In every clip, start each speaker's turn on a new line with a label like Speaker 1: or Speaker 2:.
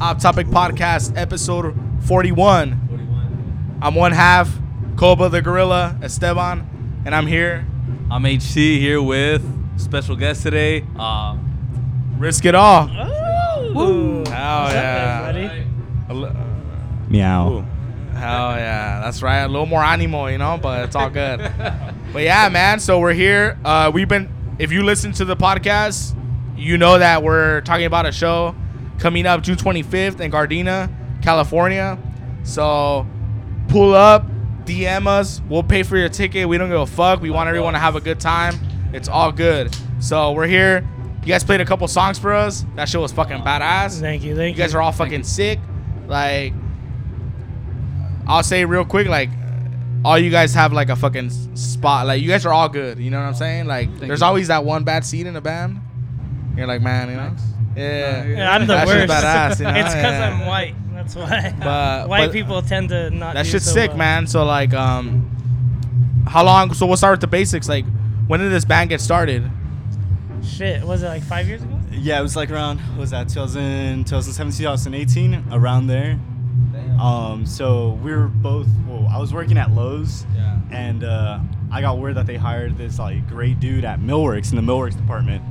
Speaker 1: Op Topic Podcast, episode 41.
Speaker 2: 41.
Speaker 1: I'm one half, Coba the Gorilla, Esteban, and I'm here.
Speaker 2: I'm HC here with special guest today. Uh,
Speaker 1: Risk it all. Hell
Speaker 3: Woo.
Speaker 1: yeah.
Speaker 3: everybody?
Speaker 1: A li-
Speaker 4: Meow.
Speaker 1: Hell yeah, that's right. A little more animo, you know, but it's all good. but yeah, man. So we're here. Uh, we've been. If you listen to the podcast, you know that we're talking about a show coming up June 25th in Gardena, California. So pull up, DM us. We'll pay for your ticket. We don't give a fuck. We want everyone to have a good time. It's all good. So we're here. You guys played a couple songs for us. That shit was fucking badass.
Speaker 3: Thank you, thank
Speaker 1: You guys are all fucking sick. Like, I'll say real quick, like, all you guys have like a fucking s- spot. Like, you guys are all good. You know what I'm saying? Like, there's
Speaker 2: you.
Speaker 1: always that one bad seed in a band. You're like, man, you know? Yeah.
Speaker 3: Yeah, I'm the
Speaker 1: That shit's
Speaker 3: worst.
Speaker 1: badass, you know?
Speaker 3: It's because
Speaker 1: Yeah.
Speaker 3: I'm white. That's why.
Speaker 1: But-
Speaker 3: white
Speaker 1: but-
Speaker 3: people tend to not.
Speaker 1: That
Speaker 3: do
Speaker 1: shit's
Speaker 3: so
Speaker 1: sick,
Speaker 3: well.
Speaker 1: man. So like, um, how long? So we'll start with the basics. Like, when did this band get started?
Speaker 3: Shit, was it like five years ago?
Speaker 4: Yeah, it was like around what was that 2000, 2017, 2018, around there. Um, so we were both. Well, I was working at Lowe's,
Speaker 2: Yeah.
Speaker 4: and uh, I got word that they hired this like great dude at Millworks in the Millworks department.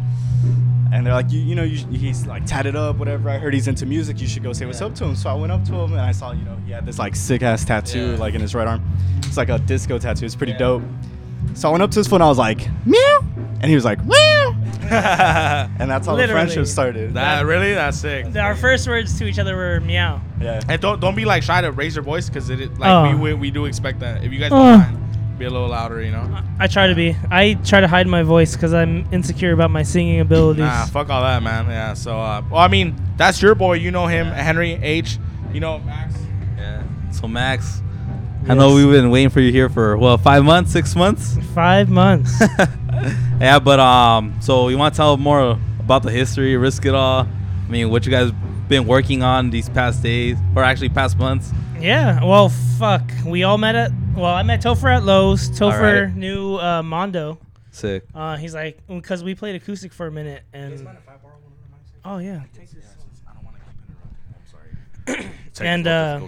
Speaker 4: And they're like, you, you know, you, sh- he's like tatted up, whatever. I heard he's into music. You should go say what's
Speaker 2: Yeah.
Speaker 4: up to him. So I went up to him and I saw, you know, he had this like sick ass tattoo,
Speaker 2: Yeah.
Speaker 4: like in his right arm. It's like a disco tattoo. It's pretty
Speaker 2: Yeah.
Speaker 4: dope. So I went up to his phone. I was like, meow, and he was like, meow,
Speaker 1: that
Speaker 4: and that's how
Speaker 3: Literally.
Speaker 4: the friendship started.
Speaker 1: really? That's sick.
Speaker 3: Our first words to each other were meow.
Speaker 4: Yeah.
Speaker 1: And don't don't be like shy to raise your voice because it it- like
Speaker 3: Oh.
Speaker 1: we, we we do expect that. If you guys
Speaker 3: Oh.
Speaker 1: don't mind, be a little louder, you know.
Speaker 3: I try to be. I try to hide my voice because I'm insecure about my singing abilities.
Speaker 1: Nah, fuck all that, man. Yeah. So, uh, well, I mean, that's your boy. You know him, Henry H. You know Max.
Speaker 2: yeah. So Max, I know we've been waiting for you here for well five months, six months.
Speaker 3: Five months.
Speaker 2: yeah, but um, so you want to tell more about the history, risk it all. I mean, what you guys been working on these past days, or actually past months?
Speaker 3: yeah. Well, fuck. We all met at. Well, I met Topher at Lowe's. Topher
Speaker 2: right.
Speaker 3: knew uh, Mondo.
Speaker 2: Sick.
Speaker 3: Uh, he's like, because we played acoustic for a minute, and oh yeah, And, uh,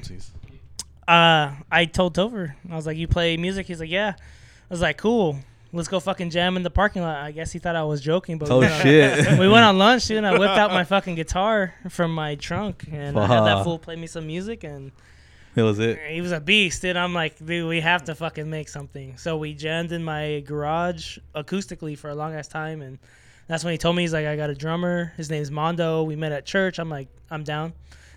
Speaker 3: uh, I told Tover, I was like, "You play music?" He's like, "Yeah." I was like, "Cool, let's go fucking jam in the parking lot." I guess he thought I was joking, but
Speaker 2: Oh
Speaker 3: we, went on-
Speaker 2: shit.
Speaker 3: we went on lunch, dude. And I whipped out my fucking guitar from my trunk, and I had that
Speaker 2: Fuck.
Speaker 3: fool play me some music, and
Speaker 2: That was it.
Speaker 3: he was a beast, dude. I'm like, dude, we have to fucking make something. So we jammed in my garage acoustically for a long ass time, and that's when he told me he's like, I got a drummer. His name's Mondo. We met at church. I'm like, I'm down.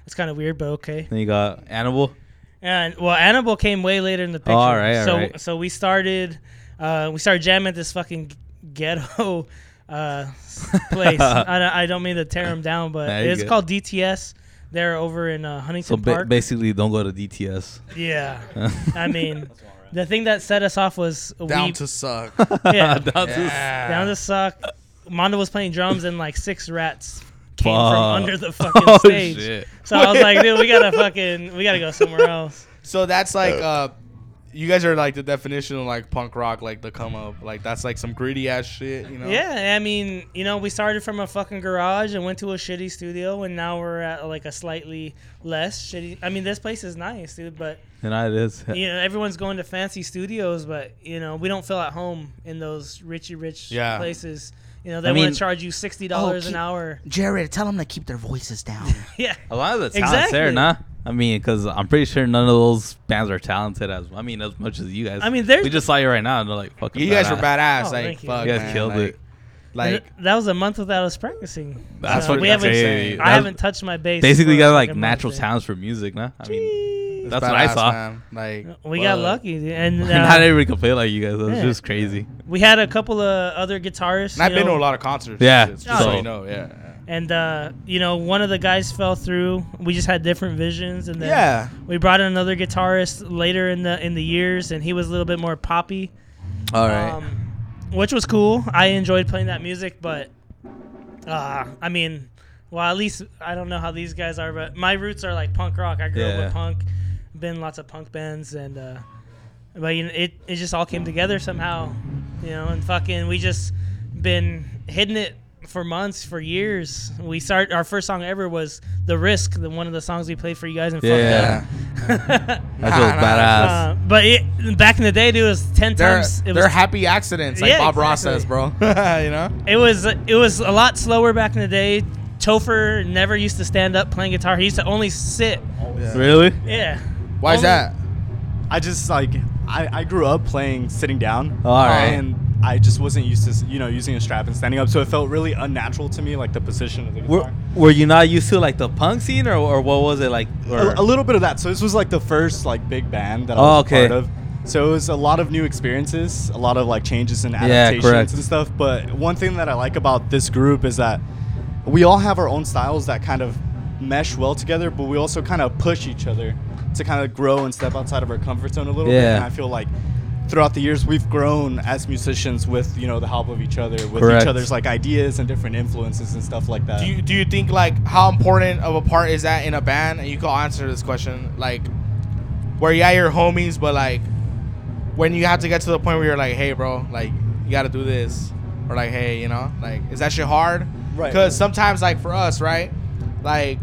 Speaker 3: It's kind of weird, but okay.
Speaker 2: Then you got Animal.
Speaker 3: And well, Annabelle came way later in the picture.
Speaker 2: all right, all
Speaker 3: so
Speaker 2: right.
Speaker 3: so we started, uh, we started jamming at this fucking ghetto uh, s- place. I, don't, I don't mean to tear them down, but
Speaker 2: Nah, you're
Speaker 3: it's
Speaker 2: good.
Speaker 3: called DTS. They're over in uh,
Speaker 2: So
Speaker 3: Huntington
Speaker 2: ba-
Speaker 3: Park.
Speaker 2: basically, don't go to DTS.
Speaker 3: yeah, I mean, the thing that set us off was
Speaker 1: Down
Speaker 3: we
Speaker 1: to suck.
Speaker 3: yeah,
Speaker 2: Down to-
Speaker 1: Yeah.
Speaker 3: down to suck. Mondo was playing drums and like six rats came
Speaker 2: Fuck.
Speaker 3: from under the fucking
Speaker 2: Oh,
Speaker 3: stage.
Speaker 2: shit.
Speaker 3: So I was like, dude, we gotta fucking we gotta go somewhere else.
Speaker 1: so that's like, uh, you guys are like the definition of like punk rock, like the come up, like that's like some gritty ass shit, you know.
Speaker 3: Yeah, I mean, you know, we started from a fucking garage and went to a shitty studio, and now we're at like a slightly less shitty. I mean, this place is nice, dude, but
Speaker 2: And I is.
Speaker 3: you know, everyone's going to fancy studios, but you know, we don't feel at home in those richy rich
Speaker 1: Yeah.
Speaker 3: places. You know, they
Speaker 2: I
Speaker 3: want
Speaker 2: mean-
Speaker 3: to charge you sixty dollars
Speaker 5: Oh,
Speaker 3: an
Speaker 5: keep-
Speaker 3: hour.
Speaker 5: Jared, tell them to keep their voices down.
Speaker 3: Yeah,
Speaker 2: A lot of the talent's there,
Speaker 3: Exactly.
Speaker 2: nah. I mean, because I'm pretty sure none of those bands are talented as I mean as much as you guys.
Speaker 3: I mean, there's-
Speaker 2: we just saw you right now, and they're like, "Fucking,
Speaker 1: You guys were badass,
Speaker 3: Oh,
Speaker 1: like
Speaker 3: thank you.
Speaker 1: fuck,
Speaker 2: You guys
Speaker 1: man,
Speaker 2: killed
Speaker 1: like,
Speaker 2: it.
Speaker 1: Like,
Speaker 3: Th- that was a month without us practicing.
Speaker 2: That's
Speaker 3: So
Speaker 2: what
Speaker 3: we
Speaker 2: that's
Speaker 3: haven't.
Speaker 2: crazy.
Speaker 3: I
Speaker 2: That's-
Speaker 3: haven't touched my bass.
Speaker 2: Basically,
Speaker 3: for
Speaker 2: you got like
Speaker 3: fucking
Speaker 2: natural
Speaker 3: months, dude.
Speaker 2: talents for music, nah. I mean, that's
Speaker 1: it's
Speaker 2: what I
Speaker 1: badass,
Speaker 2: saw.
Speaker 1: Man. Like,
Speaker 3: We got
Speaker 2: Fuck.
Speaker 3: lucky, dude. and uh,
Speaker 2: Not everybody can play like you guys. That's
Speaker 3: Yeah.
Speaker 2: just crazy.
Speaker 3: we had a couple of other guitarists.
Speaker 1: and I've
Speaker 3: you
Speaker 1: been
Speaker 3: know,
Speaker 1: to a lot of concerts.
Speaker 2: Yeah,
Speaker 1: and shit, just so,
Speaker 3: Oh.
Speaker 2: so-
Speaker 1: you know, yeah. yeah.
Speaker 3: and uh, you know one of the guys fell through we just had different visions and then
Speaker 1: Yeah.
Speaker 3: we brought in another guitarist later in the in the years and he was a little bit more poppy
Speaker 2: All right.
Speaker 3: um, which was cool i enjoyed playing that music but uh, i mean well at least i don't know how these guys are but my roots are like punk rock i grew up
Speaker 2: Yeah.
Speaker 3: with punk been in lots of punk bands and uh, but you know, it, it just all came together somehow you know and fucking we just been hitting it for months, for years. We start our first song ever was "The Risk," the one of the songs we played for you guys in
Speaker 2: Yeah.
Speaker 3: Florida.
Speaker 2: That shit was
Speaker 1: Nah, nah,
Speaker 2: badass.
Speaker 3: uh, but it, back in the day, dude, it was ten
Speaker 1: They're,
Speaker 3: times. It
Speaker 1: they're
Speaker 3: was
Speaker 1: happy accidents, like
Speaker 3: Yeah,
Speaker 1: Bob Ross
Speaker 3: exactly.
Speaker 1: says, bro. you know?
Speaker 3: it was it was a lot slower back in the day. Topher never used to stand up playing guitar. He used to only sit.
Speaker 2: Really?
Speaker 3: Yeah.
Speaker 1: Why is
Speaker 3: Only-
Speaker 1: that?
Speaker 4: I just like I, I grew up playing sitting down.
Speaker 2: All right.
Speaker 4: And I just wasn't used to you know using a strap and standing up, so it felt really unnatural to me, like the position of the guitar.
Speaker 2: Were, were you not used to like the punk scene or, or what was it like? Or,
Speaker 4: a, a little bit of that. So this was like the first like big band that I
Speaker 2: Oh,
Speaker 4: was a
Speaker 2: okay.
Speaker 4: part of. So it was a lot of new experiences, a lot of like changes and adaptations
Speaker 2: correct.
Speaker 4: and stuff. But one thing that I like about this group is that we all have our own styles that kind of mesh well together, but we also kind of push each other to kind of grow and step outside of our comfort zone a little bit.
Speaker 2: Yeah.
Speaker 4: And I feel like throughout the years we've grown as musicians with you know the help of each other, with
Speaker 2: Correct.
Speaker 4: each other's like ideas and different influences and stuff like that.
Speaker 1: Do you, do you think like how important of a part is that in a band? And you can answer this question like, where yeah, you're homies, but like, when you have to get to the point where you're like, hey, bro, like you got to do this, or like, hey, you know, like is that shit hard?
Speaker 4: Right.
Speaker 1: Because sometimes like for us, right, like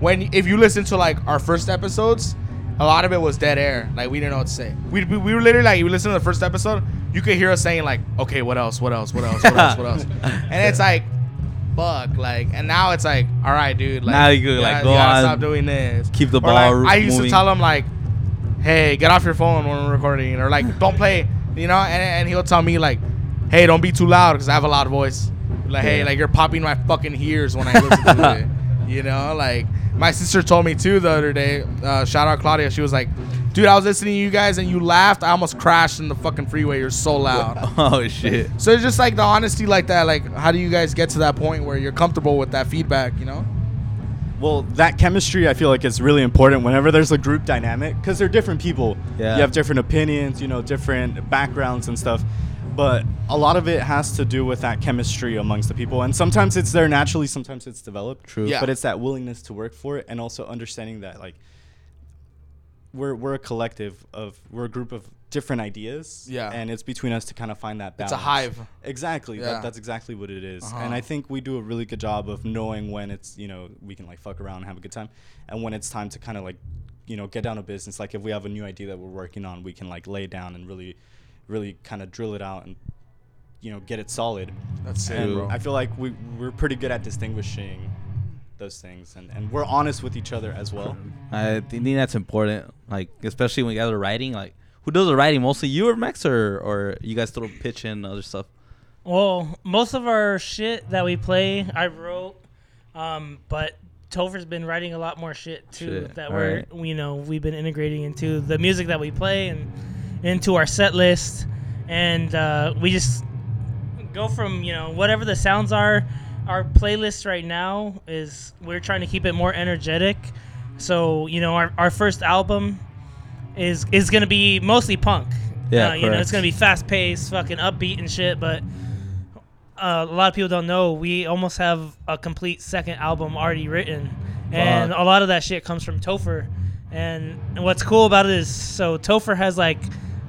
Speaker 1: when if you listen to like our first episodes, a lot of it was dead air. Like we didn't know what to say. We, we, we were literally like, you listen to the first episode, you could hear us saying like, okay, what else? What else? What else? What else? What else? and it's like, fuck, like, and now it's like, all right, dude, like,
Speaker 2: Now you could, like,
Speaker 1: gotta-
Speaker 2: go
Speaker 1: gotta
Speaker 2: on,
Speaker 1: stop doing this.
Speaker 2: keep the
Speaker 1: Or, like,
Speaker 2: ball
Speaker 1: I used
Speaker 2: moving.
Speaker 1: to tell him like, hey, get off your phone when we're recording, or like, don't play, you know, and, and he'll tell me like, hey, don't be too loud because I have a loud voice. Like, hey,
Speaker 2: Yeah.
Speaker 1: like you're popping my fucking ears when I listen to it. You know, like my sister told me too the other day. Uh, shout out Claudia. She was like, "Dude, I was listening to you guys and you laughed. I almost crashed in the fucking freeway. You're so loud."
Speaker 2: oh shit.
Speaker 1: so it's just like the honesty, like that. Like, how do you guys get to that point where you're comfortable with that feedback? You know?
Speaker 4: Well, that chemistry I feel like is really important whenever there's a group dynamic because they're different people.
Speaker 2: Yeah.
Speaker 4: You have different opinions, you know, different backgrounds and stuff. But a lot of it has to do with that chemistry amongst the people. And sometimes it's there naturally, sometimes it's developed. True.
Speaker 1: Yeah.
Speaker 4: But it's that willingness to work for it and also understanding that, like, we're, we're a collective of, we're a group of different ideas.
Speaker 1: Yeah.
Speaker 4: And it's between us to kind of find that balance.
Speaker 1: It's a hive.
Speaker 4: Exactly.
Speaker 1: Yeah.
Speaker 4: That, that's exactly what it is.
Speaker 1: Uh-huh.
Speaker 4: And I think we do a really good job of knowing when it's, you know, we can like fuck around and have a good time and when it's time to kind of like, you know, get down to business. Like if we have a new idea that we're working on, we can like lay it down and really, really kind of drill it out and, you know, get it solid.
Speaker 1: That's
Speaker 4: and I feel like we, we're pretty good at distinguishing those things and, and we're honest with each other as well.
Speaker 2: I think that's important. Like especially when you guys are writing. Like who does the writing? Mostly you or Max or or you guys throw pitch and other stuff.
Speaker 3: Well, most of our shit that we play, I wrote, um, but Topher's been writing a lot more shit too
Speaker 2: Shit,
Speaker 3: that we're
Speaker 2: alright.
Speaker 3: you know we've been integrating into the music that we play and into our set list, and uh, we just go from you know whatever the sounds are. Our playlist right now is we're trying to keep it more energetic, so you know our, our first album is is gonna be mostly punk.
Speaker 2: Yeah,
Speaker 3: Uh, you know
Speaker 2: correct.
Speaker 3: it's gonna be fast paced, fucking upbeat and shit, but uh, a lot of people don't know, we almost have a complete second album already written, and
Speaker 2: Fuck.
Speaker 3: a lot of that shit comes from Topher. And and what's cool about it is, so Topher has like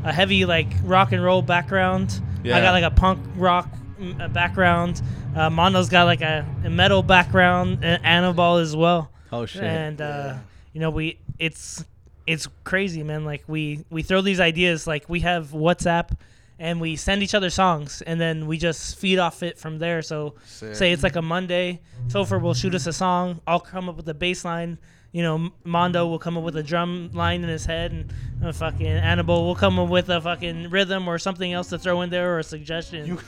Speaker 3: a heavy like rock and roll background. I
Speaker 2: Yeah.
Speaker 3: got like a punk rock mm, uh, background. Uh, Mondo's got like a, a metal background, and Annabelle as well.
Speaker 2: Oh shit.
Speaker 3: And uh, you know, we it's it's crazy, man. Like we we throw these ideas, like we have WhatsApp, and we send each other songs, and then we just feed off it from there. So say it's like a Monday, Topher will shoot us a song. I'll come up with a bass line. You know, M- Mondo will come up with a drum line in his head, and uh, fucking Annabelle will come up with a fucking rhythm or something else to throw in there or a suggestion.
Speaker 1: You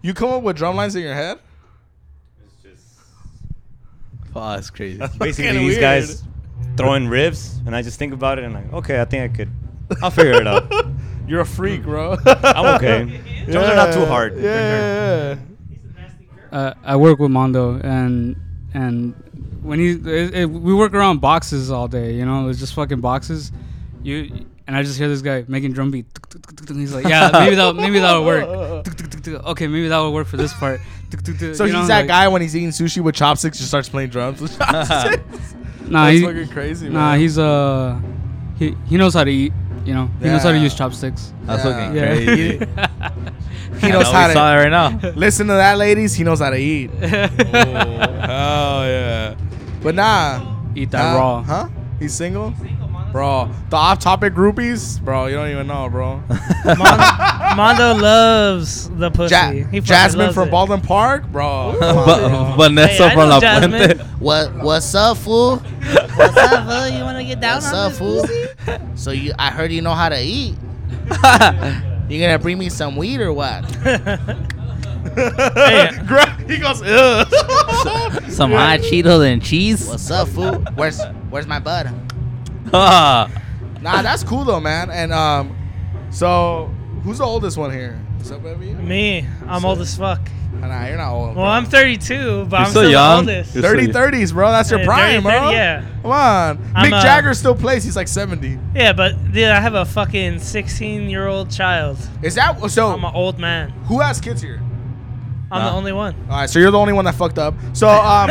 Speaker 1: you come up with drum lines in your head?
Speaker 2: Fuck, that's crazy.
Speaker 6: basically
Speaker 1: kinda
Speaker 6: these
Speaker 1: weird.
Speaker 6: guys throwing riffs, and I just think about it and like, okay, I think I could, I'll figure it out.
Speaker 1: You're a freak, bro.
Speaker 6: I'm okay. Drums are not too hard.
Speaker 1: Yeah, yeah, yeah.
Speaker 7: uh, I work with Mondo, and and when he it, it, we work around boxes all day, you know, it's just fucking boxes. You and I just hear this guy making drum beat. tuk, tuk, tuk, tuk, and He's like, yeah, maybe that maybe that'll work. Tuk, tuk, tuk, tuk. Okay, maybe that will work for this part. Tuk, tuk, tuk,
Speaker 1: So
Speaker 7: you
Speaker 1: he's
Speaker 7: know,
Speaker 1: that
Speaker 7: like-
Speaker 1: guy when he's eating sushi with chopsticks, just starts playing drums.
Speaker 7: Nah,
Speaker 1: That's
Speaker 7: he-
Speaker 1: fucking crazy,
Speaker 7: Nah,
Speaker 1: man.
Speaker 7: he's uh, he he knows how to eat. You know, he knows how to
Speaker 1: Yeah.
Speaker 2: Uh,
Speaker 7: use chopsticks.
Speaker 2: That's
Speaker 1: Yeah.
Speaker 2: fucking
Speaker 7: Yeah.
Speaker 2: crazy.
Speaker 1: He
Speaker 2: I
Speaker 1: knows
Speaker 2: know,
Speaker 1: how
Speaker 2: we
Speaker 1: to
Speaker 2: saw it right now.
Speaker 1: listen to that, ladies. He knows how to eat.
Speaker 2: Hell yeah.
Speaker 1: But nah,
Speaker 7: Eat Oh, that
Speaker 1: nah,
Speaker 7: raw.
Speaker 1: huh? He's single, bro. The off-topic groupies, bro. You don't even know, bro.
Speaker 3: Mon- Mondo loves the pussy.
Speaker 1: Ja-
Speaker 3: He fucking
Speaker 1: Jasmine
Speaker 3: loves
Speaker 1: from
Speaker 3: it.
Speaker 1: Baldwin Park, bro. Come on,
Speaker 2: but,
Speaker 1: bro.
Speaker 2: Vanessa
Speaker 3: Hey, I
Speaker 2: from
Speaker 3: know
Speaker 2: La
Speaker 3: Jasmine.
Speaker 2: Puente.
Speaker 5: What what's up, fool?
Speaker 3: What's up, fool? You wanna get down
Speaker 5: What's
Speaker 3: on
Speaker 5: up,
Speaker 3: this
Speaker 5: fool?
Speaker 3: pussy?
Speaker 5: So you I heard you know how to eat. You gonna bring me some weed or what?
Speaker 3: Hey.
Speaker 1: Gra- he goes, ugh.
Speaker 2: Some hot Cheetos and cheese.
Speaker 5: What's up, fool? Where's where's my bud?
Speaker 2: Ah,
Speaker 1: nah, that's cool though, man. And um, so who's the oldest one here? What's up, baby?
Speaker 3: Me, I'm old as fuck.
Speaker 1: Nah, you're not old.
Speaker 3: Well, I'm 32, but
Speaker 2: You're
Speaker 3: I'm
Speaker 2: so
Speaker 3: still the
Speaker 2: young.
Speaker 3: oldest.
Speaker 6: You're-
Speaker 1: 30 30s, bro. That's your
Speaker 3: Yeah,
Speaker 1: prime,
Speaker 3: 30,
Speaker 1: bro.
Speaker 3: yeah.
Speaker 1: Come on.
Speaker 3: I'm,
Speaker 1: Mick
Speaker 3: uh,
Speaker 1: Jagger still plays. He's like 70.
Speaker 3: Yeah, but dude, I have a fucking 16 year old child.
Speaker 1: Is that so?
Speaker 3: I'm an old man.
Speaker 1: who has kids here?
Speaker 3: I'm
Speaker 2: Nah.
Speaker 3: the only one.
Speaker 1: All right, so you're the only one that fucked up. So, um,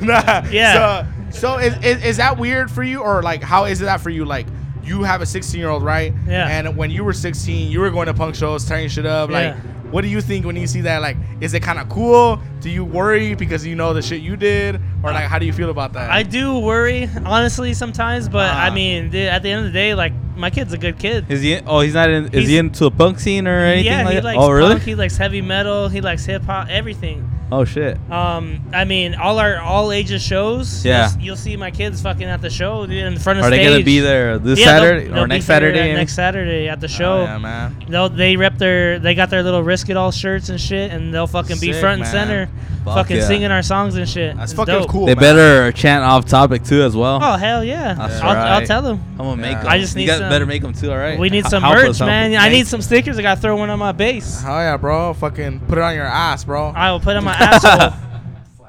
Speaker 1: nah,
Speaker 3: Yeah.
Speaker 1: So, so is, is, is that weird for you, or like, how is that for you? Like, you have a 16 year old, right?
Speaker 3: Yeah.
Speaker 1: And when you were 16, you were going to punk shows, tearing shit up. Like,
Speaker 3: Yeah.
Speaker 1: what do you think when you see that? Like, is it kind of cool? Do you worry because you know the shit you did, or like, how do you feel about that?
Speaker 3: I do worry, honestly, sometimes, but I
Speaker 1: Ah.
Speaker 3: mean, dude, at the end of the day, like, my kid's a good kid.
Speaker 2: is he? Oh, he's not in. Is he
Speaker 3: He's-
Speaker 2: into the punk scene or anything
Speaker 3: yeah,
Speaker 2: like
Speaker 3: he
Speaker 2: that?
Speaker 3: likes
Speaker 2: oh, really?
Speaker 3: punk, he likes heavy metal, he likes hip hop, everything.
Speaker 2: oh shit.
Speaker 3: Um, I mean, all our all ages shows.
Speaker 2: Yeah.
Speaker 3: you'll, you'll see my kids fucking at the show dude, in front of
Speaker 2: Are
Speaker 3: stage.
Speaker 2: they gonna be there this
Speaker 3: Yeah, they'll-
Speaker 2: Saturday
Speaker 3: they'll
Speaker 2: or
Speaker 3: be
Speaker 2: next
Speaker 3: there
Speaker 2: Saturday?
Speaker 3: at Next Saturday at the show.
Speaker 1: Oh, yeah, man.
Speaker 3: They'll they rep their they got their little risk it all shirts and shit, and they'll fucking be
Speaker 1: Sick,
Speaker 3: front
Speaker 1: man.
Speaker 3: and center,
Speaker 2: Fuck
Speaker 3: fucking
Speaker 2: yeah.
Speaker 3: singing our songs and shit.
Speaker 1: That's
Speaker 3: It's
Speaker 1: fucking
Speaker 3: dope.
Speaker 1: cool.
Speaker 2: they
Speaker 1: man.
Speaker 2: better chant off topic too as well.
Speaker 3: Oh hell yeah!
Speaker 2: That's
Speaker 3: I'll, I'll
Speaker 2: right.
Speaker 3: tell them.
Speaker 2: I'm gonna make.
Speaker 1: Yeah.
Speaker 2: 'em.
Speaker 3: I just
Speaker 2: you
Speaker 3: need
Speaker 2: guys
Speaker 3: some-
Speaker 2: better make them too. All right.
Speaker 3: We need
Speaker 2: H-
Speaker 3: some
Speaker 2: help
Speaker 3: merch,
Speaker 2: us, help
Speaker 3: man.
Speaker 2: us.
Speaker 3: I need some stickers. I gotta throw one on my base.
Speaker 1: Hell yeah, bro. Fucking put it on your ass, bro.
Speaker 3: I will put on my asshole.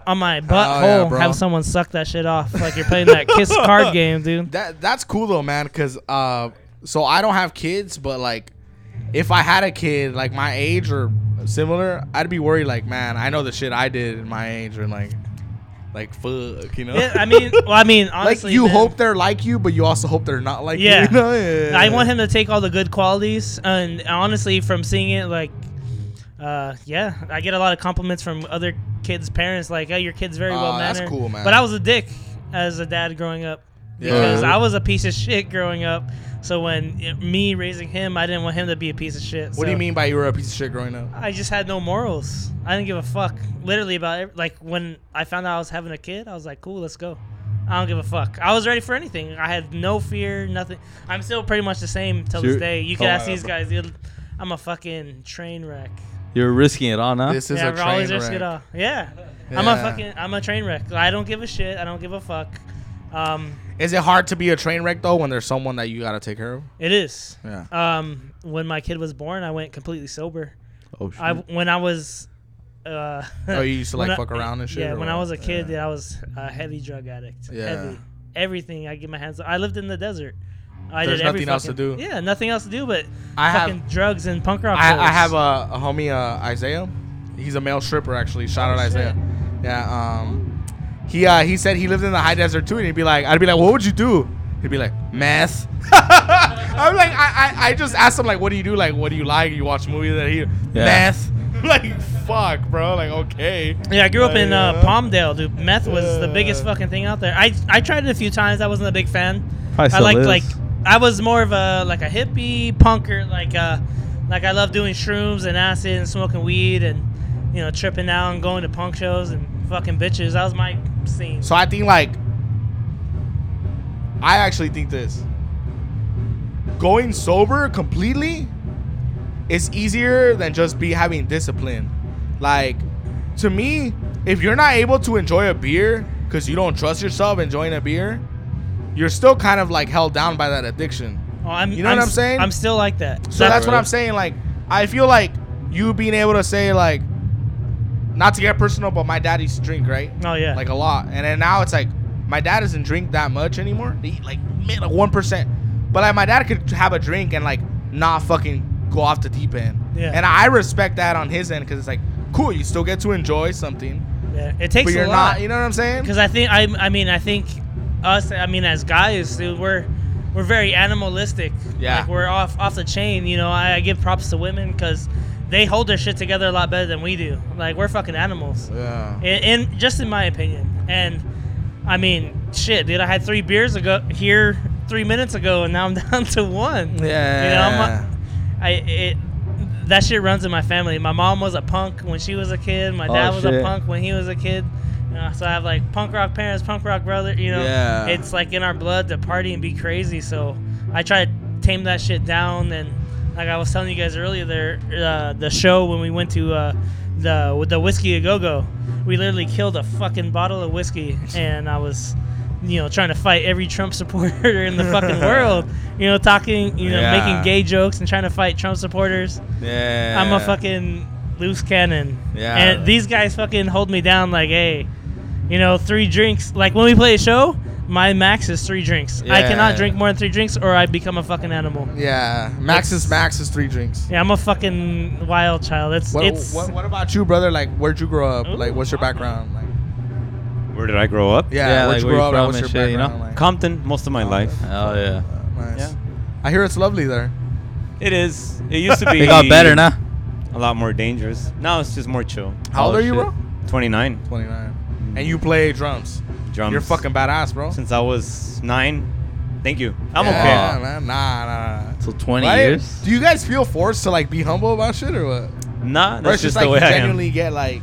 Speaker 3: On my butthole,
Speaker 1: bro.
Speaker 3: have someone suck that shit off like you're playing that kiss card game, dude.
Speaker 1: That that's cool though, man. Cause uh, so I don't have kids, but like, if I had a kid like my age or similar, I'd be worried. Like, man, I know the shit I did in my age, and like, like fuck, you know.
Speaker 3: Yeah, I mean, well, I mean,
Speaker 1: like
Speaker 3: honestly,
Speaker 1: you
Speaker 3: man,
Speaker 1: hope they're like you, but you also hope they're not like
Speaker 3: Yeah.
Speaker 1: you. you know? yeah.
Speaker 3: I want him to take all the good qualities, and honestly, from seeing it, like, uh, yeah, I get a lot of compliments from other kids' parents, like, "Hey, your kid's very
Speaker 1: Aw,
Speaker 3: well
Speaker 1: Ah, that's
Speaker 3: mannered."
Speaker 1: cool, man.
Speaker 3: But I was a dick as a dad growing up
Speaker 1: Yeah.
Speaker 3: because I was a piece of shit growing up. So when it- me raising him, I didn't want him to be a piece of shit.
Speaker 1: What do you mean by you were a piece of shit growing up?
Speaker 3: I just had no morals. I didn't give a fuck, literally about it. like when I found out I was having a kid. I was like, cool, let's go. I don't give a fuck. I was ready for anything. I had no fear, nothing. I'm still pretty much the same till this
Speaker 2: Sure.
Speaker 3: day. You can
Speaker 2: Oh,
Speaker 3: ask
Speaker 2: yeah,
Speaker 3: these
Speaker 2: bro.
Speaker 3: guys. dude, I'm a fucking train wreck.
Speaker 2: You're risking it all now.
Speaker 1: This is
Speaker 3: yeah,
Speaker 1: a
Speaker 3: we're always
Speaker 1: train wreck.
Speaker 3: risking it all. Yeah. I'm a
Speaker 1: Yeah.
Speaker 3: fucking. I'm a train wreck. I don't give a shit. I don't give a fuck. Um,
Speaker 1: Is it hard to be a train wreck though when there's someone that you gotta take care of?
Speaker 3: it is.
Speaker 1: Yeah.
Speaker 3: Um, when my kid was born, I went completely sober.
Speaker 2: oh shit.
Speaker 3: I when I was. Uh,
Speaker 1: Mm. Oh, you used to like
Speaker 3: when I-
Speaker 1: fuck around and shit.
Speaker 3: Yeah,
Speaker 1: or
Speaker 3: when I
Speaker 1: what?
Speaker 3: was a kid,
Speaker 1: Yeah.
Speaker 3: yeah, I was a heavy drug addict.
Speaker 1: Yeah.
Speaker 3: Heavy. Everything I get my hands on. I lived in the desert. I
Speaker 1: There's
Speaker 3: did every
Speaker 1: nothing else to
Speaker 3: fucking-
Speaker 1: do.
Speaker 3: Yeah, nothing else to do but
Speaker 1: I have-
Speaker 3: fucking drugs and punk rock.
Speaker 1: I, I
Speaker 3: shows.
Speaker 1: have a, a homie, uh, Isaiah. He's a male stripper, actually. Shout out
Speaker 3: Oh, shit.
Speaker 1: Isaiah. Yeah. Um, he uh, he said he lived in the high desert too, and he'd be like, I'd be like, what would you do? He'd be like, meth. I'm like, I, I, I just asked him like, what do you do? Like, what do you like? You watch movies that he meth. like, fuck, bro. Like, okay.
Speaker 3: Yeah, I grew up in uh,
Speaker 1: Oh, Yeah.
Speaker 3: Palmdale, dude. Meth was the biggest fucking thing out there. I I tried it a few times. I wasn't a big fan.
Speaker 2: Probably
Speaker 3: I
Speaker 2: still
Speaker 3: liked
Speaker 2: is.
Speaker 3: like I was more of a like a hippie punker. Like uh, like I love doing shrooms and acid and smoking weed and you know tripping out and going to punk shows and fucking bitches. That was my scene.
Speaker 1: So I think like, I actually think this. Going sober completely it's easier than just be having discipline. Like to me, if you're not able to enjoy a beer because you don't trust yourself enjoying a beer, you're still kind of like held down by that addiction.
Speaker 3: Oh, I'm,
Speaker 1: You know what I'm
Speaker 3: s-
Speaker 1: saying?
Speaker 3: I'm still like that.
Speaker 1: So that's what I'm saying. Like I feel like you being able to say like, not to get personal, but my dad used to drink, right?
Speaker 3: Oh yeah.
Speaker 1: like a lot. And then now it's like my dad doesn't drink that much anymore. He like mid like one percent. But like my dad could have a drink and like not fucking go off the deep end.
Speaker 3: Yeah.
Speaker 1: And I respect that on his end because it's like cool. You still get to enjoy something,
Speaker 3: yeah. It takes
Speaker 1: but you're
Speaker 3: a lot.
Speaker 1: not. You know what I'm saying?
Speaker 3: Because I think I I mean I think us I mean as guys dude, we're we're very animalistic.
Speaker 1: Yeah.
Speaker 3: Like we're off off the chain. You know, I, I give props to women because they hold their shit together a lot better than we do. Like we're fucking animals.
Speaker 1: Yeah.
Speaker 3: In, in just in my opinion, and I mean, shit, dude, I had three beers ago here three minutes ago, and now I'm down to one. You know,
Speaker 1: Yeah.
Speaker 3: I'm, I it that shit runs in my family. My mom was a punk when she was a kid. My dad
Speaker 2: Oh,
Speaker 3: was a
Speaker 2: shit.
Speaker 3: punk when he was a kid. You know, so I have like punk rock parents, punk rock brother. You know,
Speaker 1: Yeah.
Speaker 3: it's like in our blood to party and be crazy. So I try to tame that shit down. And like I was telling you guys earlier, there uh, the show when we went to uh, the with the whiskey a go go, we literally killed a fucking bottle of whiskey, and I was. You know, trying to fight every Trump supporter in the fucking world. You know, talking, you know,
Speaker 1: Yeah.
Speaker 3: making gay jokes and trying to fight Trump supporters.
Speaker 1: yeah.
Speaker 3: I'm a fucking loose cannon.
Speaker 1: Yeah.
Speaker 3: And these guys fucking hold me down like, hey, you know, three drinks. Like when we play a show, my max is three drinks. I
Speaker 1: Yeah.
Speaker 3: cannot drink more than three drinks or I become a fucking animal.
Speaker 1: Yeah. Max is Max is three drinks.
Speaker 3: Yeah, I'm a fucking wild child. It's
Speaker 1: What,
Speaker 3: it's
Speaker 1: what, what about you, brother? Like, where'd you grow up?
Speaker 3: Ooh.
Speaker 1: like, what's your background? Like,
Speaker 6: Where did I grow up?
Speaker 1: yeah,
Speaker 2: Yeah,
Speaker 1: where'd
Speaker 2: like,
Speaker 1: you
Speaker 2: where
Speaker 1: grow up?
Speaker 2: you
Speaker 1: Like,
Speaker 2: from
Speaker 1: what's your
Speaker 2: and shit, you know?
Speaker 1: background? Like, uh,
Speaker 6: Compton most of my life.
Speaker 2: Oh yeah.
Speaker 1: nice.
Speaker 6: Yeah.
Speaker 1: I hear it's lovely there.
Speaker 6: It is. It used to be.
Speaker 2: They got better now.
Speaker 6: A lot more dangerous. Now it's just more chill.
Speaker 1: How old
Speaker 2: Oh,
Speaker 1: are you,
Speaker 2: shit.
Speaker 1: bro?
Speaker 6: 29.
Speaker 1: 29. And you play drums.
Speaker 6: Drums.
Speaker 1: You're fucking badass, bro.
Speaker 6: Since I was nine. Thank you. I'm
Speaker 1: yeah,
Speaker 6: okay.
Speaker 1: Man. Nah, nah, nah.
Speaker 2: So 20
Speaker 1: Right?
Speaker 2: years.
Speaker 1: Do you guys feel forced to like be humble about shit or what?
Speaker 6: Nah,
Speaker 1: Or
Speaker 6: that's
Speaker 1: it's
Speaker 6: just
Speaker 1: just
Speaker 6: the
Speaker 1: like
Speaker 6: way
Speaker 1: you
Speaker 6: I am.
Speaker 1: genuinely get like,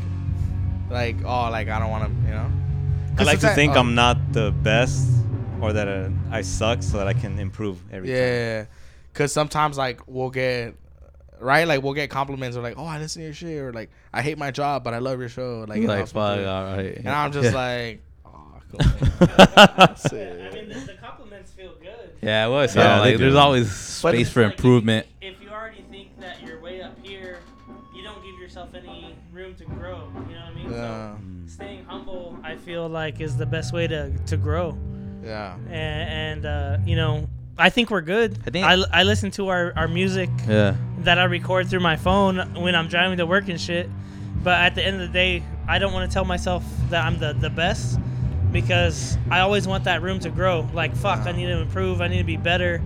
Speaker 1: like oh, like I don't want to, you know.
Speaker 6: I
Speaker 1: 'Cause
Speaker 6: like to
Speaker 1: sometimes-
Speaker 6: think
Speaker 1: oh,
Speaker 6: I'm not the best or that uh, I suck so that I can improve every time.
Speaker 1: Yeah, because sometimes like we'll get right, like we'll get compliments or like, oh, I listen to your shit or like I hate my job but I love your show. Like, you know,
Speaker 2: Like
Speaker 1: something like
Speaker 2: fuck,
Speaker 1: that.
Speaker 2: all right.
Speaker 1: and I'm just
Speaker 2: yeah.
Speaker 1: like, oh, cool.
Speaker 3: I mean, the, the compliments feel good.
Speaker 2: Yeah, well, it's
Speaker 6: Yeah,
Speaker 2: not
Speaker 6: they
Speaker 2: like
Speaker 6: do.
Speaker 2: there's always space for improvement.
Speaker 3: If, you already think that you're way up here, you don't give yourself any room to grow. You know what I mean?
Speaker 1: yeah,
Speaker 3: staying humble, I feel like, is the best way to, to grow.
Speaker 1: yeah,
Speaker 3: and, and uh, you know i think we're good
Speaker 2: I
Speaker 3: i
Speaker 2: think-
Speaker 3: think i, listen to our, our music
Speaker 2: Yeah.
Speaker 3: that i record through my phone when i'm driving to work and shit but at the end of the day i don't want to tell myself that i'm the, the best because i always want that room to grow like fuck i need to improve i need to be better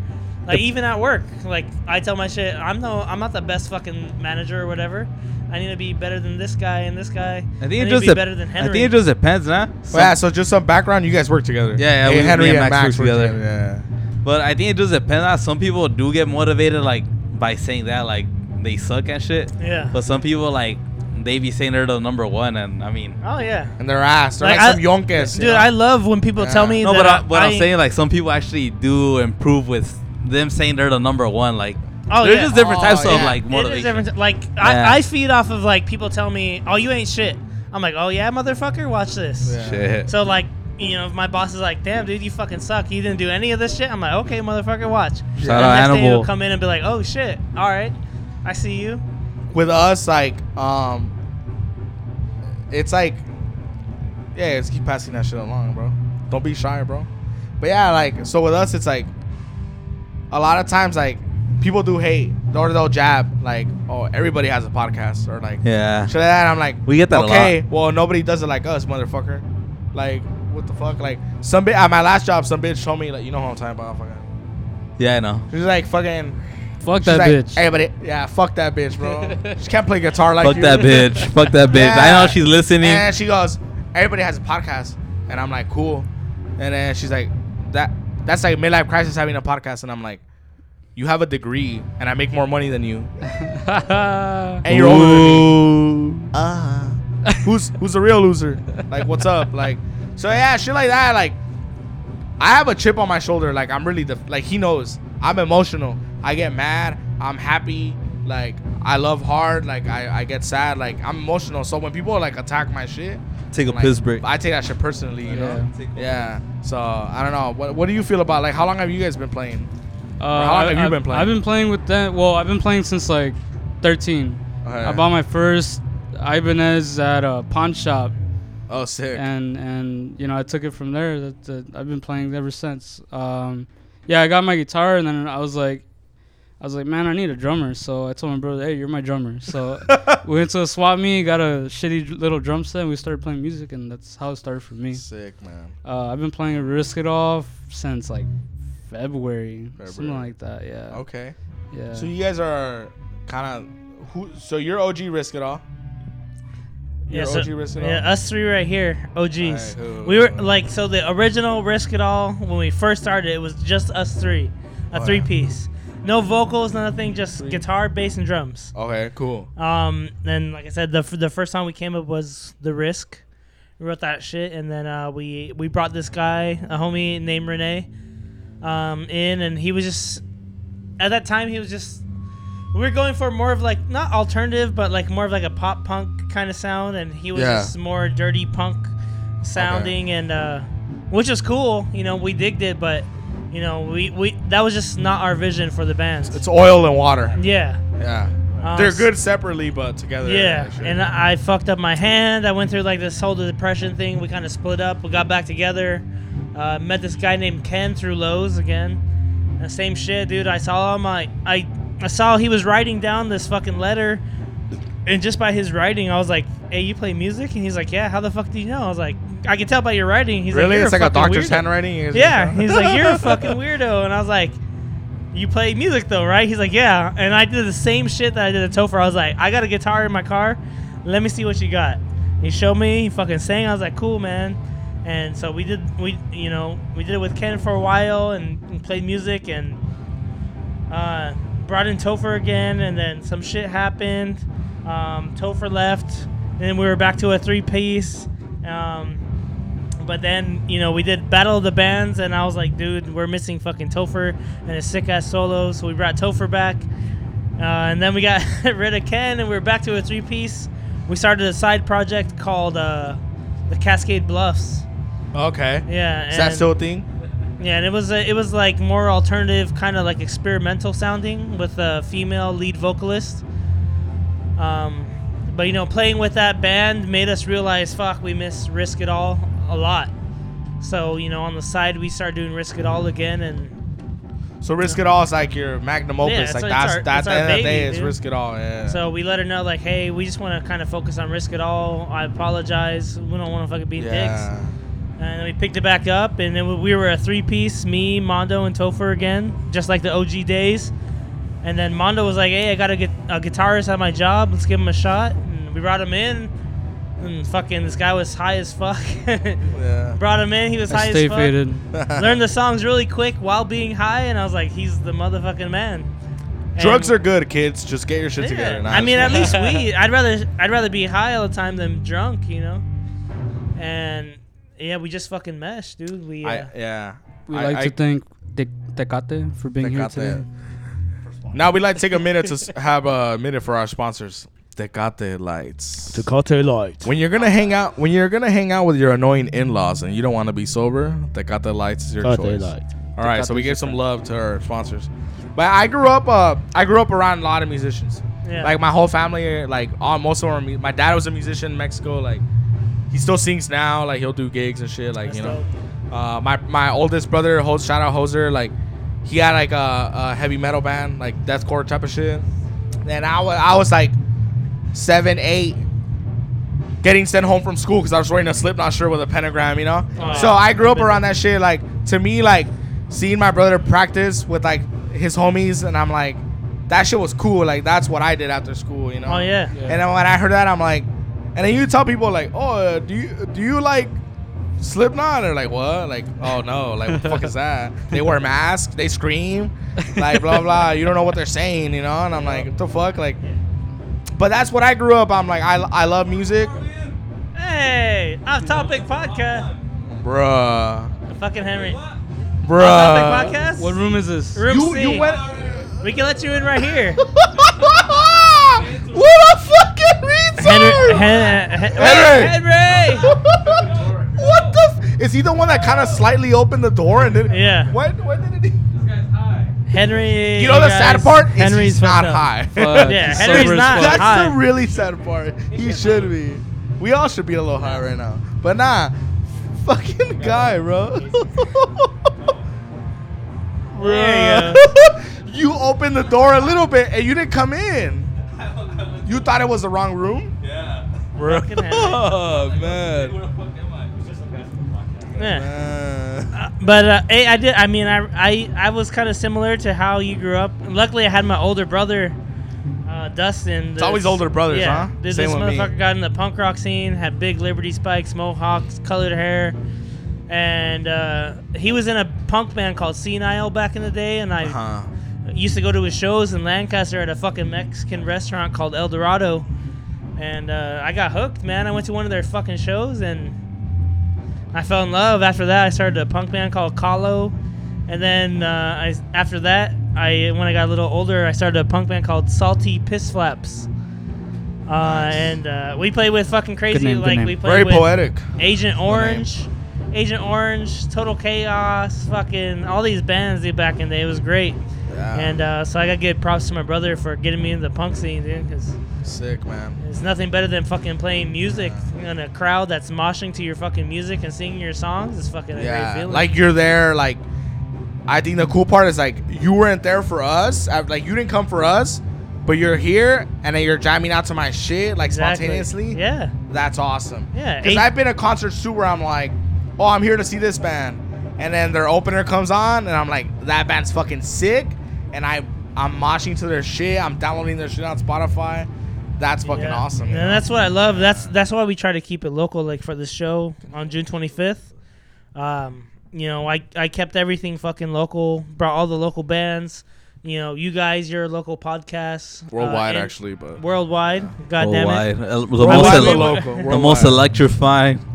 Speaker 3: like even at work like i tell my shit i'm no i'm not the best fucking manager or whatever i need to be better than this guy and this guy
Speaker 2: I
Speaker 3: need
Speaker 2: think it
Speaker 3: to
Speaker 2: just
Speaker 3: be
Speaker 2: dep-
Speaker 3: better than
Speaker 2: I
Speaker 3: Henry.
Speaker 2: think it just depends, nah.
Speaker 1: Well, yeah. So just some background. You guys work together.
Speaker 2: Yeah, yeah,
Speaker 1: Hey,
Speaker 2: we-
Speaker 1: Henry
Speaker 2: me
Speaker 1: and, Max, work together.
Speaker 2: together.
Speaker 1: Yeah.
Speaker 2: But I think it just depends. On some people do get motivated like by saying that like they suck and shit.
Speaker 3: yeah
Speaker 2: But some people like they be saying they're the number one, and I mean,
Speaker 3: oh yeah
Speaker 1: And their ass. They're like,
Speaker 3: Like, I-
Speaker 1: some yonkers.
Speaker 3: Dude, I love when people tell
Speaker 1: Yeah.
Speaker 3: me
Speaker 2: no.
Speaker 3: that.
Speaker 2: But I, but
Speaker 3: I,
Speaker 2: I, am saying like some people actually do improve with them saying they're the number one. Like
Speaker 3: Oh,
Speaker 2: there's
Speaker 3: yeah.
Speaker 2: just different
Speaker 1: Oh,
Speaker 2: types of
Speaker 1: yeah.
Speaker 2: like
Speaker 3: it is
Speaker 2: motivation.
Speaker 3: different. Like
Speaker 2: Yeah.
Speaker 3: I, I feed off of like people tell me, "Oh, you ain't shit." I'm like, "Oh yeah, motherfucker, watch this."
Speaker 1: Yeah.
Speaker 2: Shit.
Speaker 3: So like, you know, if my boss is like, "Damn, dude, you fucking suck. You didn't do any of this shit." I'm like, "Okay, motherfucker, watch."
Speaker 2: Shout
Speaker 3: And
Speaker 2: out
Speaker 3: next day
Speaker 2: Animal.
Speaker 3: he'll come in and be like, "Oh shit, all right, I see you."
Speaker 1: with us, like, um, it's like, yeah, just keep passing that shit along, bro. Don't be shy, bro. But yeah, like, so with us, it's like, a lot of times, like, people do hate or they'll jab, like, oh, everybody has a podcast or like,
Speaker 2: yeah.
Speaker 1: shit like that. I'm like,
Speaker 2: We get that a
Speaker 1: Okay, well, nobody does it like us, motherfucker. Like, what the fuck? Like, some bitch at my last job, some bitch told me, like, you know what I'm talking about, fucking.
Speaker 2: Yeah, I know.
Speaker 1: She's like, fucking.
Speaker 7: Fuck
Speaker 1: She's
Speaker 7: that
Speaker 1: like,
Speaker 7: bitch.
Speaker 1: Hey, but it- yeah, fuck that bitch, bro. she can't play guitar like
Speaker 2: Fuck
Speaker 1: you.
Speaker 2: that bitch. Fuck that bitch. I know she's listening.
Speaker 1: And she goes, everybody has a podcast, and I'm like, cool. And then she's like, that that's like midlife crisis having a podcast, and I'm like, you have a degree, and I make more money than you, and you're older. Than me. Uh, who's who's the real loser? Like, what's up? Like, so yeah, shit like that. Like, I have a chip on my shoulder. Like, I'm really the like he knows. I'm emotional. I get mad. I'm happy. Like, I love hard. Like, I I get sad. Like, I'm emotional. So when people like attack my shit,
Speaker 2: Take a
Speaker 1: like,
Speaker 2: piss break. Oh,
Speaker 1: I take that shit personally, you know?
Speaker 2: Take a-
Speaker 1: Yeah. So I don't know. What what do you feel about like how long have you guys been playing?
Speaker 7: Uh,
Speaker 1: How long have you
Speaker 7: I-
Speaker 1: been playing?
Speaker 7: I've been playing with that. Well, I've been playing since like 13.
Speaker 1: Okay.
Speaker 7: I bought my first Ibanez at a pawn shop,
Speaker 1: Oh sick.
Speaker 7: and and you know I took it from there. That, that I've been playing ever since. Um, yeah, I got my guitar, and then I was like, I was like, man, I need a drummer. So I told my brother, hey, you're my drummer. So we went to a swap meet, got a shitty dr- little drum set, and we started playing music, and that's how it started for me.
Speaker 1: Sick man.
Speaker 7: Uh, I've been playing Risk It Off since like February, something
Speaker 1: February.
Speaker 7: like that. Yeah.
Speaker 1: Okay.
Speaker 7: Yeah.
Speaker 1: So you guys are kind of who? So you're OG Risk It All.
Speaker 3: Yeah,
Speaker 1: You're
Speaker 3: so-
Speaker 1: OG Risk It All.
Speaker 3: yeah, us three right here, OGs.
Speaker 1: Alright, who-
Speaker 3: we were
Speaker 1: who-
Speaker 3: like, so the original Risk It All when we first started, it was just us three, a
Speaker 1: Oh,
Speaker 3: three
Speaker 1: yeah.
Speaker 3: piece, no vocals, nothing, just guitar, bass, and drums.
Speaker 1: Okay. Cool.
Speaker 3: Um, then like I said, the f- the first song we came up was the Risk. We wrote that shit, and then uh, we we brought this guy, a homie named Renee, um, in, and he was just at that time he was just we were going for more of like not alternative, but like more of like a pop punk kind of sound, and he was
Speaker 1: Yeah.
Speaker 3: just more dirty punk sounding, and uh, which was cool. You know, we digged it, but you know, we, we that was just not our vision for the band.
Speaker 1: It's oil and water.
Speaker 3: yeah.
Speaker 1: Yeah.
Speaker 3: Uh,
Speaker 1: They're
Speaker 3: s-
Speaker 1: good separately, but together.
Speaker 3: yeah,
Speaker 1: that shit.
Speaker 3: and I I fucked up my hand. I went through like this whole depression thing. We kind of split up. We got back together. Uh, met this guy named Ken through Lowe's again. And same shit, dude. I saw him. I, I I saw he was writing down this fucking letter, and just by his writing, I was like, "Hey, you play music?" And he's like, "Yeah." How the fuck do you know? I was like, "I can tell by your writing." He's
Speaker 1: really,
Speaker 3: like, "You're
Speaker 1: it's like a
Speaker 3: fucking
Speaker 1: doctor's
Speaker 3: weirdo."
Speaker 1: handwriting. You guys
Speaker 3: Yeah,
Speaker 1: just-
Speaker 3: he's like, "You're a fucking weirdo," and I was like, "You play music though, right?" He's like, "Yeah," and I did the same shit that I did at Topher. I was like, "I got a guitar in my car. Let me see what you got." He showed me. He fucking sang. I was like, "Cool, man." And so we did. We you know we did it with Ken for a while and, and played music and uh, brought in Topher again, and then some shit happened. Um, Topher left, and then we were back to a three piece. Um, but then, you know, we did Battle of the Bands, and I was like, dude, we're missing fucking Topher and his sick ass solo. So we brought Topher back. Uh, and then we got rid of Ken, and we were back to a three piece. We started a side project called uh, the Cascade Bluffs.
Speaker 1: okay.
Speaker 3: Yeah.
Speaker 1: Is that
Speaker 3: and-
Speaker 1: still a thing?
Speaker 3: yeah, and it was a, it was like more alternative, kind of like experimental sounding with a female lead vocalist. Um, but you know, playing with that band made us realize, fuck, we miss Risk It All a lot. So you know, on the side, we started doing Risk It All again, and
Speaker 1: So risk it all is like your magnum opus.
Speaker 3: it's-
Speaker 1: like
Speaker 3: it's
Speaker 1: that's
Speaker 3: our-
Speaker 1: that's
Speaker 3: it's
Speaker 1: the
Speaker 3: our
Speaker 1: end of the day
Speaker 3: baby,
Speaker 1: is
Speaker 3: dude.
Speaker 1: risk it all. Yeah.
Speaker 3: so we let her know like, hey, we just want to kind of focus on Risk It All. I apologize. We don't want to fucking be dicks.
Speaker 1: yeah.
Speaker 3: And then we picked it back up, and then we- we were a three piece me, Mondo, and Topher again, just like the OG days. And then Mondo was like, hey, I got a, gu- a guitarist at my job. Let's give him a shot. And we brought him in, and fucking this guy was high as fuck.
Speaker 1: Yeah.
Speaker 3: brought him in, he was high
Speaker 7: I stay
Speaker 3: as fuck.
Speaker 7: faded.
Speaker 3: Learned the songs really quick while being high, and I was like, he's the motherfucking man.
Speaker 1: Drugs
Speaker 3: And-
Speaker 1: are good, kids. Just get your shit
Speaker 3: yeah.
Speaker 1: together.
Speaker 3: I mean, at
Speaker 1: honestly.
Speaker 3: least we. I'd rather I'd rather be high all the time than drunk, you know. And yeah, we just fucking meshed, dude. We uh,
Speaker 1: I, yeah.
Speaker 7: We
Speaker 1: I-
Speaker 7: like
Speaker 1: I-
Speaker 7: to thank Te- Tecate for being here
Speaker 1: Tecate.
Speaker 7: today.
Speaker 1: Now we'd like to take a minute to s- have a minute for our sponsors. Tecate Lights.
Speaker 6: Tecate light.
Speaker 1: When you're gonna hang out, when you're gonna hang out with your annoying in-laws and you don't want to be sober, Tecate Lights is your choice. All right, so we give some love to our sponsors. But I grew up, uh, I grew up around a lot of musicians.
Speaker 3: Yeah.
Speaker 1: Like my whole family, like all most of them. are mu- My dad was a musician in Mexico. Like he still sings now. Like he'll do gigs and shit. Like
Speaker 3: That's
Speaker 1: you know, uh, my my oldest brother, Hos, shout out Hoser. Like he had like a, a heavy metal band, like deathcore type of shit. And I was I was like seven, eight, getting sent home from school because I was wearing a Slipknot shirt with a pentagram, you know.
Speaker 3: Aw.
Speaker 1: so I grew up around that shit. Like to me, like seeing my brother practice with like his homies, and I'm like, that shit was cool. Like that's what I did after school, you know.
Speaker 3: Oh yeah.
Speaker 7: Yeah.
Speaker 1: And then when I heard that, I'm like, and then you tell people like, oh, uh, do you do you like Slipknot? They're like, what? Like, oh no, like what the fuck is that? They wear masks, they scream, like blah blah. You don't know what they're saying, you know? And I'm like, what the fuck, like. But that's what I grew up. I'm like, I, I love music,
Speaker 3: Hey, off topic podcast.
Speaker 1: bruh,
Speaker 3: Fucking Henry. off topic
Speaker 1: bruh.
Speaker 3: podcast.
Speaker 7: What room is this?
Speaker 3: Room
Speaker 1: You
Speaker 3: C.
Speaker 1: you went.
Speaker 3: we can let you in right here.
Speaker 1: what a fucking
Speaker 3: Henry.
Speaker 1: retard!
Speaker 3: Hen- Hen-
Speaker 1: Henry.
Speaker 3: Henry.
Speaker 1: what the? F- is he the one that kind of slightly opened the door and then?
Speaker 3: Yeah.
Speaker 1: When, when did it?
Speaker 3: Henry.
Speaker 1: You know the sad
Speaker 3: guys,
Speaker 1: part? Is
Speaker 3: Henry's
Speaker 1: he's not
Speaker 3: fucked up.
Speaker 1: high.
Speaker 7: Fuck,
Speaker 3: Yeah,
Speaker 7: he's
Speaker 3: Henry's
Speaker 7: sober as
Speaker 3: not-
Speaker 7: fuck.
Speaker 1: That's
Speaker 3: high.
Speaker 1: the really sad part. He should be. We all should be a little high right now. But nah, fucking guy, bro.
Speaker 3: There you
Speaker 1: you opened the door a little bit and you didn't come in. You thought it was the wrong room?
Speaker 3: Fucking Henry.
Speaker 1: Oh man.
Speaker 3: Yeah.
Speaker 1: Uh,
Speaker 3: Uh, But uh, I, I did. I mean, I I, I was kind of similar to how you grew up. Luckily, I had my older brother, uh, Dustin. It's
Speaker 1: always older brothers, huh?
Speaker 3: This,
Speaker 1: Same
Speaker 3: this
Speaker 1: with me.
Speaker 3: motherfucker got in the punk rock scene, had big Liberty spikes, mohawks, colored hair, and uh, he was in a punk band called Senile back in the day. And I
Speaker 1: Huh.
Speaker 3: used to go to his shows in Lancaster at a fucking Mexican restaurant called El Dorado, and uh, I got hooked, man. I went to one of their fucking shows and I fell in love. After that, I started a punk band called Kahlo, and then uh, I after that, I when I got a little older, I started a punk band called Salty Piss Flaps. Uh, And uh, we played with fucking crazy,
Speaker 7: name, good
Speaker 3: like
Speaker 7: name.
Speaker 3: we played
Speaker 1: Very
Speaker 3: with
Speaker 1: poetic.
Speaker 3: Agent Orange, Agent Orange, Total Chaos, fucking all these bands dude back in the day. It was great.
Speaker 1: Yeah.
Speaker 3: And uh, so I gotta give props to my brother for getting me into the punk scene, dude, because
Speaker 1: Sick, man.
Speaker 3: there's nothing better than fucking playing music in a crowd that's moshing to your fucking music and singing your songs. It's fucking a great
Speaker 1: Yeah.
Speaker 3: feeling.
Speaker 1: Like you're there. Like, I think the cool part is like you weren't there for us. I, like you didn't come for us, but you're here and then you're jamming out to my shit like
Speaker 3: Exactly.
Speaker 1: spontaneously.
Speaker 3: Yeah.
Speaker 1: That's awesome.
Speaker 3: Yeah,
Speaker 1: Because
Speaker 3: eight-
Speaker 1: I've been at concerts too where I'm like, oh, I'm here to see this band, and then their opener comes on, and I'm like, that band's fucking sick, and I I'm moshing to their shit. I'm downloading their shit on Spotify. That's fucking
Speaker 3: Yeah.
Speaker 1: awesome.
Speaker 3: And
Speaker 1: you know?
Speaker 3: that's what I love. That's that's why we try to keep it local. Like for this show on June 25th, um, you know, I I kept everything fucking local. Brought all the local bands. You know, you guys, your local podcasts uh,
Speaker 1: worldwide
Speaker 3: and-
Speaker 1: actually, but
Speaker 3: Worldwide, god damn it!
Speaker 2: Worldwide. Uh, The
Speaker 1: Worldwide,
Speaker 2: most,
Speaker 1: the
Speaker 2: ele-
Speaker 1: local,
Speaker 2: the most
Speaker 1: worldwide.
Speaker 2: electrifying,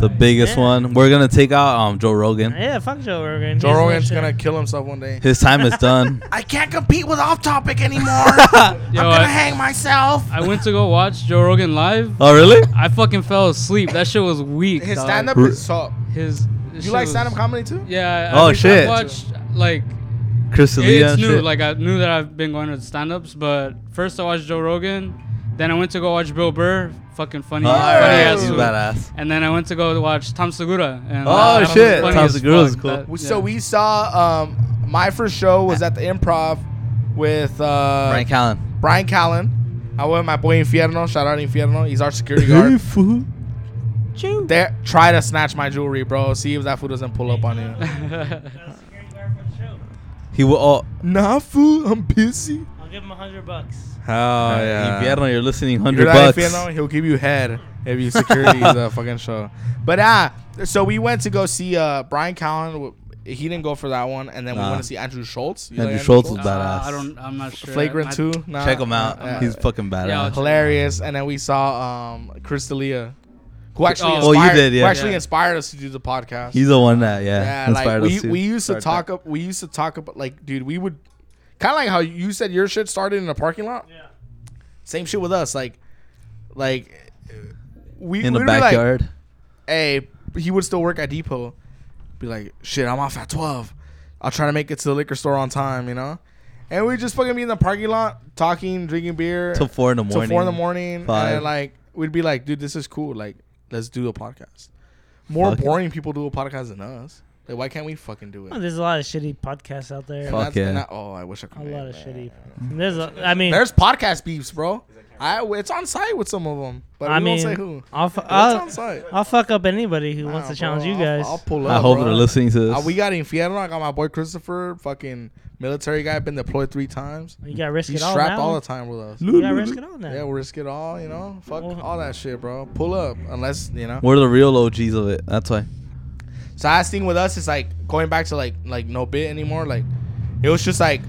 Speaker 2: the biggest
Speaker 3: Yeah.
Speaker 2: one. We're gonna take out um Joe Rogan.
Speaker 3: Yeah, fuck Joe Rogan.
Speaker 1: Joe
Speaker 3: He's no
Speaker 1: Rogan's
Speaker 3: shit.
Speaker 1: gonna kill himself one day.
Speaker 2: His time is done.
Speaker 1: I can't compete with Off Topic anymore. I'm
Speaker 7: Yo,
Speaker 1: gonna
Speaker 7: I,
Speaker 1: hang myself.
Speaker 7: I went to go watch Joe Rogan live.
Speaker 2: oh really?
Speaker 7: I fucking fell asleep. That shit was weak.
Speaker 1: His
Speaker 7: dog.
Speaker 1: stand up
Speaker 2: R-
Speaker 1: is so.
Speaker 7: His.
Speaker 1: You like stand up comedy too?
Speaker 7: Yeah.
Speaker 2: Oh,
Speaker 7: I,
Speaker 2: shit.
Speaker 7: I watched like
Speaker 2: Chris D'Elia
Speaker 7: it's
Speaker 2: and
Speaker 7: new.
Speaker 2: shit.
Speaker 7: Like I knew that I've been going to the stand-ups, but first I watched Joe Rogan, then I went to go watch Bill Burr, fucking funny,
Speaker 2: Oh,
Speaker 7: funny
Speaker 2: alright,
Speaker 7: ass
Speaker 2: he's
Speaker 7: dude.
Speaker 2: badass.
Speaker 7: And then I went to go watch Tom Segura. And
Speaker 2: Oh,
Speaker 7: that- that was
Speaker 2: shit.
Speaker 7: funny
Speaker 2: Tom
Speaker 7: as
Speaker 2: Segura's
Speaker 7: fuck.
Speaker 2: cool.
Speaker 7: That-
Speaker 1: We-
Speaker 7: yeah.
Speaker 1: So we saw um, my first show was at the Improv with uh,
Speaker 2: Frank Allen.
Speaker 1: Brian Callen. I went with my boy Infierno. Shout out Infierno. He's our security guard. There, try to snatch my jewelry, bro. See if that fool doesn't pull up on you.
Speaker 2: He will. Oh,
Speaker 1: nah, fool. I'm busy.
Speaker 3: I'll give him a hundred bucks.
Speaker 1: yeah.
Speaker 2: Invierno, you're listening.
Speaker 1: You're
Speaker 2: Hundred
Speaker 1: not
Speaker 2: bucks.
Speaker 1: Infierno. He'll give you head if you security the fucking show. But ah, so we went to go see uh, Brian Callen. He didn't go for that one, and then we
Speaker 2: Nah.
Speaker 1: went to see Andrew Schultz. You like
Speaker 2: Andrew Schultz is
Speaker 7: Uh,
Speaker 2: badass.
Speaker 7: I don't. I'm not sure.
Speaker 1: Flagrant
Speaker 7: I-
Speaker 1: too. Nah,
Speaker 2: Check him out.
Speaker 1: yeah.
Speaker 2: He's fucking badass.
Speaker 1: hilarious. And then we saw um Chris D'Elia, who actually
Speaker 7: Oh.
Speaker 1: inspired,
Speaker 2: Oh, you did, yeah.
Speaker 1: who actually
Speaker 7: Yeah.
Speaker 1: inspired us to do the podcast.
Speaker 2: He's the one that yeah,
Speaker 1: yeah,
Speaker 2: inspired
Speaker 1: like we,
Speaker 2: us to
Speaker 1: we used to
Speaker 2: start
Speaker 1: talk up. We used to talk about like, dude, we would kind of like how you said your shit started in a parking lot.
Speaker 3: Yeah.
Speaker 1: Same shit with us. Like, like we
Speaker 2: that. in the
Speaker 1: we'd be like,
Speaker 2: backyard.
Speaker 1: hey, he would still work at Depot. Be like, shit, I'm off at 12. I'll try to make it to the liquor store on time, you know? And we just fucking be in the parking lot talking, drinking beer.
Speaker 2: Till four in the
Speaker 1: Till four in the
Speaker 2: morning,
Speaker 1: morning. And
Speaker 2: five.
Speaker 1: then, like, we'd be like, dude, this is cool. Like, let's do a podcast. More
Speaker 2: Fuck it.
Speaker 1: boring people do a podcast than us. Like, why can't we fucking do it?
Speaker 3: Well, there's a lot of shitty podcasts out there.
Speaker 1: And
Speaker 2: Fuck
Speaker 1: that's- and
Speaker 2: yeah.
Speaker 1: I- oh, I wish I could.
Speaker 3: A
Speaker 1: make
Speaker 3: lot of
Speaker 1: that.
Speaker 3: shitty. There's, a, I mean,
Speaker 1: There's podcast beefs, bro. I, it's on site with some of them, but
Speaker 3: I
Speaker 1: we
Speaker 3: mean,
Speaker 1: won't say who.
Speaker 3: I'll, fu-
Speaker 1: It's
Speaker 3: I'll,
Speaker 1: on site.
Speaker 3: I'll fuck up anybody who wants
Speaker 1: Nah,
Speaker 3: to challenge
Speaker 1: bro,
Speaker 3: you
Speaker 1: I'll-
Speaker 3: guys.
Speaker 1: I'll pull
Speaker 2: I
Speaker 1: up,
Speaker 2: hope
Speaker 1: bro.
Speaker 2: they're listening to this.
Speaker 1: Uh, we got Infierno. I got my boy Christopher, fucking military guy, been deployed three times.
Speaker 3: you got risk
Speaker 1: He's
Speaker 3: it all
Speaker 1: strapped
Speaker 3: now.
Speaker 1: all the time with us.
Speaker 3: You got risk it all now.
Speaker 1: Yeah, we risk it all, you know? Fuck
Speaker 3: Well-
Speaker 1: all that shit, bro. Pull up, unless, you know?
Speaker 2: We're the real OGs of it. That's why.
Speaker 1: So, last thing with us is like going back to like, like no bit anymore. Like, it was just like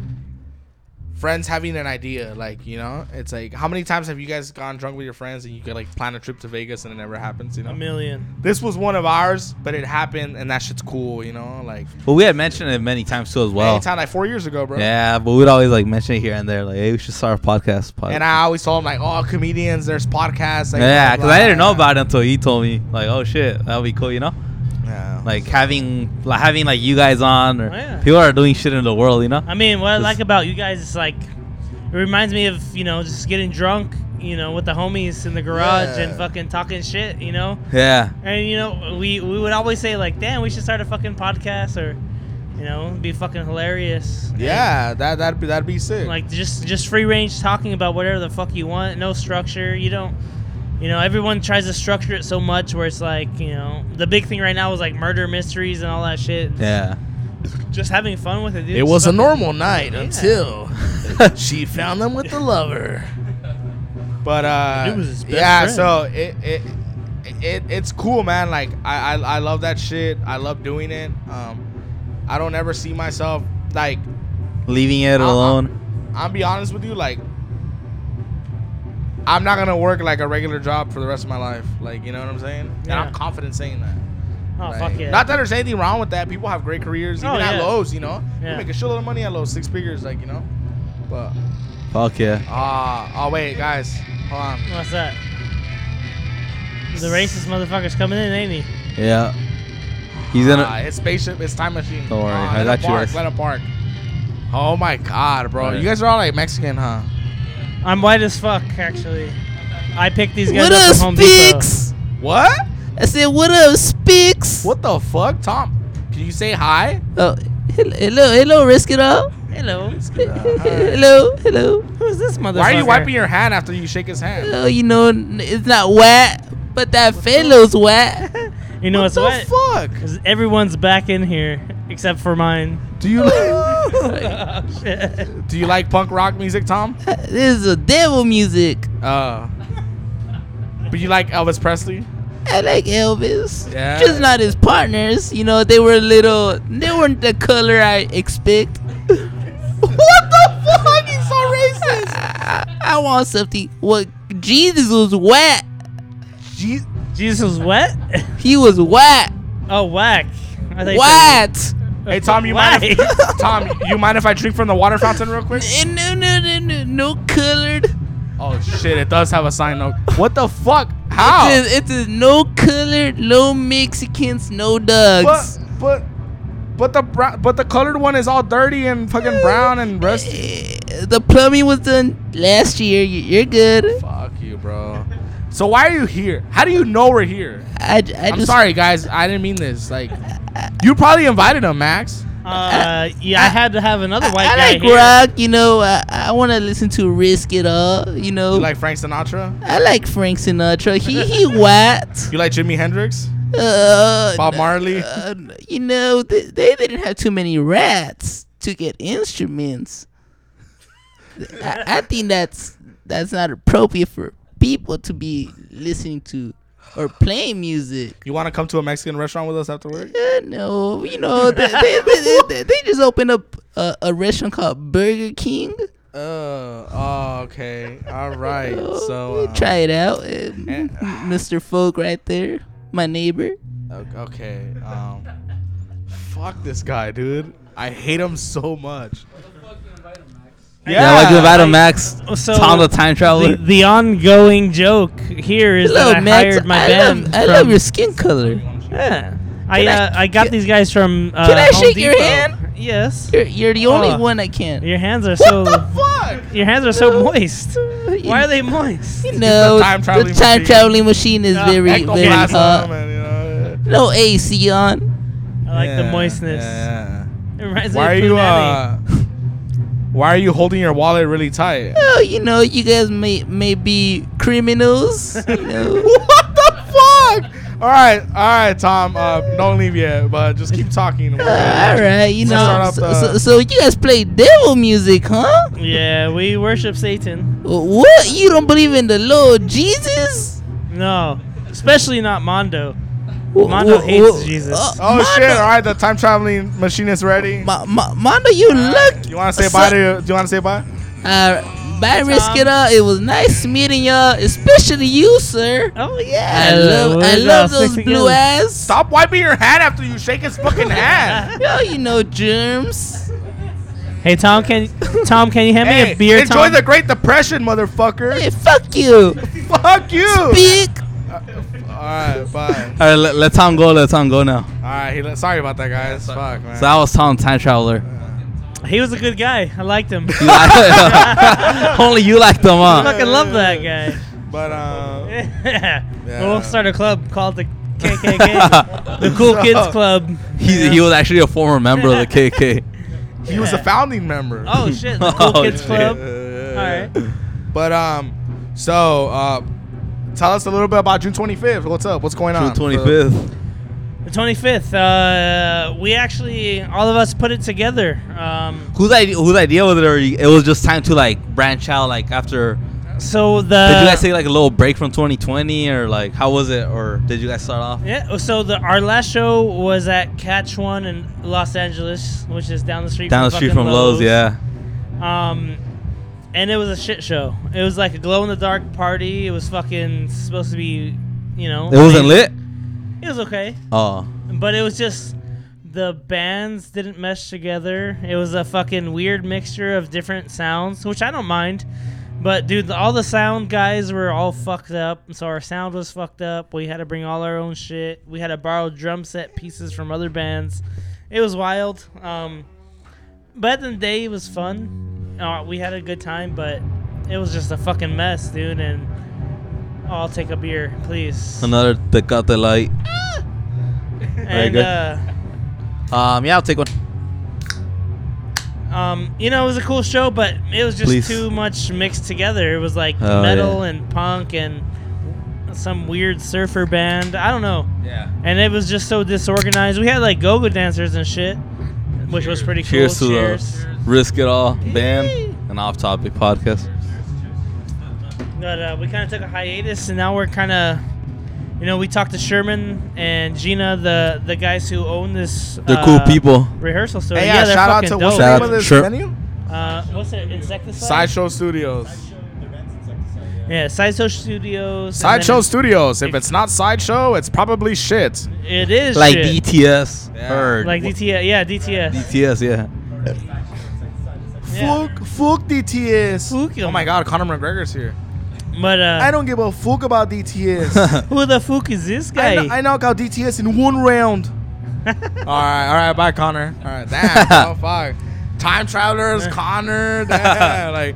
Speaker 1: friends having an idea. Like, you know? It's like, how many times have you guys gone drunk with your friends and you could like plan a trip to Vegas and it never happens, you
Speaker 3: A
Speaker 1: know?
Speaker 3: million.
Speaker 1: This was one of ours, but it happened and that shit's cool, you know? Like,
Speaker 2: But we had mentioned it many times too as well.
Speaker 1: anytime, like four years ago, bro.
Speaker 2: Yeah, but we'd always like mention it here and there, like, hey, we should start a podcast. pod-
Speaker 1: And I always told him like, oh, comedians, there's podcasts. Like,
Speaker 2: yeah,
Speaker 1: blah,
Speaker 2: because
Speaker 1: blah,
Speaker 2: I didn't know
Speaker 1: blah.
Speaker 2: about it until he told me. Like, oh shit, that'll be cool, you know?
Speaker 1: Yeah.
Speaker 2: Like having like having like you guys on, or
Speaker 3: Oh, yeah.
Speaker 2: people are doing shit in the world, you know?
Speaker 3: I mean, what I
Speaker 2: This-
Speaker 3: like about you guys is like, it reminds me of you know just getting drunk, you know, with the homies in the garage
Speaker 1: Yeah.
Speaker 3: and fucking talking shit, you know.
Speaker 2: Yeah,
Speaker 3: And you know, we we would always say like, damn, we should start a fucking podcast or, you know, it'd be fucking hilarious.
Speaker 1: yeah, that that'd be that'd be sick.
Speaker 3: Like just just free range talking about whatever the fuck you want, no structure. You don't you know, everyone tries to structure it so much where it's like, you know, the big thing right now was like murder mysteries and all that shit.
Speaker 2: Yeah.
Speaker 3: Just having fun with it, dude.
Speaker 1: It was a
Speaker 3: Fucking-
Speaker 1: normal night until she found them with the lover. But uh,
Speaker 3: Dude was his best
Speaker 1: yeah,
Speaker 3: friend.
Speaker 1: so it, it it it's cool, man. Like I, I I love that shit. I love doing it. Um, I don't ever see myself like
Speaker 2: Leaving it
Speaker 1: Uh-uh.
Speaker 2: alone.
Speaker 1: I'll be honest with you, like I'm not gonna work like a regular job for the rest of my life. Like you know what I'm saying? And
Speaker 3: Yeah.
Speaker 1: I'm confident saying that.
Speaker 3: Oh
Speaker 1: Like,
Speaker 3: fuck yeah!
Speaker 1: Not that there's anything wrong with that. People have great careers, even
Speaker 3: Oh,
Speaker 1: at
Speaker 3: yeah.
Speaker 1: Lowe's. You know,
Speaker 3: Yeah.
Speaker 1: you make a shitload of money at Lowe's, six figures, like you know. But
Speaker 2: Fuck yeah.
Speaker 1: ah, oh wait, guys, hold on.
Speaker 3: What's that? The racist motherfucker's coming in, ain't he?
Speaker 2: Yeah. He's gonna.
Speaker 1: Ah, it's spaceship. It's time machine.
Speaker 2: Don't worry,
Speaker 1: Ah,
Speaker 2: I
Speaker 1: let him
Speaker 2: got you,
Speaker 1: Park,
Speaker 2: guys.
Speaker 1: let him park. Oh my god, bro!
Speaker 2: Alright.
Speaker 1: You guys are all like Mexican, huh?
Speaker 3: I'm white as fuck, actually. I picked these guys
Speaker 5: What
Speaker 3: up
Speaker 5: up,
Speaker 3: from Home Depot.
Speaker 5: Speaks?
Speaker 1: What?
Speaker 5: I said, what up, Speaks?
Speaker 1: What the fuck, Tom? Can you say hi?
Speaker 5: Oh, hello, hello, hello, risk it all.
Speaker 3: Hello.
Speaker 5: hello, hello.
Speaker 3: Who's this motherfucker?
Speaker 1: Why are you wiping your hand after you shake his hand?
Speaker 5: Oh, you know, n- it's not wet, but that fellow's wet.
Speaker 3: You know what's
Speaker 1: What
Speaker 3: what?
Speaker 1: the fuck?
Speaker 3: 'Cause everyone's back in here except for mine.
Speaker 1: Do you like,
Speaker 3: Oh, shit.
Speaker 1: do you like punk rock music, Tom?
Speaker 5: this is a devil music.
Speaker 1: Uh, but you like Elvis Presley?
Speaker 5: I like Elvis.
Speaker 1: Yeah.
Speaker 5: Just not his partners. You know, they were a little, they weren't the color I expect. what the fuck? He's so racist. I, I want something. What? Jesus was wet.
Speaker 1: Jesus.
Speaker 3: Jesus was wet?
Speaker 5: He was wet.
Speaker 3: Oh, whack. I thought you said-
Speaker 5: Wet.
Speaker 1: Hey Tom, you mind? If,
Speaker 3: Why?
Speaker 1: Tom, you mind if I drink from the water fountain real quick?
Speaker 5: Eh, No, no, no, no, no colored.
Speaker 1: Oh shit, it does have a sign note. What the fuck? How?
Speaker 5: It says, it says no colored, no Mexicans, no dogs.
Speaker 1: But but but the brown, but the colored one is all dirty and fucking brown and rusty.
Speaker 5: Eh, The plumbing was done last year. You- You're good.
Speaker 1: Fuck you, bro. So why are you here? How do you know we're here?
Speaker 5: I, j- I
Speaker 1: I'm
Speaker 5: just
Speaker 1: sorry, guys. I didn't mean this. Like, you probably invited him, Max.
Speaker 3: Uh, yeah, I had to have another white
Speaker 5: I
Speaker 3: guy
Speaker 5: like
Speaker 3: here.
Speaker 5: rock, you know. I, I want to listen to Risk It All, you know.
Speaker 1: You like Frank Sinatra?
Speaker 5: I like Frank Sinatra. He he what?
Speaker 1: You like Jimi Hendrix?
Speaker 5: Uh,
Speaker 1: Bob Marley?
Speaker 5: uh, you know they, they didn't have too many rats to get instruments. I, I think that's that's not appropriate for people to be listening to or playing music.
Speaker 1: You want to come to a Mexican restaurant with us after work?
Speaker 5: Uh, no, you know they, they, they, they, they just opened up a, a restaurant called Burger King.
Speaker 1: Uh, oh, okay. All right.
Speaker 5: Oh,
Speaker 1: So, eh. uh,
Speaker 5: try it out, uh, Mr. Folk right there, my neighbor.
Speaker 1: uh, o- okay. Um, fuck this guy, dude. I hate him so much.
Speaker 2: Yeah. Why'd you invite him,
Speaker 3: I-
Speaker 2: Max?
Speaker 3: So-
Speaker 2: Tom the time traveler.
Speaker 3: The, the ongoing joke here is
Speaker 5: Hello,
Speaker 3: that I
Speaker 5: Max.
Speaker 3: hired my
Speaker 5: I
Speaker 3: band.
Speaker 5: love, I
Speaker 3: from-
Speaker 5: love your skin color.
Speaker 3: Yeah. I,
Speaker 5: Can I-
Speaker 3: uh, I got
Speaker 5: can-
Speaker 3: these guys from. Uh,
Speaker 5: can I
Speaker 3: Home
Speaker 5: shake your
Speaker 3: Depot.
Speaker 5: hand?
Speaker 3: Yes.
Speaker 5: You're, you're the only
Speaker 3: Oh.
Speaker 5: one I can't.
Speaker 3: Your hands are so.
Speaker 1: Fuck.
Speaker 3: Your hands are so moist.
Speaker 5: You-
Speaker 3: Why are they moist?
Speaker 5: You know,
Speaker 1: time
Speaker 5: the
Speaker 1: traveling
Speaker 5: time
Speaker 1: machine.
Speaker 5: traveling machine is
Speaker 3: Yeah,
Speaker 5: very, very
Speaker 1: Ectoplasm,
Speaker 5: hot.
Speaker 1: man, you know?
Speaker 5: No AC on.
Speaker 3: I like the
Speaker 1: Yeah,
Speaker 3: moistness.
Speaker 1: yeah,
Speaker 3: It reminds
Speaker 1: yeah. Why are
Speaker 3: me of
Speaker 1: you
Speaker 3: Punani.
Speaker 1: uh? Why are you holding your wallet really tight?
Speaker 5: Oh, you know, you guys may may be criminals. You know.
Speaker 1: what the fuck? All right, all right, Tom. Uh, don't leave yet, but just keep talking.
Speaker 5: All right, you
Speaker 1: Let's
Speaker 5: know.
Speaker 1: start
Speaker 5: So,
Speaker 1: off
Speaker 5: so,
Speaker 1: the-
Speaker 5: so you guys play devil music, huh?
Speaker 3: Yeah, we worship Satan.
Speaker 5: What? You don't believe in the Lord Jesus?
Speaker 3: No, especially not Mondo.
Speaker 5: Wh-
Speaker 3: Mondo
Speaker 5: wh-
Speaker 3: hates
Speaker 5: wh-
Speaker 3: Jesus.
Speaker 5: uh,
Speaker 1: Oh
Speaker 5: Mondo-
Speaker 1: shit! All right, the time traveling machine is ready.
Speaker 5: Ma- Ma- Mondo, you look.
Speaker 1: You want to say bye to?
Speaker 5: so-
Speaker 1: Your, do you want to say bye?
Speaker 5: Uh, bye, risk it all. It was nice meeting y'all, especially you, sir.
Speaker 3: Oh yeah.
Speaker 5: I love, I
Speaker 3: We're
Speaker 5: love
Speaker 3: all
Speaker 5: those
Speaker 3: sticking
Speaker 5: blue
Speaker 3: together.
Speaker 5: eyes.
Speaker 1: Stop wiping your hand after you shake his fucking hand.
Speaker 5: Yo, you know germs.
Speaker 3: Hey Tom, can Tom, can you hand me
Speaker 1: hey,
Speaker 3: a beer?
Speaker 1: enjoy
Speaker 3: Tom?
Speaker 1: the Great Depression, motherfucker.
Speaker 5: Hey, fuck you,
Speaker 1: Fuck you.
Speaker 5: big.
Speaker 1: All right, bye.
Speaker 2: All right, let, let Tom go. Let Tom go now.
Speaker 1: All right, he, le- sorry about that, guys. Fuck, man.
Speaker 2: So that was Tom time traveler.
Speaker 3: He was a good guy. I liked him.
Speaker 2: You like- Only you like them,
Speaker 3: I
Speaker 2: huh?
Speaker 3: fucking love that guy.
Speaker 1: But uh,
Speaker 3: yeah. We'll start a club called the KKK, the Cool Kids Club.
Speaker 2: He, he was actually a former member of the KK.
Speaker 1: he was a founding member.
Speaker 3: Oh shit, the Cool
Speaker 2: Oh,
Speaker 3: Kids
Speaker 2: shit.
Speaker 3: Club.
Speaker 1: Yeah,
Speaker 3: All
Speaker 1: yeah, yeah.
Speaker 3: right.
Speaker 1: But um, so um, uh, tell us a little bit about June 25th. What's up? What's going on?
Speaker 2: June 25th.
Speaker 3: The 25th, uh, we actually, all of us put it together. Um,
Speaker 2: Whose idea? Whose idea was it? Or it was just time to like branch out, like after
Speaker 3: so
Speaker 2: Did you
Speaker 3: the.
Speaker 2: guys take like a little break from 2020 or like how was it or did you guys start off?
Speaker 3: yeah, oh, so the our last show was at Catch One in Los Angeles, which is down the street
Speaker 2: Down
Speaker 3: from
Speaker 2: the street
Speaker 3: fucking
Speaker 2: from Lowe's, yeah.
Speaker 3: Um, and it was a shit show. It was like a glow in the dark party. It was fucking supposed to be, you know.
Speaker 2: It wasn't lit?
Speaker 3: It was okay,
Speaker 2: Oh.
Speaker 3: but it was just the bands didn't mesh together. It was a fucking weird mixture of different sounds, which I don't mind. But dude, all the sound guys were all fucked up, so our sound was fucked up. We had to bring all our own shit. We had to borrow drum set pieces from other bands. It was wild. Um, but at the end of the day, it was fun. Uh, we had a good time, but it was just a fucking mess, dude. And oh, I'll take a beer, please.
Speaker 2: Another Tecate light.
Speaker 3: and
Speaker 2: good.
Speaker 3: Uh,
Speaker 2: Um, yeah, I'll take one.
Speaker 3: Um, you know, it was a cool show, but it was just
Speaker 2: Please.
Speaker 3: too much mixed together. It was like
Speaker 2: Oh,
Speaker 3: metal and punk and some weird surfer band. I don't know.
Speaker 2: Yeah.
Speaker 3: And it was just so disorganized. We had like go-go dancers and shit, which was pretty
Speaker 2: Cheers
Speaker 3: cool.
Speaker 2: to
Speaker 3: Oh, Cheers.
Speaker 2: the Risk It All band and Off Topic podcast.
Speaker 3: But uh, we kind of took a hiatus, and now we're kind of, you know, we talked to Sherman and Gina, the the guys who own this.
Speaker 2: They're
Speaker 3: uh,
Speaker 2: cool people.
Speaker 3: Rehearsal studio.
Speaker 1: Hey,
Speaker 3: yeah,
Speaker 1: yeah,
Speaker 3: they're
Speaker 1: shout out
Speaker 3: fucking
Speaker 1: to what's the
Speaker 3: dope.
Speaker 1: name
Speaker 2: Shout
Speaker 1: of
Speaker 2: out-
Speaker 1: this
Speaker 2: sure.
Speaker 1: venue?
Speaker 3: Uh, what's it? Insecticide.
Speaker 1: Sideshow Studios.
Speaker 3: Yeah, Sideshow Studios. and then
Speaker 1: Sideshow
Speaker 3: it's-
Speaker 1: Studios. If it's not Sideshow, it's probably shit.
Speaker 3: It is
Speaker 2: Like
Speaker 3: shit.
Speaker 2: DTS. Heard.
Speaker 3: like DTS. Yeah, DTS.
Speaker 2: DTS, yeah.
Speaker 3: Yeah.
Speaker 1: Fuck, fuck DTS.
Speaker 3: Fuck 'em.
Speaker 1: oh my God, Conor McGregor's here.
Speaker 3: But uh,
Speaker 1: I don't give a fuck about DTS.
Speaker 3: who the fuck is this
Speaker 1: I,
Speaker 3: guy?
Speaker 1: kn- I knock out DTS in one round. all right, all right, bye, Connor. All right, damn, oh fuck, time travelers, Connor, damn, like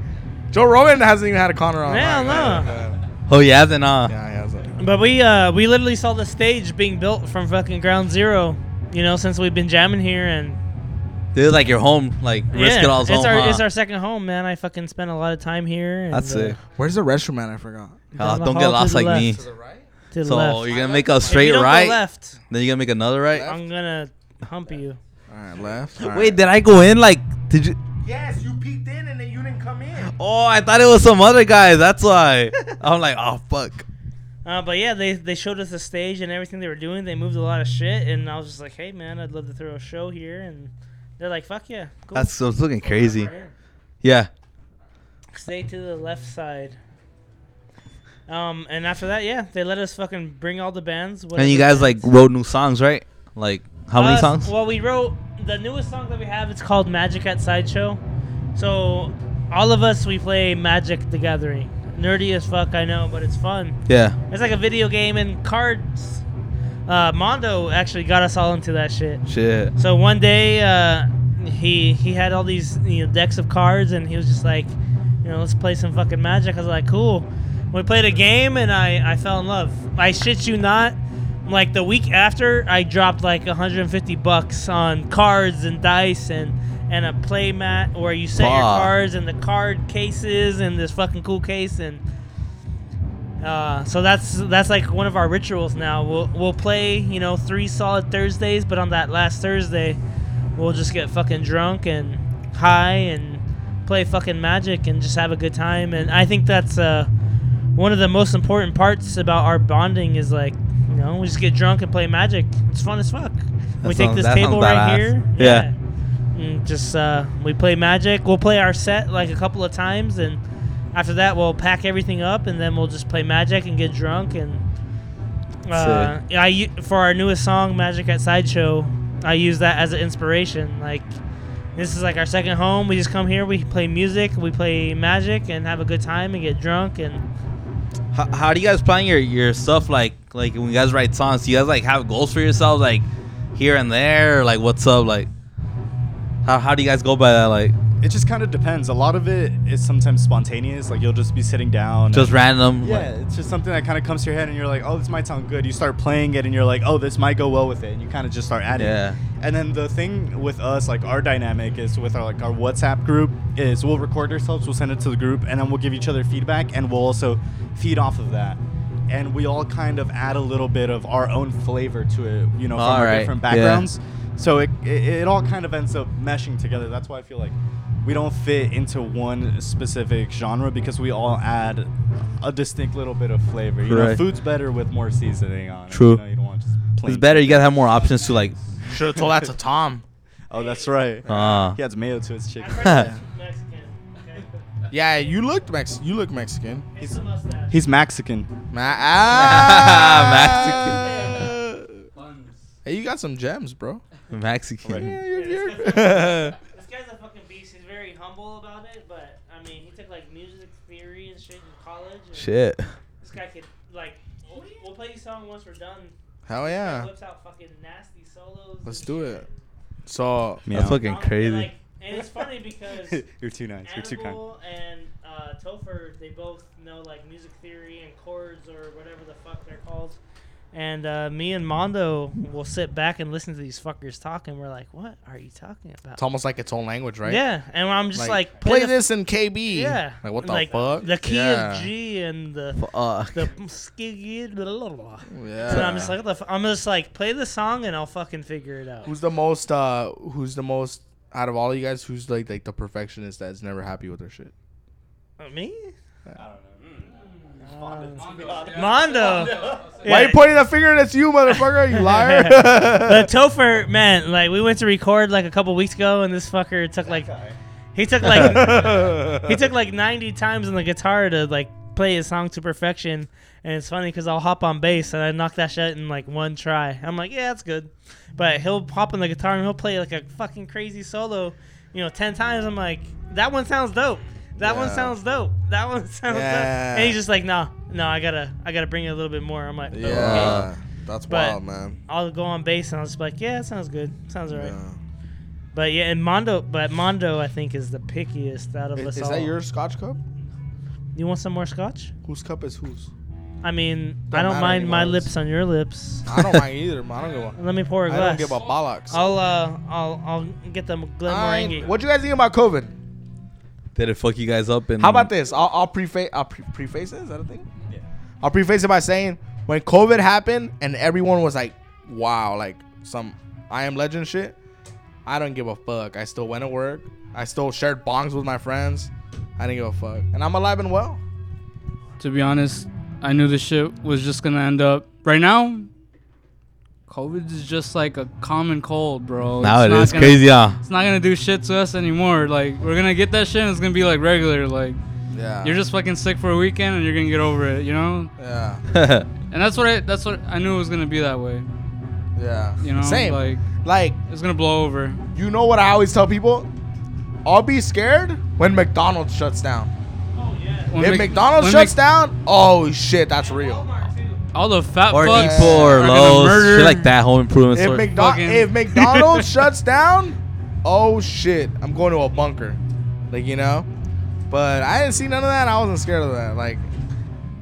Speaker 1: Joe Rogan hasn't even had a Connor on.
Speaker 3: Yeah,
Speaker 1: Like,
Speaker 3: no.
Speaker 1: uh,
Speaker 2: Oh, yeah, then, uh,
Speaker 1: yeah, he hasn't.
Speaker 3: but we uh, we literally saw the stage being built from fucking ground zero. You know, since we've been jamming here and
Speaker 2: this is like your home, like Risk
Speaker 3: yeah,
Speaker 2: It All's
Speaker 3: it's
Speaker 2: home.
Speaker 3: our
Speaker 2: huh?
Speaker 3: it's our second home, man. I fucking spent a lot of time here. And,
Speaker 2: That's
Speaker 3: uh,
Speaker 2: it.
Speaker 1: Where's the restroom at? I forgot.
Speaker 2: Uh,
Speaker 3: down the
Speaker 2: don't get
Speaker 3: hall to
Speaker 2: lost
Speaker 3: the
Speaker 2: like me.
Speaker 3: left.
Speaker 1: right?
Speaker 3: To the
Speaker 2: So
Speaker 3: left.
Speaker 2: you're gonna make a
Speaker 3: If you
Speaker 2: straight
Speaker 3: don't go
Speaker 2: right,
Speaker 3: left,
Speaker 2: then you're gonna make another right.
Speaker 3: I'm gonna hump you.
Speaker 1: All right, left. all
Speaker 2: Wait,
Speaker 1: right.
Speaker 2: did I go in? Like, did you?
Speaker 1: Yes, you peeked in and then you didn't come in.
Speaker 2: Oh, I thought it was some other guy. That's why. I'm like, oh fuck.
Speaker 3: Uh, but yeah, they, they showed us the stage and everything they were doing. They moved a lot of shit, and I was just like, "Hey, man, I'd love to throw a show here." And they're like, "Fuck yeah, cool."
Speaker 2: That's so it's looking crazy. Yeah.
Speaker 3: Stay to the left side. Um, and after that, yeah, they let us fucking bring all the bands.
Speaker 2: And you
Speaker 3: whatever
Speaker 2: guys like
Speaker 3: bands.
Speaker 2: wrote new songs, right? Like how many
Speaker 3: Uh,
Speaker 2: songs?
Speaker 3: Well, we wrote the newest song that we have. It's called Magic at Sideshow. So all of us we play Magic the Gathering. Nerdy as fuck, I know, but it's fun.
Speaker 2: Yeah.
Speaker 3: It's like a video game and cards. Uh, Mondo actually got us all into that shit.
Speaker 2: Shit.
Speaker 3: So one day, uh, he he had all these you know decks of cards, and he was just like, you know, let's play some fucking magic. I was like, cool. We played a game, and I I fell in love. I shit you not. Like the week after, I dropped like 150 bucks on cards and dice and and a play mat where you set your
Speaker 2: Fuck.
Speaker 3: cards and the card cases and this fucking cool case and. Uh, so that's that's like one of our rituals now. We'll we'll play, you know, three solid Thursdays, but on that last Thursday, we'll just get fucking drunk and high and play fucking magic and just have a good time. And I think that's uh, one of the most important parts about our bonding is like, you know, we just get drunk and play magic. It's fun as fuck. we take
Speaker 2: sounds-
Speaker 3: this
Speaker 2: that
Speaker 3: table
Speaker 2: sounds badass.
Speaker 3: right here.
Speaker 2: Yeah.
Speaker 3: And just uh, we play magic. We'll play our set like a couple of times, and after that we'll pack everything up, and then we'll just play magic and get drunk. And uh, yeah, I u- for our newest song, Magic at Sideshow, I use that as an inspiration. Like this is like our second home. We just come here, we play music, we play magic, and have a good time and get drunk. And
Speaker 2: How, how do you guys plan your your stuff? Like like when you guys write songs, do you guys like have goals for yourselves? Like here and there. Or, like what's up? Like how how do you guys go by that? Like
Speaker 4: It just kind of depends. A lot of it is sometimes spontaneous. Like you'll just be sitting down.
Speaker 2: just
Speaker 4: and-
Speaker 2: random.
Speaker 4: Yeah, it's just something that kind of comes to your head, and you're like, "Oh, this might sound good." You start playing it, and you're like, "Oh, this might go well with it," and you kind of just start adding. it.
Speaker 2: Yeah.
Speaker 4: And then the thing with us, like our dynamic is with our like our WhatsApp group is we'll record ourselves, we'll send it to the group, and then we'll give each other feedback, and we'll also feed off of that. and we all kind of add a little bit of our own flavor to it, you know, from our
Speaker 2: Alright,
Speaker 4: different
Speaker 2: yeah.
Speaker 4: backgrounds. So it, it it all kind of ends up meshing together. That's why I feel like we don't fit into one specific genre because we all add a distinct little bit of flavor. You know,
Speaker 2: Correct.
Speaker 4: food's better with more seasoning on it.
Speaker 2: True.
Speaker 4: You, know, you don't want just plain.
Speaker 2: It's better. You gotta have more options to like.
Speaker 1: Should have told that to Tom.
Speaker 4: Oh, that's right.
Speaker 2: Ah.
Speaker 4: he adds mayo to his chicken.
Speaker 3: Mexican. Okay?
Speaker 1: Yeah, you looked Mex. You look Mexican.
Speaker 3: It's a mustache.
Speaker 4: He's Mexican.
Speaker 1: Ma- ah,
Speaker 2: Mexican.
Speaker 1: Hey, you got some gems, bro.
Speaker 2: Mexican.
Speaker 3: This guy's a fucking beast. He's very humble about it, but I mean, he took like music theory and shit in college. and
Speaker 2: Shit.
Speaker 3: This guy could like, we'll, we'll play you a song once we're done.
Speaker 1: Hell
Speaker 3: Yeah.
Speaker 1: yeah.
Speaker 3: Whips out fucking nasty solos.
Speaker 1: Let's
Speaker 3: and
Speaker 1: do
Speaker 3: shit.
Speaker 1: it. So
Speaker 2: That's fucking
Speaker 3: Um, and,
Speaker 2: crazy.
Speaker 3: like, and it's funny because
Speaker 4: You're too nice. You're too kind.
Speaker 3: Annabelle and uh, Topher, they both know like music theory and chords or whatever the fuck they're called. And uh, me and Mondo will sit back and listen to these fuckers talk, and we're like, "What are you talking about?"
Speaker 1: it's almost like its own language, right?
Speaker 3: Yeah, and I'm just like,
Speaker 1: play
Speaker 3: put the-
Speaker 1: this in KB.
Speaker 3: Yeah,
Speaker 1: Like what the fuck?
Speaker 3: The key
Speaker 1: yeah.
Speaker 3: of G and the
Speaker 2: Fuck.
Speaker 3: the skiggy. Blah, blah, blah.
Speaker 1: Yeah.
Speaker 3: So I'm just like, what the f-? I'm just like, play the song, and I'll fucking figure it out.
Speaker 1: who's the most? uh Who's the most out of all you guys? Who's like like the perfectionist that's never happy with their shit?
Speaker 3: Uh, me?
Speaker 7: Mondo.
Speaker 3: Mondo.
Speaker 1: Mm. Why you
Speaker 3: Yeah.
Speaker 1: pointing a finger? That's you, motherfucker. You liar.
Speaker 3: But Topher, man, like we went to record like a couple weeks ago, and this fucker took like, he took like, he took like 90 times on the guitar to like play his song to perfection. And it's funny because I'll hop on bass and I knock that shit in like one try. I'm like, yeah, that's good. But he'll hop on the guitar and he'll play like a fucking crazy solo, you know, 10 times. I'm like, that one sounds dope. That one
Speaker 1: Yeah.
Speaker 3: sounds dope. That one sounds
Speaker 1: Yeah.
Speaker 3: dope. And he's just like, nah, no, I gotta, I gotta bring it a little bit more. I'm like, oh, okay.
Speaker 1: yeah, that's
Speaker 3: But-
Speaker 1: wild, man.
Speaker 3: I'll go on bass and I'll just be like, yeah, it sounds good. Sounds alright.
Speaker 1: Yeah.
Speaker 3: But yeah, and Mondo, but Mondo, I think is the pickiest out of
Speaker 1: Is,
Speaker 3: us
Speaker 1: is
Speaker 3: all.
Speaker 1: that your Scotch cup?
Speaker 3: You want some more scotch?
Speaker 1: Whose cup is whose?
Speaker 3: I mean, I
Speaker 1: Don't matter
Speaker 3: don't mind my
Speaker 1: anymore.
Speaker 3: lips on your lips.
Speaker 1: I don't mind either, man. I don't give a.
Speaker 3: Let me pour a
Speaker 1: I don't
Speaker 3: glass.
Speaker 1: give a bollocks.
Speaker 3: I'll uh, I'll I'll get the
Speaker 1: I ain't-
Speaker 3: Glenmorangie.
Speaker 1: What you guys think about COVID?
Speaker 2: Did it fuck you guys up? And
Speaker 1: How about this? I'll, I'll preface. I'll pre- preface it. Is that a thing? Hmm. Yeah. I'll preface it by saying when COVID happened and everyone was like, "Wow," like some I am legend shit. I don't give a fuck. I still went to work. I still shared bongs with my friends. I didn't give a fuck, and I'm alive and well.
Speaker 7: To be honest, I knew this shit was just gonna end up right now. COVID is just like a common cold, bro.
Speaker 2: Now
Speaker 7: It's
Speaker 2: it
Speaker 7: not
Speaker 2: is
Speaker 7: gonna-
Speaker 2: crazy, huh?
Speaker 7: It's not gonna do shit to us anymore. Like we're gonna get that shit, and it's gonna be like regular. Like
Speaker 1: Yeah.
Speaker 7: you're just fucking sick for a weekend, and you're gonna get over it, you know.
Speaker 1: Yeah.
Speaker 2: That's
Speaker 7: And that's what I that's what I knew it was gonna be that way.
Speaker 1: Yeah.
Speaker 7: You know,
Speaker 1: Same. Like, like
Speaker 7: like it's gonna blow over.
Speaker 1: you know what I always tell people? I'll be scared when McDonald's shuts down.
Speaker 7: When
Speaker 1: if
Speaker 7: Mc-
Speaker 1: McDonald's
Speaker 7: when
Speaker 1: shuts
Speaker 7: Mc-
Speaker 1: down, oh shit, that's real.
Speaker 7: all the fat
Speaker 2: or
Speaker 7: fucks
Speaker 2: E4
Speaker 7: are
Speaker 2: or
Speaker 7: gonna
Speaker 2: Lowe's,
Speaker 7: murder-
Speaker 2: shit like that. Home improvement
Speaker 1: If,
Speaker 2: store.
Speaker 1: McDo-
Speaker 7: fucking-
Speaker 1: if McDonald's shuts down, oh shit, I'm going to a bunker. Like, you know? But I didn't see none of that. I wasn't scared of that. Like,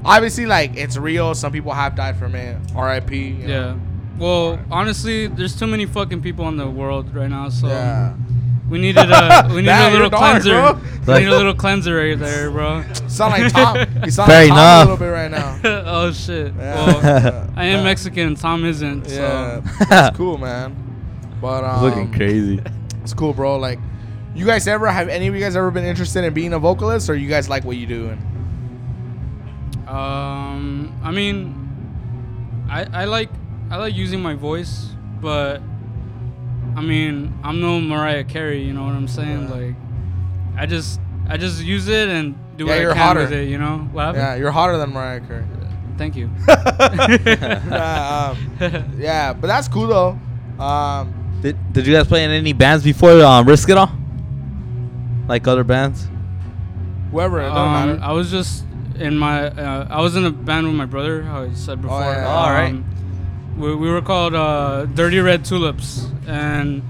Speaker 1: obviously, like, it's real. Some people have died from it. RIP. you know?
Speaker 7: Yeah. Well, honestly, there's too many fucking people in the world right now, so
Speaker 1: Yeah.
Speaker 7: we needed a we needed
Speaker 1: Nah,
Speaker 7: a
Speaker 1: you're
Speaker 7: little
Speaker 1: dark,
Speaker 7: cleanser.
Speaker 1: bro.
Speaker 7: We need a little cleanser right there, bro.
Speaker 1: Sound like Tom. You sound
Speaker 2: Fair
Speaker 1: like Tom a
Speaker 2: enough.
Speaker 1: little bit right now.
Speaker 7: oh shit. Well,
Speaker 1: Yeah.
Speaker 7: I am Mexican. Tom isn't.
Speaker 1: yeah.
Speaker 7: So
Speaker 1: It's cool, man. But, um,
Speaker 2: Looking crazy.
Speaker 1: It's cool, bro. Like, you guys ever have any of you guys ever been interested in being a vocalist, or you guys like what you do? And
Speaker 7: Um, I mean, I I like I like using my voice, but I mean I'm no Mariah Carey. You know what I'm saying?
Speaker 1: Yeah.
Speaker 7: Like, I just I just use it and do
Speaker 1: Yeah,
Speaker 7: what I
Speaker 1: you're
Speaker 7: can
Speaker 1: hotter.
Speaker 7: with it. You know? What happened?
Speaker 1: yeah, you're hotter than Mariah Carey.
Speaker 7: Thank you.
Speaker 1: Nah, um, yeah, but that's cool though. Um,
Speaker 2: Did, did you guys play in any bands before um, Risk It All? Like other bands?
Speaker 1: whoever, it don't
Speaker 7: um,
Speaker 1: matter.
Speaker 7: I was just in my uh, I was in a band with my brother. How I said before.
Speaker 1: Oh, yeah.
Speaker 2: All right.
Speaker 7: Um, we, we were called uh, Dirty Red Tulips, and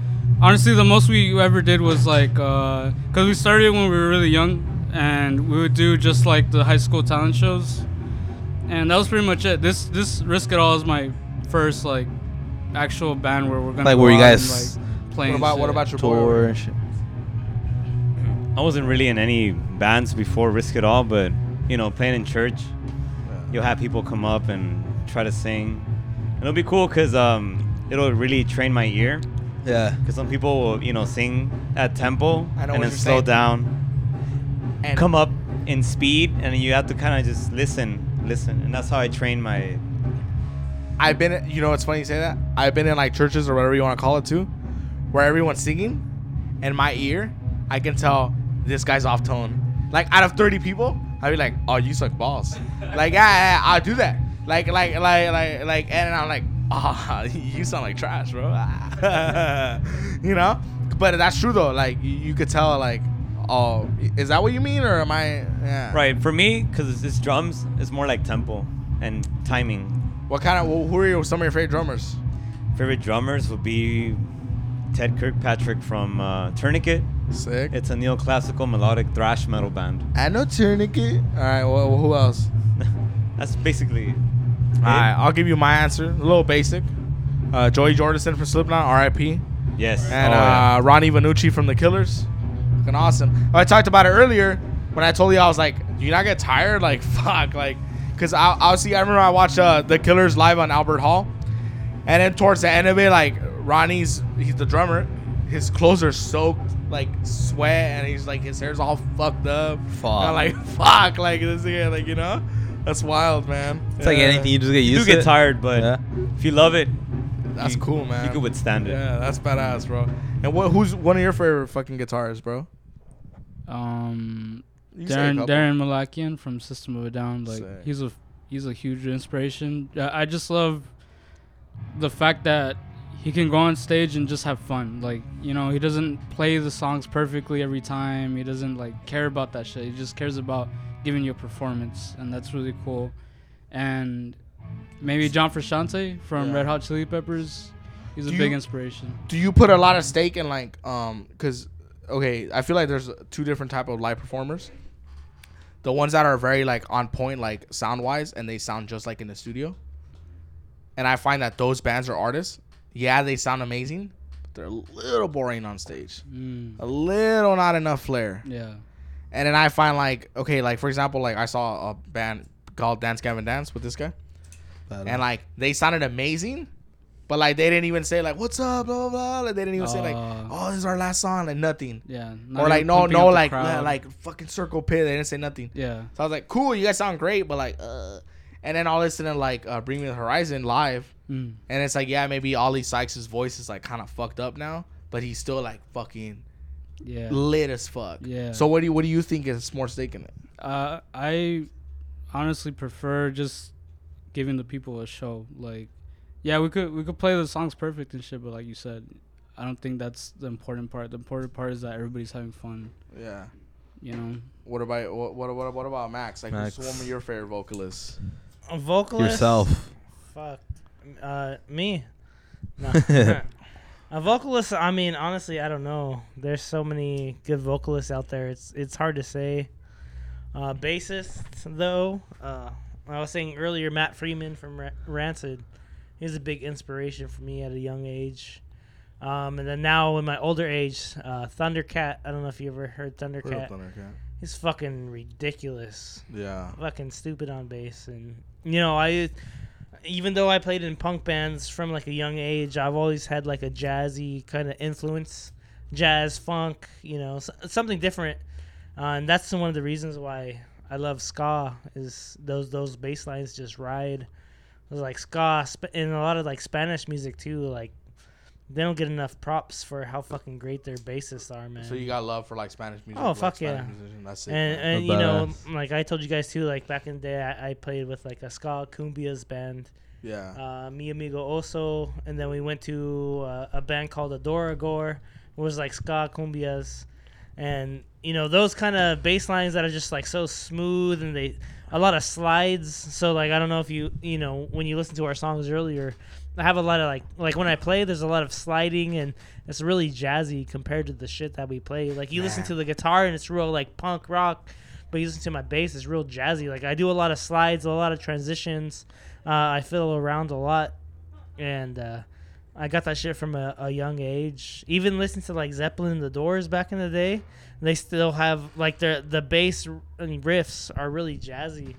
Speaker 7: honestly, the most we ever did was like because we started when we were really young, and we would do just like the high school talent shows, and that was pretty much it. This this Risk It All is my first like actual band where we're gonna
Speaker 2: Like,
Speaker 7: go
Speaker 2: were you
Speaker 7: out and,
Speaker 2: guys-
Speaker 7: like, playing
Speaker 1: What about
Speaker 7: shit.
Speaker 1: what about your boy?
Speaker 2: Tour
Speaker 1: over
Speaker 2: and shit.
Speaker 6: I wasn't really in any bands before Risk It All, but you know, playing in church,
Speaker 1: there?
Speaker 6: you'll have people come up and try to sing. And it'll be cool because um, it'll really train my ear.
Speaker 2: Yeah.
Speaker 6: Because some people will, you know, sing at tempo
Speaker 1: I know what
Speaker 6: and then
Speaker 1: you're
Speaker 6: slow
Speaker 1: saying.
Speaker 6: down,
Speaker 1: And
Speaker 6: come up in speed, and you have to kind of just listen, listen. And that's how I train my.
Speaker 1: I've been, you know, it's funny you say that. I've been in like churches or whatever you want to call it too, where everyone's singing, and my ear, I can tell this guy's off tone. Like out of thirty people, I'd be like, "Oh, you suck balls." like yeah, yeah, I'll do that. Like like like like like, and I'm like, "Ah, you sound like trash, bro." you know, but that's true though. Like you, you could tell like. Oh, is that what you mean, or am I? Yeah.
Speaker 6: Right. For me, because it's, it's drums, it's more like tempo and timing.
Speaker 1: What kind of? Who are your, some of your favorite drummers?
Speaker 6: Favorite drummers would be Ted Kirkpatrick from uh, Tourniquet.
Speaker 1: Sick.
Speaker 6: It's a neoclassical melodic thrash metal band.
Speaker 1: I know Tourniquet. All right. Well, who else?
Speaker 6: That's basically.
Speaker 1: All right. I'll give you my answer. A little basic. Uh, Joey Jordison from Slipknot, RIP,
Speaker 6: Yes.
Speaker 1: and
Speaker 6: Oh, yeah.
Speaker 1: uh, Ronnie Vanucci from The Killers. Fucking awesome. Oh, I talked about it earlier when I told you I was like, "Do you not get tired?" Like, fuck, like, cause I, I see. I remember I watched uh, The Killers live on Albert Hall, and then towards the end of it, like Ronnie's, he's the drummer. His clothes are soaked, like sweat, and he's like his hair's all fucked up.
Speaker 2: Fuck.
Speaker 1: And I'm like, fuck, like this again, like you know, that's wild, man.
Speaker 2: It's like anything you just get
Speaker 6: you
Speaker 2: used to.
Speaker 6: do get
Speaker 2: it.
Speaker 6: tired, but
Speaker 2: Yeah.
Speaker 6: if you love it,
Speaker 1: That's
Speaker 6: you-
Speaker 1: cool, man.
Speaker 6: You could withstand it.
Speaker 1: Yeah, that's badass, bro. And what? Who's one of your favorite fucking guitarists, bro?
Speaker 7: Um,
Speaker 1: You say a
Speaker 7: Darren
Speaker 1: couple.
Speaker 7: Darren Malakian from System of a Down. Like
Speaker 1: Sick.
Speaker 7: he's a he's a huge inspiration. Uh, I just love the fact that he can go on stage and just have fun. Like you know, he doesn't play the songs perfectly every time. He doesn't like care about that shit. He just cares about giving you a performance, and that's really cool. And maybe John Frusciante from
Speaker 1: Yeah.
Speaker 7: Red Hot Chili Peppers. He's a
Speaker 1: Do
Speaker 7: big
Speaker 1: you-
Speaker 7: inspiration.
Speaker 1: Do you put a lot of stake in like, um, cause okay, I feel like there's two different type of live performers. The ones that are very like on point, like sound wise, and they sound just like in the studio. And I find that those bands or artists, yeah, they sound amazing, but they're a little boring on stage.
Speaker 7: Mm,
Speaker 1: A little not enough flair.
Speaker 7: yeah.
Speaker 1: And then I find like, okay, like for example, like I saw a band called Dance Gavin Dance with this guy. And like they sounded amazing, but like they didn't even say like what's up, blah blah blah. Like they didn't even say like,
Speaker 7: Uh.
Speaker 1: oh, this is our last song, like nothing. or
Speaker 7: Yeah. even
Speaker 1: like no,
Speaker 7: pumping
Speaker 1: no,
Speaker 7: up the
Speaker 1: like
Speaker 7: crowd.
Speaker 1: like fucking circle pit. They didn't say nothing.
Speaker 7: yeah.
Speaker 1: So I was like, cool, you guys sound great, but like, uh. And then all of a sudden, like uh, Bring Me the Horizon live,
Speaker 7: Mm.
Speaker 1: and it's like, yeah, maybe Ollie Sykes' voice is like kind of fucked up now, but he's still like fucking
Speaker 7: Yeah.
Speaker 1: lit as fuck.
Speaker 7: Yeah.
Speaker 1: So what do you what do you think is more stake in it?
Speaker 7: Uh, I honestly prefer just giving the people a show. Like, yeah, we could we could play the songs perfect and shit, but like you said, I don't think that's the important part. The important part is that everybody's having fun.
Speaker 1: Yeah.
Speaker 7: You know.
Speaker 1: What about what what what, what about Max? Like,
Speaker 2: Max.
Speaker 1: who's one of your favorite vocalists?
Speaker 3: A vocalist.
Speaker 2: Yourself.
Speaker 3: Fuck. Uh, me. No. a vocalist. I mean, honestly, I don't know. There's so many good vocalists out there. It's it's hard to say. Uh, bassist though. Uh, I was saying earlier, Matt Freeman from Ra- Rancid. He was a big inspiration for me at a young age. Um, and then now in my older age, uh, Thundercat. I don't know if you ever heard Thundercat. He's fucking ridiculous
Speaker 1: Yeah.
Speaker 3: fucking stupid on bass and you know i even though i played in punk bands from like a young age i've always had like a jazzy kind of influence jazz funk you know s- something different uh, and that's one of the reasons why i love ska is those those bass lines just ride It's like ska sp- and a lot of like spanish music too like they don't get enough props for how fucking great their bassists are man
Speaker 1: So you got love for like Spanish music?
Speaker 3: Oh,
Speaker 1: like,
Speaker 3: fuck
Speaker 1: Spanish
Speaker 3: yeah.
Speaker 1: Musician. That's it.
Speaker 3: and,
Speaker 1: man.
Speaker 3: and you know,
Speaker 2: badass.
Speaker 3: like I told you guys too, like back in the day, I, I played with like a ska cumbias band,
Speaker 1: yeah.
Speaker 3: uh, Mi Amigo Oso, and then we went to uh, a band called Adora Gore, it was like ska cumbias, and you know those kind of bass lines that are just like so smooth and they a lot of slides. So like I don't know if you you know when you listen to our songs earlier, I have a lot of like like when I play, there's a lot of sliding and it's really jazzy compared to the shit that we play. Like you listen to the guitar and it's real like punk rock, but you listen to my bass, it's real jazzy. Like I do a lot of slides, a lot of transitions. Uh, I fiddle around a lot, and uh, I got that shit from a, a young age. Even listening to like Zeppelin and the Doors back in the day, they still have like their the bass r- and riffs are really jazzy.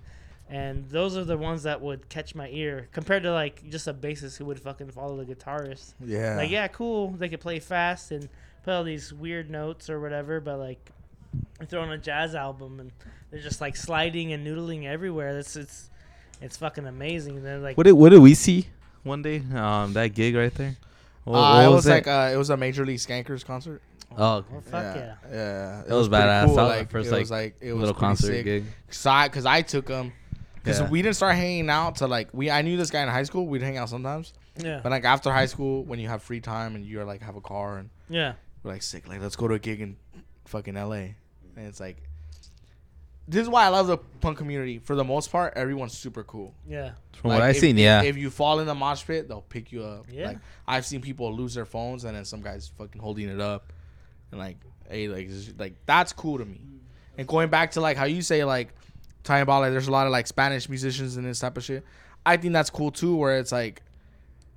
Speaker 3: and those are the ones that would catch my ear compared to like just a bassist who would fucking follow the guitarist.
Speaker 1: Yeah.
Speaker 3: Like yeah, cool. They could play fast and play all these weird notes or whatever, but like you throw on a jazz album and they're just like sliding and noodling everywhere. That's it's it's fucking amazing. They're like
Speaker 2: What did what did we see one day? Um, that gig right there. What,
Speaker 1: Uh,
Speaker 2: what
Speaker 1: it was like
Speaker 2: that?
Speaker 1: uh, it was a Major League Skankers concert.
Speaker 2: oh,
Speaker 3: oh fuck yeah.
Speaker 1: yeah. yeah. It,
Speaker 2: was
Speaker 1: pretty
Speaker 2: badass. That was my first,
Speaker 1: it
Speaker 2: like,
Speaker 1: was like it was
Speaker 2: little
Speaker 1: pretty
Speaker 2: concert
Speaker 1: sick.
Speaker 2: gig.
Speaker 1: So I, cause I took him, cause
Speaker 2: Yeah.
Speaker 1: we didn't start hanging out till like we. I knew this guy in high school. We'd hang out sometimes,
Speaker 3: Yeah.
Speaker 1: but like after high school, when you have free time and you're like have a car and
Speaker 3: yeah.
Speaker 1: we're like sick, like let's go to a gig in fucking L.A. And it's like, this is why I love the punk community. For the most part, everyone's super cool.
Speaker 3: Yeah.
Speaker 2: From
Speaker 1: Like,
Speaker 2: what I
Speaker 1: if-
Speaker 2: seen, yeah.
Speaker 1: If you fall in the mosh pit, they'll pick you up.
Speaker 3: Yeah.
Speaker 1: Like I've seen people lose their phones and then some guys fucking holding it up, and like, hey, like, this is- like that's cool to me. And going back to like how you say like, talking about like there's a lot of like Spanish musicians and this type of shit. I think that's cool too, where it's like.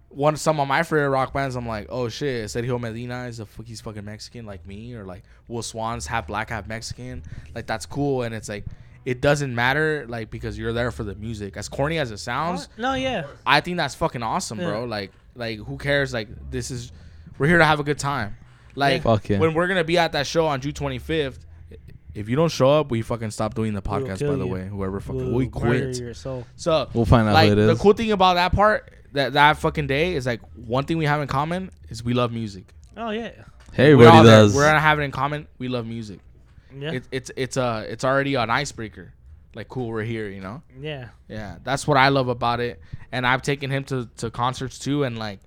Speaker 1: One some of my favorite rock bands, I'm like, oh shit, Sergio Medina is a fuck, he's fucking Mexican like me, or like Will Swan's half black, half Mexican, like that's cool, and it's like, it doesn't matter, like because you're there for the music. As corny as it sounds,
Speaker 3: Oh, No, yeah.
Speaker 1: I think that's fucking awesome, bro.
Speaker 3: Yeah.
Speaker 1: Like, like who cares? Like, this is we're here to have a good time. Like,
Speaker 2: Fuck yeah.
Speaker 1: when we're gonna be at that show on June twenty fifth. If you don't show up, we fucking stop doing the podcast.
Speaker 3: kill
Speaker 1: By the
Speaker 3: you.
Speaker 1: way, whoever fucking
Speaker 3: Will
Speaker 1: we
Speaker 3: murder
Speaker 1: quit.
Speaker 3: Your soul.
Speaker 1: So
Speaker 2: We'll find out who
Speaker 1: Like
Speaker 2: it
Speaker 1: the
Speaker 2: is.
Speaker 1: cool thing about that part, that that fucking day is like one thing we have in common is we love music.
Speaker 3: Oh yeah.
Speaker 1: We're all
Speaker 2: Everybody
Speaker 1: there.
Speaker 2: does.
Speaker 1: We're gonna have it in common. We love music.
Speaker 3: Yeah.
Speaker 1: It, it's it's uh it's already an icebreaker. Like cool, we're here. You know.
Speaker 3: yeah.
Speaker 1: Yeah, that's what I love about it. And I've taken him to, to concerts too, and like,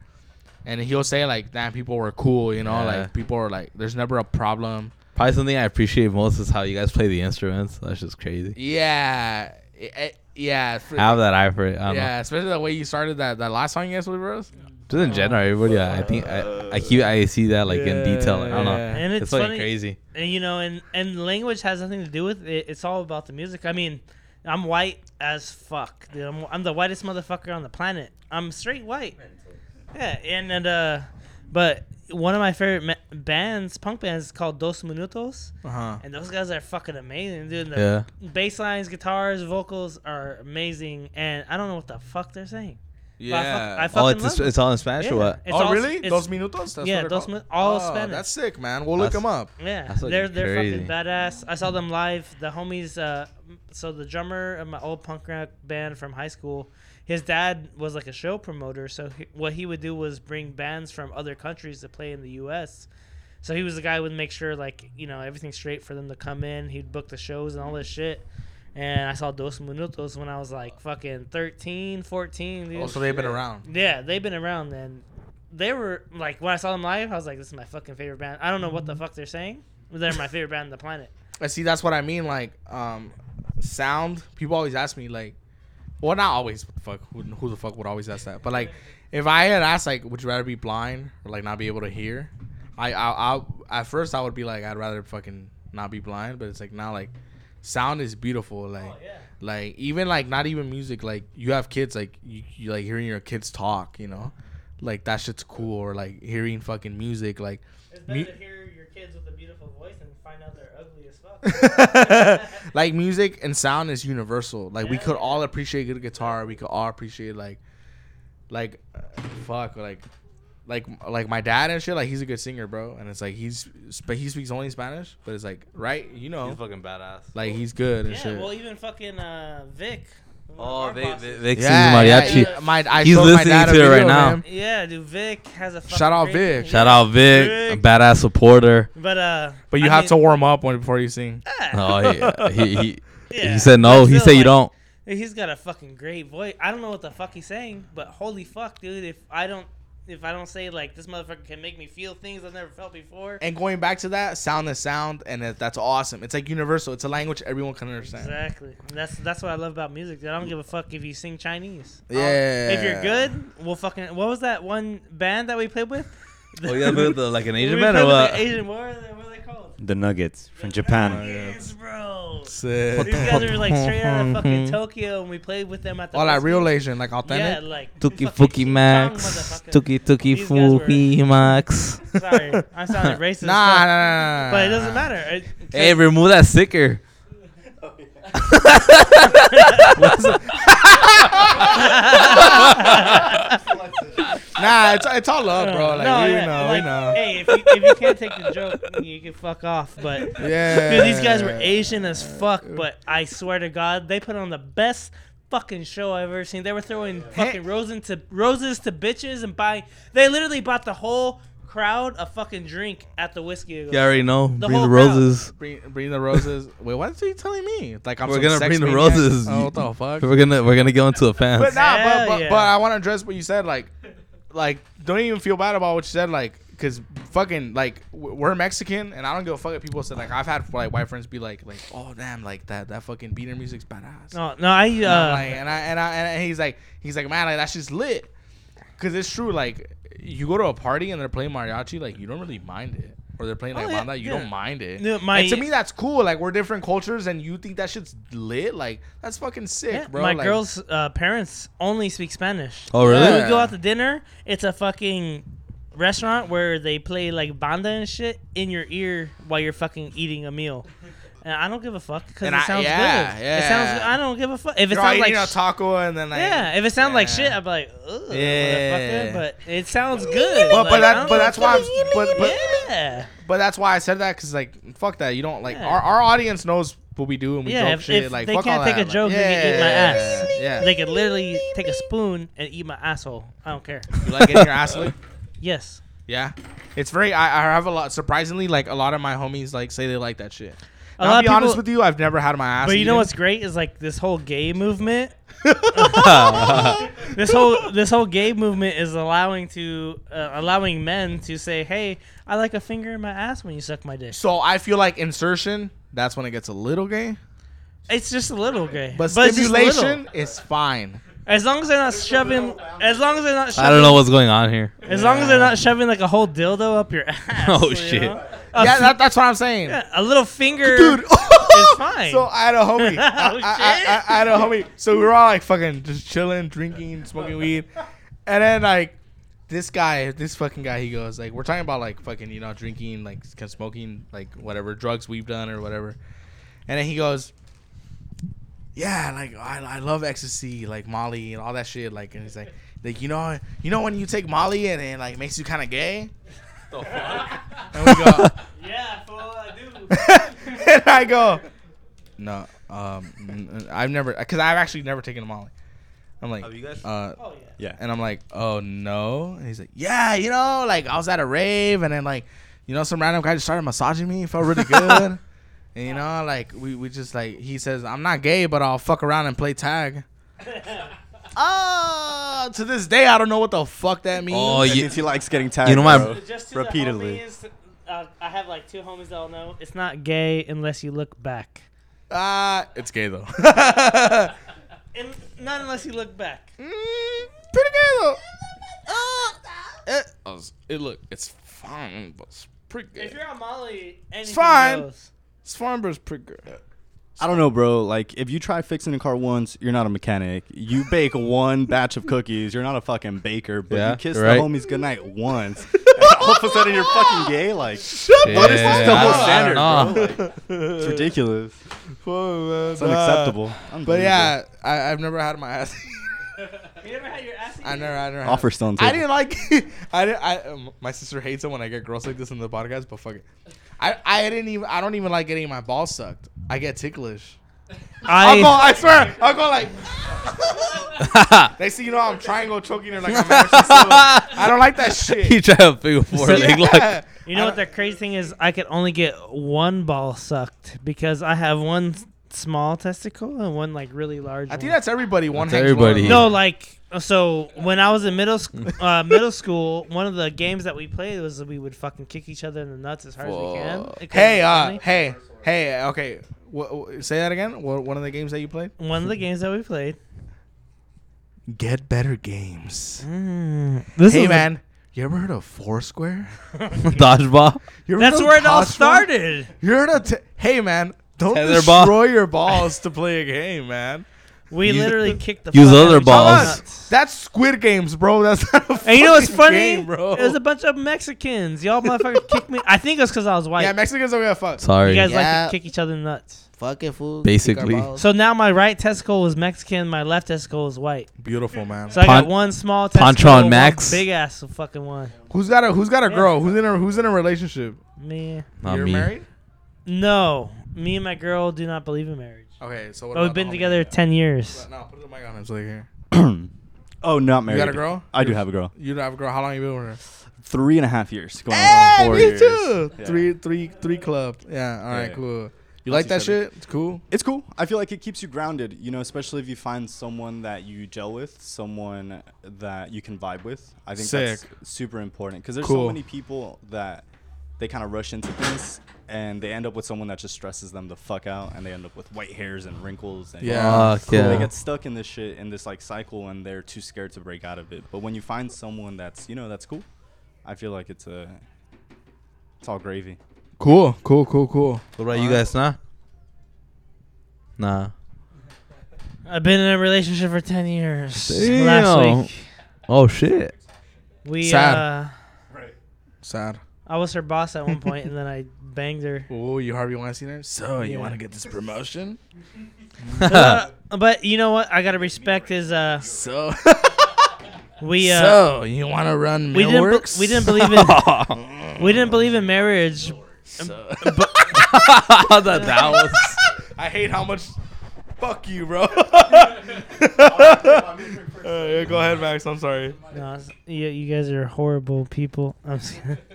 Speaker 1: and he'll say like, "Damn, people were cool," you know,
Speaker 2: Yeah.
Speaker 1: like people are like, "There's never a problem."
Speaker 2: Probably something I appreciate most is how you guys play the instruments. That's just crazy.
Speaker 1: Yeah, I- I- yeah, for-
Speaker 2: I have that eye for it. I don't
Speaker 1: yeah. Especially the way you started that that last song, yes, with Rose.
Speaker 2: know. Just in
Speaker 3: Oh,
Speaker 2: general, everybody. I I think I, I keep I see that like in detail. I don't know.
Speaker 1: Yeah.
Speaker 3: And it's,
Speaker 2: it's like
Speaker 3: funny,
Speaker 2: crazy.
Speaker 3: and you know, and and language has nothing to do with it. It's all about the music. I mean, I'm white as fuck, dude. I'm, I'm the whitest motherfucker on the planet. I'm straight white. Yeah, and and uh, but one of my favorite ma- bands, punk bands, is called Dos Minutos,
Speaker 1: Uh huh.
Speaker 3: and those guys are fucking amazing, dude. The
Speaker 2: Yeah.
Speaker 3: bass lines, guitars, vocals are amazing, and I don't know what the fuck they're saying. But I fuck- I fucking
Speaker 2: Oh, it's
Speaker 3: love
Speaker 2: it's all in Spanish
Speaker 3: them.
Speaker 2: or
Speaker 3: Yeah.
Speaker 2: what?
Speaker 3: It's
Speaker 1: oh,
Speaker 3: all-
Speaker 1: really?
Speaker 3: it's-
Speaker 1: Dos minutos. That's
Speaker 3: yeah,
Speaker 1: they're
Speaker 3: dos
Speaker 1: called?
Speaker 3: min- all
Speaker 1: Oh,
Speaker 3: Spanish.
Speaker 1: That's sick, man. We'll look
Speaker 2: That's-
Speaker 1: them up.
Speaker 3: Yeah,
Speaker 2: That's looking
Speaker 3: they're they're fucking
Speaker 2: crazy.
Speaker 3: badass. I saw them live. The homies, uh, m- so the drummer of my old punk rock band from high school, his dad was like a show promoter. So he, what he would do was bring bands from other countries to play in the U.S. So he was the guy who would make sure like you know everything's straight for them to come in. He'd book the shows and all this shit. And I saw Dos Minutos when I was like fucking 13, 14. Dude.
Speaker 1: Oh, so they've been around.
Speaker 3: Yeah, they've been around then. They were like when I saw them live, I was like, "This is my fucking favorite band." I don't know what the fuck they're saying. but They're my favorite band on the planet.
Speaker 1: I see. That's what I mean. Like, um, sound. People always ask me, like, well, not always. What the fuck? Who, who the fuck would always ask that? But like, if I had asked, like, would you rather be blind or like not be able to hear? I, I, I at first I would be like, I'd rather fucking not be blind. But it's like now, like, sound is beautiful. Like,
Speaker 3: Oh,
Speaker 1: like even like not even music. Like you have kids, like you, you like hearing your kids talk. You know, like that shit's cool. Or like hearing fucking music. Like
Speaker 3: It's
Speaker 1: better Me- to
Speaker 3: hear your kids with a beautiful voice and find out they're ugly as fuck.
Speaker 1: like music and sound is universal. Like we could all appreciate good guitar. We could all appreciate like, like, uh, fuck, like, like, like my dad and shit. Like he's a good singer, bro. And it's like he's, but he speaks only Spanish. But it's like right, you know,
Speaker 2: fucking badass.
Speaker 1: like he's good and
Speaker 3: yeah,
Speaker 1: shit.
Speaker 3: well, even fucking uh, Vic. one of
Speaker 2: Oh,
Speaker 3: our
Speaker 2: they,
Speaker 3: bosses.
Speaker 2: they, they sing
Speaker 1: yeah, yeah,
Speaker 2: mariachi.
Speaker 1: yeah, my, I
Speaker 2: He's
Speaker 1: showed my
Speaker 2: listening
Speaker 1: dad a
Speaker 2: to it right
Speaker 1: video,
Speaker 2: now.
Speaker 1: man.
Speaker 3: Yeah, dude, Vic has a fucking
Speaker 1: Shout out
Speaker 3: great-
Speaker 1: Vic.
Speaker 2: Shout out Vic, a
Speaker 3: Vic.
Speaker 2: badass supporter.
Speaker 3: But uh,
Speaker 1: But you
Speaker 3: I
Speaker 1: have
Speaker 3: mean-
Speaker 1: to warm up when before you sing.
Speaker 2: Oh, he he, he,
Speaker 3: Yeah,
Speaker 2: he said
Speaker 3: but
Speaker 2: no. He
Speaker 3: still,
Speaker 2: said you
Speaker 3: like,
Speaker 2: don't.
Speaker 3: He's got a fucking great voice. I don't know what the fuck he's saying, but holy fuck, dude! If I don't, if I don't say like this motherfucker can make me feel things I've never felt before.
Speaker 1: And going back to that, sound is sound, and that- that's awesome. It's like universal. It's a language everyone can understand.
Speaker 3: Exactly. And That's that's what I love about music. Dude. I don't give a fuck if you sing Chinese. I'll-
Speaker 1: Yeah.
Speaker 3: If you're good, we'll fucking. What was that one band that we played with?
Speaker 2: Oh, you with the, like an Asian
Speaker 3: We
Speaker 2: man
Speaker 3: played
Speaker 2: or
Speaker 3: with
Speaker 2: what?
Speaker 3: the Asian. What are they, what are they called?
Speaker 6: The Nuggets from
Speaker 4: Oh,
Speaker 6: Japan.
Speaker 3: Yes, bro.
Speaker 1: Sick.
Speaker 3: These guys are like straight out of fucking Tokyo, and we played with them at the.
Speaker 1: All that
Speaker 3: Whiskey-
Speaker 1: real eh? Asian, like
Speaker 3: Yeah,
Speaker 1: authentic.
Speaker 3: like
Speaker 2: Tuki
Speaker 3: fucking
Speaker 2: Fuki
Speaker 3: Chong
Speaker 2: Max.
Speaker 3: motherfucker.
Speaker 2: Tuki Tuki
Speaker 3: These guys were-
Speaker 2: Fuki Max.
Speaker 3: Sorry, I sounded racist.
Speaker 1: Nah, nah,
Speaker 3: but-
Speaker 1: nah, nah, nah.
Speaker 3: But it
Speaker 1: nah.
Speaker 3: doesn't matter. It-
Speaker 2: Hey, remove that sticker.
Speaker 1: Nah, it's, it's all love, bro. Like, we
Speaker 3: yeah,
Speaker 1: know,
Speaker 3: like,
Speaker 1: we know.
Speaker 3: Hey, if you, if you can't take the joke, you can fuck off. But
Speaker 1: Yeah.
Speaker 3: dude, these guys were Asian as fuck. But I swear to God, they put on the best fucking show I've ever seen. They were throwing fucking roses to roses to bitches and buying. They literally bought the whole crowd a fucking drink at the whiskey.
Speaker 2: You already know.
Speaker 3: The
Speaker 2: bring the
Speaker 3: whole crowd.
Speaker 2: roses.
Speaker 1: Bring, bring the roses. Wait, what are you telling me? Like I'm
Speaker 2: We're
Speaker 1: some
Speaker 2: gonna
Speaker 1: sex
Speaker 2: bring the
Speaker 1: maniac?
Speaker 2: roses.
Speaker 1: Oh, what the fuck?
Speaker 2: We're gonna we're gonna get onto the fans.
Speaker 1: But nah, but,
Speaker 3: Hell
Speaker 1: but,
Speaker 3: yeah.
Speaker 1: but I want to address what you said. Like, like don't even feel bad about what you said. Like, cause fucking like w- we're Mexican, and I don't give a fuck if people said like I've had like white friends be like like oh damn like that that fucking beater music's badass.
Speaker 3: No, no, I.
Speaker 1: And I'm
Speaker 3: Uh,
Speaker 1: like, and I and I and he's like he's like man like that's just lit, cause it's true. Like you go to a party and they're playing mariachi, like you don't really mind it. Or they're playing
Speaker 3: Oh,
Speaker 1: like
Speaker 3: yeah,
Speaker 1: banda, you
Speaker 3: yeah.
Speaker 1: don't mind it.
Speaker 3: No, my-
Speaker 1: and to me, that's cool. Like we're different cultures, and you think that shit's lit. Like that's fucking sick,
Speaker 3: yeah,
Speaker 1: bro.
Speaker 3: my
Speaker 1: like,
Speaker 3: girl's uh, parents only speak Spanish.
Speaker 2: oh really?
Speaker 1: Yeah.
Speaker 3: We go out to dinner. It's a fucking restaurant where they play like banda and shit in your ear while you're fucking eating a meal. And I don't give a fuck because
Speaker 1: And
Speaker 3: it
Speaker 1: I-
Speaker 3: sounds
Speaker 1: yeah,
Speaker 3: good. It
Speaker 1: yeah.
Speaker 3: sounds. I don't give a fuck if it
Speaker 1: You're all
Speaker 3: sounds like
Speaker 1: eating a
Speaker 3: sh-
Speaker 1: taco and then like
Speaker 3: yeah. If it sounds like
Speaker 1: Yeah.
Speaker 3: shit, I'm like, Ugh,
Speaker 1: Yeah.
Speaker 3: motherfucker. But it sounds good.
Speaker 1: But- but
Speaker 3: like,
Speaker 1: that-
Speaker 3: I don't
Speaker 1: but
Speaker 3: give a
Speaker 1: that's why I'm-
Speaker 3: fuck.
Speaker 1: but- but-
Speaker 3: yeah.
Speaker 1: But that's why I said that because like fuck that. You don't like
Speaker 3: Yeah.
Speaker 1: our, our audience knows what we do and we
Speaker 3: Yeah,
Speaker 1: joke
Speaker 3: if-
Speaker 1: shit.
Speaker 3: if
Speaker 1: like
Speaker 3: they
Speaker 1: fuck
Speaker 3: can't
Speaker 1: all
Speaker 3: take
Speaker 1: that.
Speaker 3: a joke,
Speaker 1: like,
Speaker 3: they can eat my ass.
Speaker 1: Yeah.
Speaker 3: They could literally take a spoon and eat my asshole. I don't care.
Speaker 1: You like getting your ass licked?
Speaker 3: Yes.
Speaker 1: Yeah. It's very. I, I have a lot. Surprisingly, like a lot of my homies like say they like that shit.
Speaker 3: A
Speaker 1: And
Speaker 3: lot
Speaker 1: I'll
Speaker 3: of
Speaker 1: be honest
Speaker 3: people-
Speaker 1: with you. I've never had my ass.
Speaker 3: But you know
Speaker 1: eaten.
Speaker 3: what's great is like this whole gay movement. this whole this whole gay movement is allowing to uh, allowing men to say, "Hey, I like a finger in my ass when you suck my dick."
Speaker 1: So I feel like insertion. That's when it gets a little gay.
Speaker 3: It's just a little gay,
Speaker 1: But,
Speaker 3: it's just little.
Speaker 1: stimulation is fine.
Speaker 3: as long as they're not shoving, as long as they're not, shoving,
Speaker 2: I don't know what's going on here.
Speaker 3: As long as they're not shoving like a whole dildo up your ass.
Speaker 2: Oh,
Speaker 3: you
Speaker 2: shit.
Speaker 3: know? A,
Speaker 1: yeah, that, that's what I'm saying.
Speaker 3: f- a little finger
Speaker 1: dude.
Speaker 3: is fine.
Speaker 1: So I had a homie. I,
Speaker 3: Oh,
Speaker 1: I- I- I- I had a homie. So we were all like fucking just chilling, drinking, smoking weed, and then like this guy, this fucking guy, he goes like, we're talking about like fucking you know drinking, like s- smoking, like whatever drugs we've done or whatever, and then he goes. Yeah, like I, I love ecstasy, like Molly and all that shit. Like, and he's like, like you know, you know when you take Molly and it like makes you kind of gay. And we go,
Speaker 3: yeah, fool, I do.
Speaker 1: and I go, no, um, n- n- I've never, because I've actually never taken a Molly. I'm like,
Speaker 2: Have you guys?
Speaker 1: uh,
Speaker 3: Oh yeah.
Speaker 4: Yeah.
Speaker 1: and I'm like, oh no. And he's like, yeah, you know, like I was at a rave and then like, you know, some random guy just started massaging me. It felt really good. and you know, like we, we just like, he says, I'm not gay, but I'll fuck around and play tag. Oh, to this day, I don't know what the fuck that means.
Speaker 2: Oh,
Speaker 4: That
Speaker 2: you,
Speaker 4: means he likes getting tagged.
Speaker 2: know my-
Speaker 4: bro.
Speaker 3: But just to
Speaker 4: repeatedly.
Speaker 3: The homies, uh, I have like two homies that'll know it's not gay unless you look back,
Speaker 1: Uh, it's gay though.
Speaker 3: and not unless you look back.
Speaker 1: Mm, pretty good though. it, it look, it's fine, but it's pretty
Speaker 3: If
Speaker 1: good.
Speaker 3: you're on Molly, anything
Speaker 1: fine.
Speaker 3: goes.
Speaker 1: It's fine, but it's pretty good.
Speaker 4: I don't know, bro. Like, if you try fixing a car once, you're not a mechanic. You bake one batch of cookies. You're not a fucking baker. But
Speaker 2: Yeah,
Speaker 4: you kiss
Speaker 2: right.
Speaker 4: the homies goodnight once. and all of a sudden, you're fucking gay. Like, what is
Speaker 2: Yeah,
Speaker 4: this double
Speaker 2: I
Speaker 4: standard,
Speaker 2: don't- I
Speaker 4: bro? Like, it's ridiculous.
Speaker 1: It's
Speaker 4: It's unacceptable.
Speaker 1: Uh, But
Speaker 4: Unbelievable.
Speaker 1: yeah, I, I've never had my ass.
Speaker 3: You never had your ass
Speaker 1: I
Speaker 3: eaten?
Speaker 1: never, I never. had-
Speaker 4: offer still on
Speaker 1: I
Speaker 4: table.
Speaker 1: didn't like. It. I didn't. I, um, my sister hates it when I get girls like this in the podcast, but fuck it. I, I didn't even. I don't even like getting my balls sucked. I get ticklish. I, will go. I swear. I'll go like. They see you know I'm triangle choking her like I'm actually still- I don't like that shit.
Speaker 2: he tried to figure four leg lock.
Speaker 1: Yeah.
Speaker 3: You know
Speaker 1: I
Speaker 3: what the crazy thing is? I could only get one ball sucked because I have one s- small testicle and one like really large.
Speaker 1: I think
Speaker 3: one.
Speaker 1: that's everybody. One
Speaker 2: That's
Speaker 1: hangs
Speaker 2: everybody.
Speaker 1: low.
Speaker 3: no, like so when I was in middle sc- uh, middle school, one of the games that we played was that we would fucking kick each other in the nuts as hard as we can. It couldn't
Speaker 1: Hey,
Speaker 3: be
Speaker 1: uh,
Speaker 3: funny.
Speaker 1: hey, hey. Okay, wha- wha- say that again. Wha- One of the games that you played.
Speaker 3: one of the games that we played.
Speaker 1: Get better games.
Speaker 3: This
Speaker 1: Mm. Hey, man. You ever heard of Foursquare?
Speaker 2: Dodgeball.
Speaker 1: You ever heard
Speaker 3: That's
Speaker 1: of
Speaker 3: where it all
Speaker 1: Dodgeball?
Speaker 3: started.
Speaker 1: You heard of? T- hey, man. Don't
Speaker 2: Tetherball?
Speaker 1: destroy your balls to play a game, man.
Speaker 3: We
Speaker 2: Use-
Speaker 3: literally kicked the
Speaker 2: use
Speaker 3: fuck out
Speaker 2: other
Speaker 3: of each other's
Speaker 2: balls.
Speaker 3: nuts.
Speaker 1: That's Squid Games, bro. That's not a
Speaker 3: And you know what's
Speaker 1: fucking
Speaker 3: funny?
Speaker 1: game, bro.
Speaker 3: It was a bunch of Mexicans. Y'all motherfuckers kicked me. I think it was because I was white.
Speaker 1: yeah, Mexicans don't give a fuck.
Speaker 3: you
Speaker 2: Sorry.
Speaker 3: guys
Speaker 5: Yeah.
Speaker 3: like to kick each other in the nuts.
Speaker 5: Fucking fool.
Speaker 2: Basically.
Speaker 5: So
Speaker 3: So now my right testicle was Mexican, my left testicle was white.
Speaker 1: Beautiful man.
Speaker 3: So I
Speaker 2: Pon-
Speaker 3: got one small
Speaker 2: Poncho
Speaker 3: testicle,
Speaker 2: and
Speaker 3: one
Speaker 2: Max?
Speaker 3: big ass fucking one.
Speaker 1: Who's got a Who's got a
Speaker 3: Yeah.
Speaker 1: girl? Who's in a Who's in a relationship?
Speaker 3: Me,
Speaker 2: Not
Speaker 1: You're
Speaker 2: me.
Speaker 1: married.
Speaker 3: no, me and my girl do not believe in marriage.
Speaker 1: Okay, so what
Speaker 3: But we've
Speaker 1: about the
Speaker 3: been
Speaker 1: homie?
Speaker 3: together ten years.
Speaker 1: No, put the mic on him so they can hear.
Speaker 4: oh, not married.
Speaker 1: You got a girl?
Speaker 4: I do have a girl.
Speaker 1: You don't have a girl. How long you been with her?
Speaker 4: Three and a half years. Going
Speaker 1: Hey,
Speaker 4: on four
Speaker 1: me
Speaker 4: years.
Speaker 1: too.
Speaker 4: Yeah.
Speaker 1: Three, three, three club. Yeah. All right.
Speaker 4: yeah.
Speaker 1: Cool. You like
Speaker 4: each
Speaker 1: that
Speaker 4: other.
Speaker 1: shit? It's cool.
Speaker 4: it's cool. I feel like it keeps you grounded, you know, especially if you find someone that you gel with, someone that you can vibe with. I think
Speaker 1: Sick.
Speaker 4: that's super important because there's
Speaker 1: Cool.
Speaker 4: so many people that they kind of rush into things and they end up with someone that just stresses them the fuck out and they end up with white hairs and wrinkles and
Speaker 1: Yeah.
Speaker 2: Fuck
Speaker 1: Cool.
Speaker 4: they
Speaker 2: yeah.
Speaker 4: get stuck in this shit in this like cycle and they're too scared to break out of it. But when you find someone that's, you know, that's cool, I feel like it's a it's all gravy.
Speaker 1: Cool. Cool. Cool. Cool.
Speaker 2: What about you guys, nah? Nah.
Speaker 3: I've been in a relationship for ten years.
Speaker 2: Damn.
Speaker 3: Last week,
Speaker 2: Oh shit.
Speaker 3: we
Speaker 1: Sad.
Speaker 3: uh,
Speaker 1: Sad.
Speaker 3: I was her boss at one point, and then I banged her.
Speaker 1: Oh, you Harvey Weinstein there? So you
Speaker 3: Yeah.
Speaker 1: want to get this promotion?
Speaker 3: Uh, but you know what? I gotta respect is uh,
Speaker 1: So,
Speaker 3: we uh,
Speaker 1: so you want to run
Speaker 3: we didn't
Speaker 1: Millworks?
Speaker 3: be- we didn't believe in we didn't believe in marriage.
Speaker 2: that, that was
Speaker 1: I hate how much. Fuck you, bro. yeah, go ahead, Max. I'm sorry.
Speaker 3: No, it's- you, you guys are horrible people. I'm just kidding.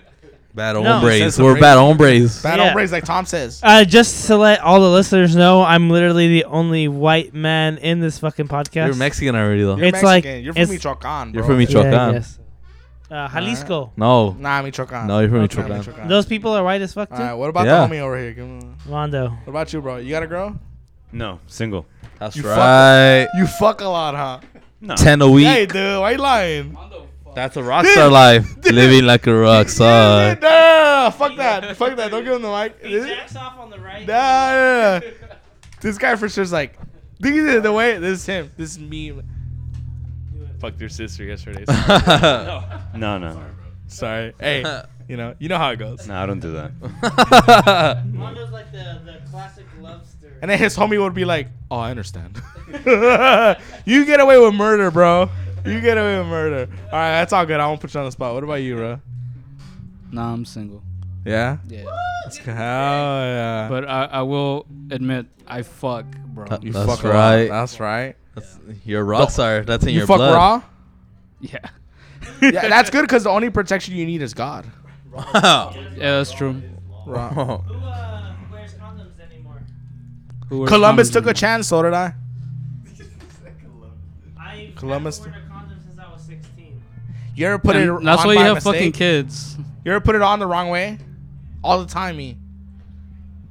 Speaker 2: bad
Speaker 3: No.
Speaker 2: hombres.
Speaker 1: Says the
Speaker 2: We're
Speaker 1: ra-
Speaker 2: bad hombres.
Speaker 1: Bad
Speaker 3: Yeah.
Speaker 1: hombres, like Tom says.
Speaker 3: Uh, just to let all the listeners know, I'm literally the only white man in this fucking podcast.
Speaker 2: You're Mexican already though.
Speaker 1: You're
Speaker 3: It's like-
Speaker 1: Mexican. you're
Speaker 3: it's-
Speaker 1: from Michoacan. Bro.
Speaker 2: You're from
Speaker 3: Yeah, I
Speaker 2: Michoacan.
Speaker 3: guess. Uh, Jalisco.
Speaker 2: no.
Speaker 1: Nah, Michoacan.
Speaker 2: No, you're from
Speaker 1: Nah,
Speaker 2: Michoacan.
Speaker 3: Those people are white as fuck too.
Speaker 1: All right. What about
Speaker 2: Yeah.
Speaker 1: the homie over here? Give him a-
Speaker 3: Rondo.
Speaker 1: What about you, bro? You got a girl?
Speaker 6: No, single.
Speaker 2: That's
Speaker 1: You fuck-
Speaker 2: right.
Speaker 1: You fuck a lot, huh?
Speaker 6: No.
Speaker 2: Ten a week.
Speaker 1: Hey, dude, why you lying?
Speaker 2: That's a rockstar life. Living like a
Speaker 1: Yeah,
Speaker 2: rockstar.
Speaker 1: dude, nah, fuck that. Fuck that. Don't give him the mic. This,
Speaker 3: off on the right.
Speaker 1: nah, nah, nah. this guy for sure's like, this is the way. This is him. This is me. Fucked your sister yesterday.
Speaker 6: No, no.
Speaker 1: Sorry. Hey, you know, you know how it goes.
Speaker 6: No, I don't do that.
Speaker 3: Rondo's like the, the classic lobster.
Speaker 1: And then his homie would be like, "Oh, I understand. you get away with murder, bro. You get away with murder. All right, that's all good. I won't put you on the spot. What about you, bro?
Speaker 7: Nah, I'm single.
Speaker 1: Yeah.
Speaker 7: Yeah.
Speaker 1: Hell yeah.
Speaker 7: But I, I will admit, I fuck, bro.
Speaker 2: That-
Speaker 1: you
Speaker 2: that's
Speaker 1: fuck raw.
Speaker 2: right.
Speaker 1: That's right.
Speaker 2: You're a rockstar. That's in
Speaker 1: You
Speaker 2: your
Speaker 1: fuck
Speaker 2: blood.
Speaker 1: raw.
Speaker 7: yeah.
Speaker 1: yeah, that's good because the only protection you need is God.
Speaker 7: Yeah, that's true.
Speaker 1: Raw.
Speaker 2: Oh,
Speaker 3: Who uh, wears condoms anymore?
Speaker 7: Who wears
Speaker 1: Columbus
Speaker 7: condoms
Speaker 1: took a
Speaker 7: anymore?
Speaker 1: chance, so did I.
Speaker 3: I
Speaker 1: Columbus-
Speaker 3: worn a condom since I was 16.
Speaker 1: You ever put
Speaker 7: And
Speaker 1: it?
Speaker 7: That's
Speaker 1: on
Speaker 7: why you
Speaker 1: by
Speaker 7: have
Speaker 1: mistake?
Speaker 7: fucking kids.
Speaker 1: You ever put it on the wrong way? All the time, me.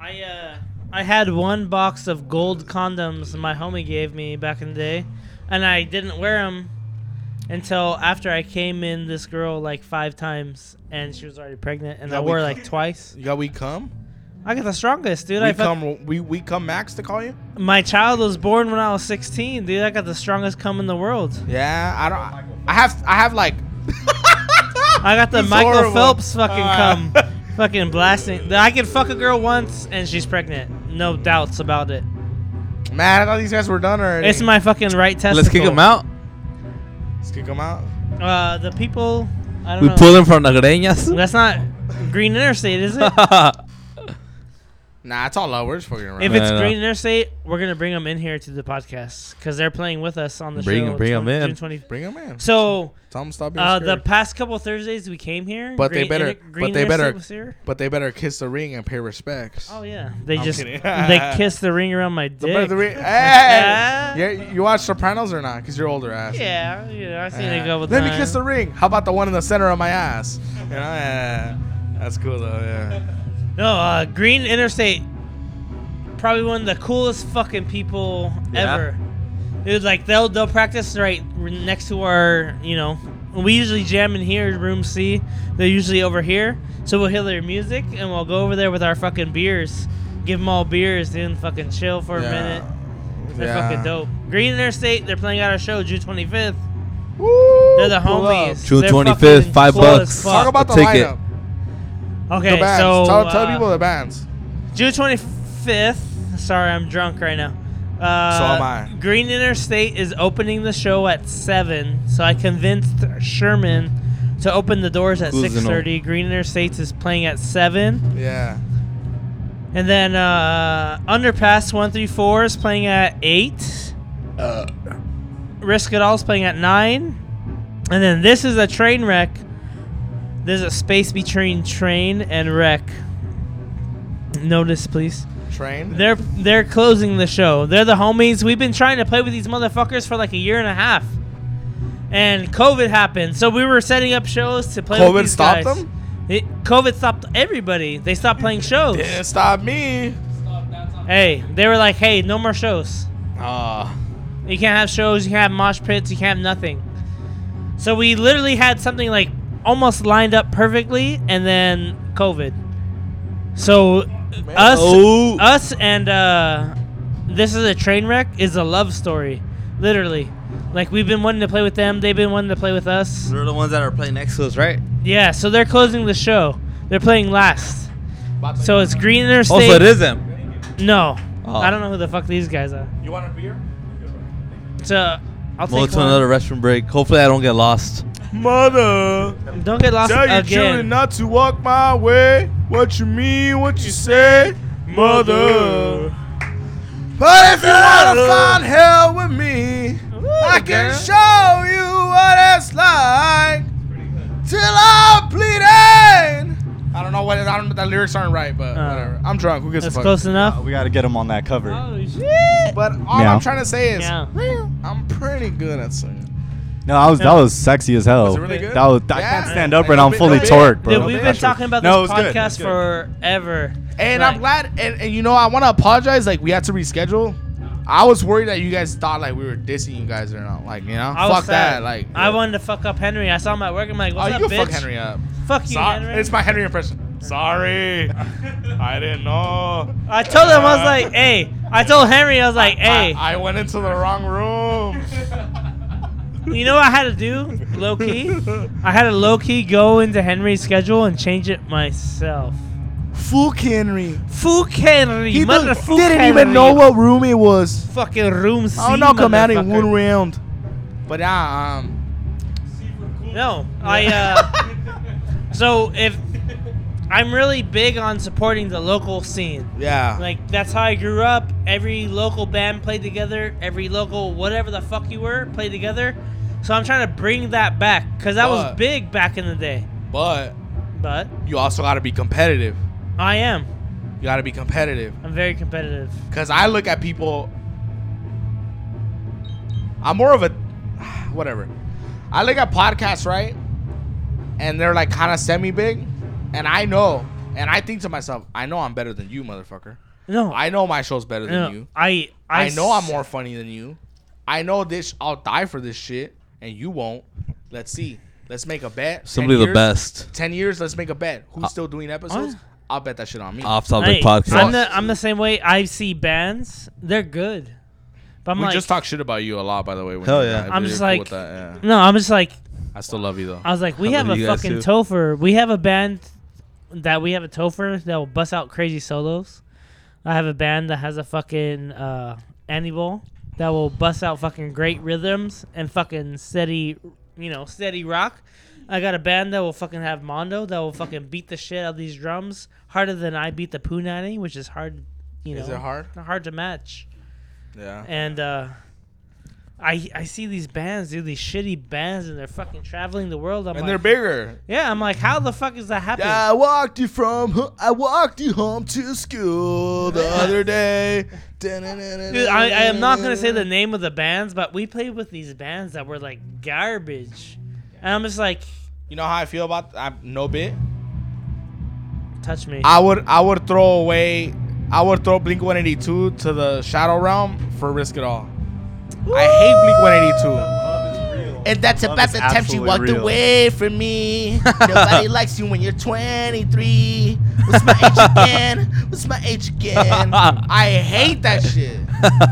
Speaker 3: I uh, I had one box of gold condoms my homie gave me back in the day, and I didn't wear them until after I came in this girl like five times, and she was already pregnant, and
Speaker 1: Yeah,
Speaker 3: I
Speaker 1: we
Speaker 3: wore
Speaker 1: co-
Speaker 3: like twice.
Speaker 1: You got we come?
Speaker 3: I got the strongest, dude. I
Speaker 1: we
Speaker 3: fuck-
Speaker 1: come? We we come Max to call you?
Speaker 3: my child was born when I was 16, dude. I got the strongest cum in the world.
Speaker 1: Yeah, I don't. I have I have like
Speaker 3: I got the
Speaker 1: It's
Speaker 3: Michael
Speaker 1: horrible.
Speaker 3: Phelps fucking
Speaker 1: Ah.
Speaker 3: cum, fucking blasting. I could fuck a girl once and she's pregnant, no doubts about it.
Speaker 1: man. I thought these guys were done already.
Speaker 3: It's my fucking right testicle.
Speaker 2: Let's kick him out.
Speaker 1: Let's kick them out.
Speaker 3: Uh, the people. I don't
Speaker 2: We
Speaker 3: know.
Speaker 2: pull him from the greñas.
Speaker 3: That's not Green Interstate, is it?
Speaker 1: Nah, it's all love. We're just fucking around.
Speaker 3: if
Speaker 2: No,
Speaker 3: it's
Speaker 2: no, no.
Speaker 3: Green Interstate, we're gonna bring them in here to the podcast because they're playing with us on the
Speaker 2: Bring 'em-
Speaker 3: show.
Speaker 2: bring 'em
Speaker 3: 20
Speaker 2: in.
Speaker 3: June 20.
Speaker 1: Bring them in.
Speaker 3: So
Speaker 1: Tell them stop being
Speaker 3: uh, the
Speaker 1: scared.
Speaker 3: past couple Thursdays we came here,
Speaker 1: But they
Speaker 3: Green
Speaker 1: better-
Speaker 3: Inter-
Speaker 1: but
Speaker 3: Green
Speaker 1: they
Speaker 3: Interstate
Speaker 1: better-
Speaker 3: was here.
Speaker 1: but they better kiss the ring and pay respects.
Speaker 3: Oh yeah, they
Speaker 1: I'm
Speaker 3: just
Speaker 1: kidding.
Speaker 3: they kissed the ring around my
Speaker 1: The better
Speaker 3: dick.
Speaker 1: the ring.
Speaker 3: Ah.
Speaker 1: Hey, you, you watch Sopranos or not? Cause you're older ass.
Speaker 3: Yeah, you know, I seen
Speaker 1: Yeah.
Speaker 3: it a couple
Speaker 1: Uh, Let
Speaker 3: times.
Speaker 1: me kiss the ring. How about the one in the center of my ass? You know, yeah. That's cool though. Yeah.
Speaker 3: No, uh, Green Interstate, probably one of the coolest fucking people
Speaker 2: Yeah.
Speaker 3: ever. Dude, like they'll they'll practice right next to our, you know, we usually jam in here, room C. They're usually over here, so we'll hear their music and we'll go over there with our fucking beers, give them all beers, dude, and fucking chill for
Speaker 1: Yeah.
Speaker 3: a minute. They're
Speaker 1: Yeah.
Speaker 3: fucking dope. Green Interstate, they're playing at our show June 25th. They're the
Speaker 1: pull up.
Speaker 3: homies.
Speaker 2: June
Speaker 3: They're
Speaker 2: 25th,
Speaker 3: fucking
Speaker 2: five
Speaker 3: cool as
Speaker 2: bucks.
Speaker 3: fuck.
Speaker 1: Talk about the
Speaker 2: ticket.
Speaker 1: lineup.
Speaker 3: Okay,
Speaker 1: the bands.
Speaker 3: so
Speaker 1: tell, tell
Speaker 3: uh,
Speaker 1: people the bands.
Speaker 3: June 25th. Sorry, I'm drunk right now. Uh,
Speaker 1: So am I.
Speaker 3: Green Interstate is opening the show at seven, so I convinced Sherman to open the doors at
Speaker 2: Who's in
Speaker 3: six thirty. Green Interstate is playing at seven,
Speaker 1: Yeah.
Speaker 3: and then uh, Underpass one three four is playing at eight. Risk It All is playing at nine, and then this is a train wreck. There's a space between train and wreck. Notice, please.
Speaker 1: Train.
Speaker 3: They're they're closing the show. They're the homies. We've been trying to play with these motherfuckers for like a year and a half, and COVID happened. So we were setting up shows to play.
Speaker 1: COVID
Speaker 3: with these
Speaker 1: stopped
Speaker 3: guys.
Speaker 1: them?
Speaker 3: It, COVID stopped everybody. They stopped playing shows.
Speaker 1: Didn't stop me.
Speaker 3: Hey, they were like, hey, no more shows.
Speaker 1: Ah.
Speaker 3: You can't have shows. You can't have mosh pits. You can't have nothing. So we literally had something like almost lined up perfectly, and then COVID. So us,
Speaker 2: Oh.
Speaker 3: us, and uh, this is a train wreck. Is a love story, literally. Like we've been wanting to play with them. They've been wanting to play with us.
Speaker 2: They're the ones that are playing next to us, right?
Speaker 3: Yeah. So they're closing the show. They're playing last. So it's Green Interstate.
Speaker 2: Oh, so it is them.
Speaker 3: No,
Speaker 2: Oh.
Speaker 3: I don't know who the fuck these guys are.
Speaker 1: You want a beer?
Speaker 3: So I'll
Speaker 2: Well,
Speaker 3: take
Speaker 2: to
Speaker 3: one.
Speaker 2: another restroom break. Hopefully, I don't get lost.
Speaker 1: Mother.
Speaker 3: Don't get lost
Speaker 1: Tell your children
Speaker 3: again.
Speaker 1: not to walk my way. What you mean, what you say, mother. But if you wanna find hell with me, I can show you what it's like. Till I'm bleeding. I don't know what I don't, the lyrics aren't right, but
Speaker 3: Uh,
Speaker 1: whatever. I'm drunk. Who gives a
Speaker 3: That's
Speaker 1: fuck?
Speaker 3: close enough.
Speaker 4: We gotta get him on that cover.
Speaker 3: Oh,
Speaker 1: But all
Speaker 4: Meow.
Speaker 1: I'm trying to say is,
Speaker 3: Meow.
Speaker 1: I'm pretty good at singing.
Speaker 4: No, I was that was sexy as hell.
Speaker 1: Was it really good?
Speaker 4: That was, I
Speaker 1: Yeah.
Speaker 4: can't stand up
Speaker 1: Like,
Speaker 4: right now. I'm
Speaker 1: don't
Speaker 4: fully
Speaker 1: be-
Speaker 4: torqued, bro.
Speaker 3: Dude, we've been talking about this
Speaker 4: No, it was good. It was
Speaker 3: podcast forever.
Speaker 1: And
Speaker 3: Right.
Speaker 1: I'm glad. And, and you know, I want to apologize. Like we had to reschedule. I was worried that you guys thought like we were dissing you guys or not. Like you know,
Speaker 3: I was
Speaker 1: fuck
Speaker 3: sad.
Speaker 1: that. Like
Speaker 3: I wanted to fuck up Henry. I saw him at work. I'm like,
Speaker 1: Oh,
Speaker 3: what's
Speaker 1: you
Speaker 3: up,
Speaker 1: can
Speaker 3: bitch?
Speaker 1: fuck Henry up.
Speaker 3: Fuck you,
Speaker 1: Sorry,
Speaker 3: Henry.
Speaker 1: it's my Henry impression. Sorry, I didn't know.
Speaker 3: I told him I was like, hey. I told Henry I was like, hey.
Speaker 1: I, I went into the wrong room.
Speaker 3: you know what I had to do? Low key, I had to low key go into Henry's schedule and change it myself.
Speaker 1: Fuck Henry.
Speaker 3: Fuck Henry.
Speaker 1: He
Speaker 3: mother
Speaker 1: don't-
Speaker 3: fuck
Speaker 1: didn't
Speaker 3: Henry.
Speaker 1: even know what room it was.
Speaker 3: fucking room. C,
Speaker 1: I don't know, come out in
Speaker 3: motherfucker.
Speaker 1: one round. But yeah, um,
Speaker 3: No, I. Uh, so if I'm really big on supporting the local scene,
Speaker 1: yeah,
Speaker 3: like that's how I grew up. Every local band played together. Every local whatever the fuck you were played together. So I'm trying to bring that back because that was
Speaker 1: But-
Speaker 3: big back in the day.
Speaker 1: but
Speaker 3: But
Speaker 1: you also got to be competitive.
Speaker 3: I am.
Speaker 1: You got to be competitive.
Speaker 3: I'm very competitive.
Speaker 1: Cause I look at people. I'm more of a, whatever. I look at podcasts right, and they're like kind of semi big, and I know, and I think to myself, I know I'm better than you, motherfucker.
Speaker 3: No, I.
Speaker 1: I know my show's better than
Speaker 3: No,
Speaker 1: you.
Speaker 3: I, I.
Speaker 1: I, know I'm
Speaker 3: s-
Speaker 1: more funny than you. I know this. I'll die for this shit, and you won't. Let's see. Let's make a bet. Ten
Speaker 2: Simply the
Speaker 1: years-
Speaker 2: best Uh,
Speaker 1: Ten years. Let's make a bet. Who's still doing episodes? I'll bet that shit on me.
Speaker 2: off-topic
Speaker 3: Hey, I'm
Speaker 2: podcast.
Speaker 3: the, I'm the same way. I see bands. They're good. But I'm
Speaker 1: we
Speaker 3: like.
Speaker 1: just talk shit about you a lot, by the way. when
Speaker 2: Hell
Speaker 1: you're
Speaker 2: yeah.
Speaker 1: not-
Speaker 3: I'm
Speaker 1: you're
Speaker 3: just
Speaker 1: cool
Speaker 3: like-
Speaker 1: with that, yeah.
Speaker 3: no, I'm just like.
Speaker 1: I still love you though.
Speaker 3: I was like, we
Speaker 2: I
Speaker 3: have
Speaker 2: love
Speaker 3: a
Speaker 2: you guys
Speaker 3: fucking
Speaker 2: too.
Speaker 3: topher. We have a band that we have a topher that will bust out crazy solos. I have a band that has a fucking uh, Annie Bowl that will bust out fucking great rhythms and fucking steady, you know, steady rock. I got a band that will fucking have Mondo that will fucking beat the shit out of these drums harder than I beat the Punani, which is hard, you know.
Speaker 1: Is it hard?
Speaker 3: Hard to match
Speaker 1: Yeah.
Speaker 3: and uh, I I see these bands, dude, these shitty bands, and they're fucking traveling the world. I'm
Speaker 1: And
Speaker 3: like,
Speaker 1: they're bigger.
Speaker 3: yeah, I'm like, how the fuck is that happening?
Speaker 1: I walked you from ho- I walked you home to school the other day.
Speaker 3: Dude, I, I am not gonna say the name of the bands, but we played with these bands that were like garbage, and I'm just like,
Speaker 1: You know how I feel about th- I'm no bit.
Speaker 3: touch me.
Speaker 1: I would I would throw away I would throw Blink 182 to the Shadow Realm for Risk It All. I hate Blink 182.
Speaker 5: And that's
Speaker 4: Love
Speaker 5: about
Speaker 4: is
Speaker 5: the time she
Speaker 4: absolutely
Speaker 5: walked
Speaker 4: real.
Speaker 5: away from me. Nobody likes you when you're 23. What's my age again? What's my age again?
Speaker 1: I hate that shit.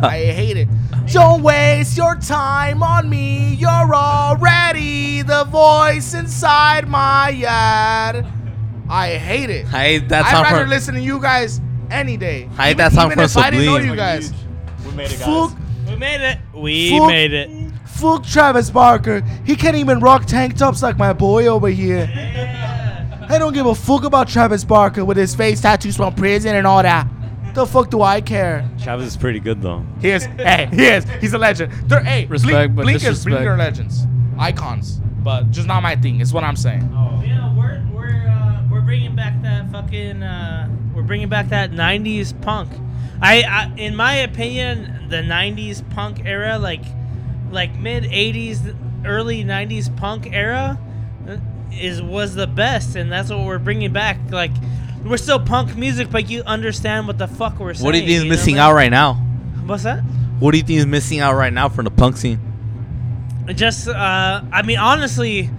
Speaker 1: I hate it. Don't waste your time on me. You're already the voice inside my head. I hate it.
Speaker 2: I hate that
Speaker 1: I'd
Speaker 2: song
Speaker 1: rather
Speaker 2: from.
Speaker 1: listen to you guys any day.
Speaker 2: I hate
Speaker 1: Even-
Speaker 2: that song
Speaker 1: even
Speaker 2: from
Speaker 1: if I didn't know
Speaker 2: Sublime.
Speaker 1: you guys.
Speaker 4: We made it, guys.
Speaker 1: Fuck,
Speaker 3: We made it. We
Speaker 1: Fuck.
Speaker 3: made it.
Speaker 1: fuck Travis Barker. He can't even rock tank tops like my boy over here. I don't give a fuck about Travis Barker with his face tattoos from prison and all that. The fuck do I care?
Speaker 6: Travis is pretty good though.
Speaker 1: He is. hey, he is. He's a legend. They're, hey,
Speaker 7: Respect,
Speaker 1: Blink,
Speaker 7: but
Speaker 1: Blink is
Speaker 7: disrespect.
Speaker 1: Blink are legends, icons, but just not my thing. Is what I'm saying.
Speaker 3: Yeah, we're we're uh, we're bringing back that fucking uh, we're bringing back that '90s punk. I, I in my opinion, the '90s punk era, like like mid '80s, early '90s punk era, uh, is was the best, and that's what we're bringing back. Like we're still punk music, but you understand what the fuck we're saying.
Speaker 2: What do you think is
Speaker 3: know
Speaker 2: missing
Speaker 3: what
Speaker 2: out
Speaker 3: I
Speaker 2: right now?
Speaker 3: mean? What's that?
Speaker 2: What do you think is missing out right now from the punk scene?
Speaker 3: just uh, I mean honestly,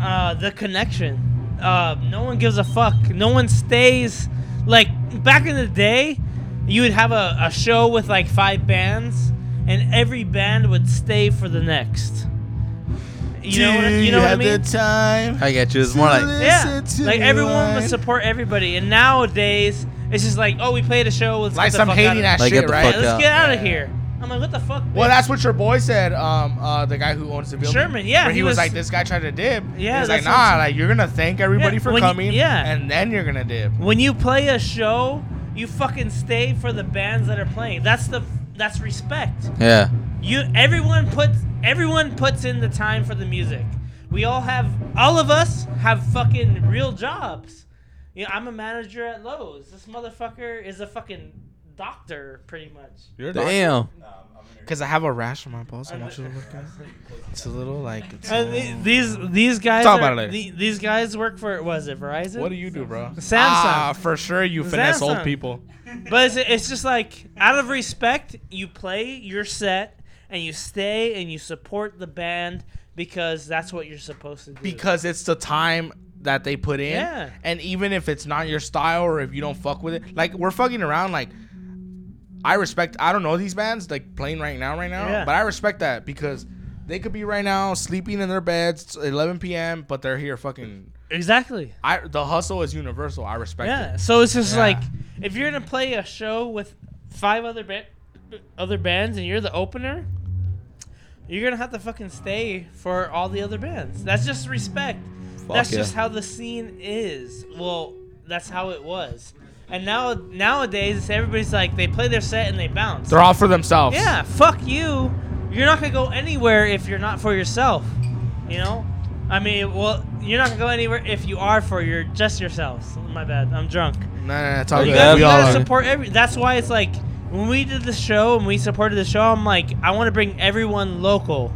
Speaker 3: uh, the connection. Uh, no one gives a fuck. No one stays. Like back in the day, you would have a, a show with like five bands, and every band would stay for the next. You know what I, you know what I mean?
Speaker 1: time.
Speaker 2: I get you. It's more like
Speaker 3: Yeah,
Speaker 1: listen to
Speaker 3: like everyone would
Speaker 1: life.
Speaker 3: support everybody, and nowadays it's just like, oh, we played a show. Let's
Speaker 1: Like
Speaker 3: get the
Speaker 1: some
Speaker 3: fuck
Speaker 1: hating
Speaker 3: out
Speaker 1: ass
Speaker 3: of-
Speaker 2: Like, get
Speaker 1: shit,
Speaker 2: the
Speaker 1: right?
Speaker 2: fuck
Speaker 3: Yeah, let's
Speaker 2: out.
Speaker 3: get out of here. I'm like, what the fuck?
Speaker 1: Well,
Speaker 3: bitch?
Speaker 1: that's what your boy said. Um, uh, the guy who owns the building,
Speaker 3: Sherman, yeah,
Speaker 1: where he,
Speaker 3: he
Speaker 1: was,
Speaker 3: was-
Speaker 1: like, "This guy tried to dip."
Speaker 3: Yeah,
Speaker 1: he's like,
Speaker 3: that's what I'm
Speaker 1: "Nah, like you're gonna thank everybody
Speaker 3: Yeah,
Speaker 1: for
Speaker 3: when you-
Speaker 1: coming,
Speaker 3: yeah.
Speaker 1: and then you're gonna dip."
Speaker 3: when you play a show, you fucking stay for the bands that are playing. That's the that's respect.
Speaker 2: yeah.
Speaker 3: You everyone puts everyone puts in the time for the music. We all have all of us have fucking real jobs. You know, I'm a manager at Lowe's. This motherfucker is a fucking doctor pretty much.
Speaker 2: Damn.
Speaker 1: Because I have a rash on my balls. I want you to look at it. It's a little like. It's
Speaker 3: And the- these these guys
Speaker 1: Talk
Speaker 3: are-
Speaker 1: about it later.
Speaker 3: the- these guys work for was it Verizon?
Speaker 1: what do you do, bro?
Speaker 3: Samsung.
Speaker 1: Ah, for sure, you finesse old
Speaker 3: Samsung.
Speaker 1: people.
Speaker 3: But it's, it's just like out of respect, you play your set and you stay and you support the band because that's what you're supposed to do.
Speaker 1: because it's the time that they put in.
Speaker 3: Yeah.
Speaker 1: And even if it's not your style or if you don't fuck with it, like we're fucking around. Like I respect. I don't know these bands like playing right now, right now.
Speaker 3: Yeah.
Speaker 1: But I respect that because they could be right now sleeping in their beds, it's 11 p.m. But they're here fucking.
Speaker 3: exactly.
Speaker 1: I the hustle is universal. I respect
Speaker 3: Yeah.
Speaker 1: it.
Speaker 3: So it's just
Speaker 1: Yeah.
Speaker 3: like if you're gonna play a show with five other ba- other bands and you're the opener, you're gonna have to fucking stay for all the other bands. That's just respect. that's
Speaker 2: yeah.
Speaker 3: just how the scene is. Well, that's how it was. And now nowadays everybody's like they play their set and they bounce.
Speaker 1: They're all for themselves.
Speaker 3: Yeah, fuck you. You're not gonna go anywhere if you're not for yourself. You know? I mean, well, you're not gonna go anywhere if you are for your just yourselves. My bad. I'm drunk.
Speaker 1: No, no, no. It's all
Speaker 2: You
Speaker 1: good.
Speaker 2: guys-
Speaker 1: we
Speaker 3: you
Speaker 1: all
Speaker 3: gotta
Speaker 1: are.
Speaker 3: support every. That's why it's like when we did the show and we supported the show. I'm like, I want to bring everyone local.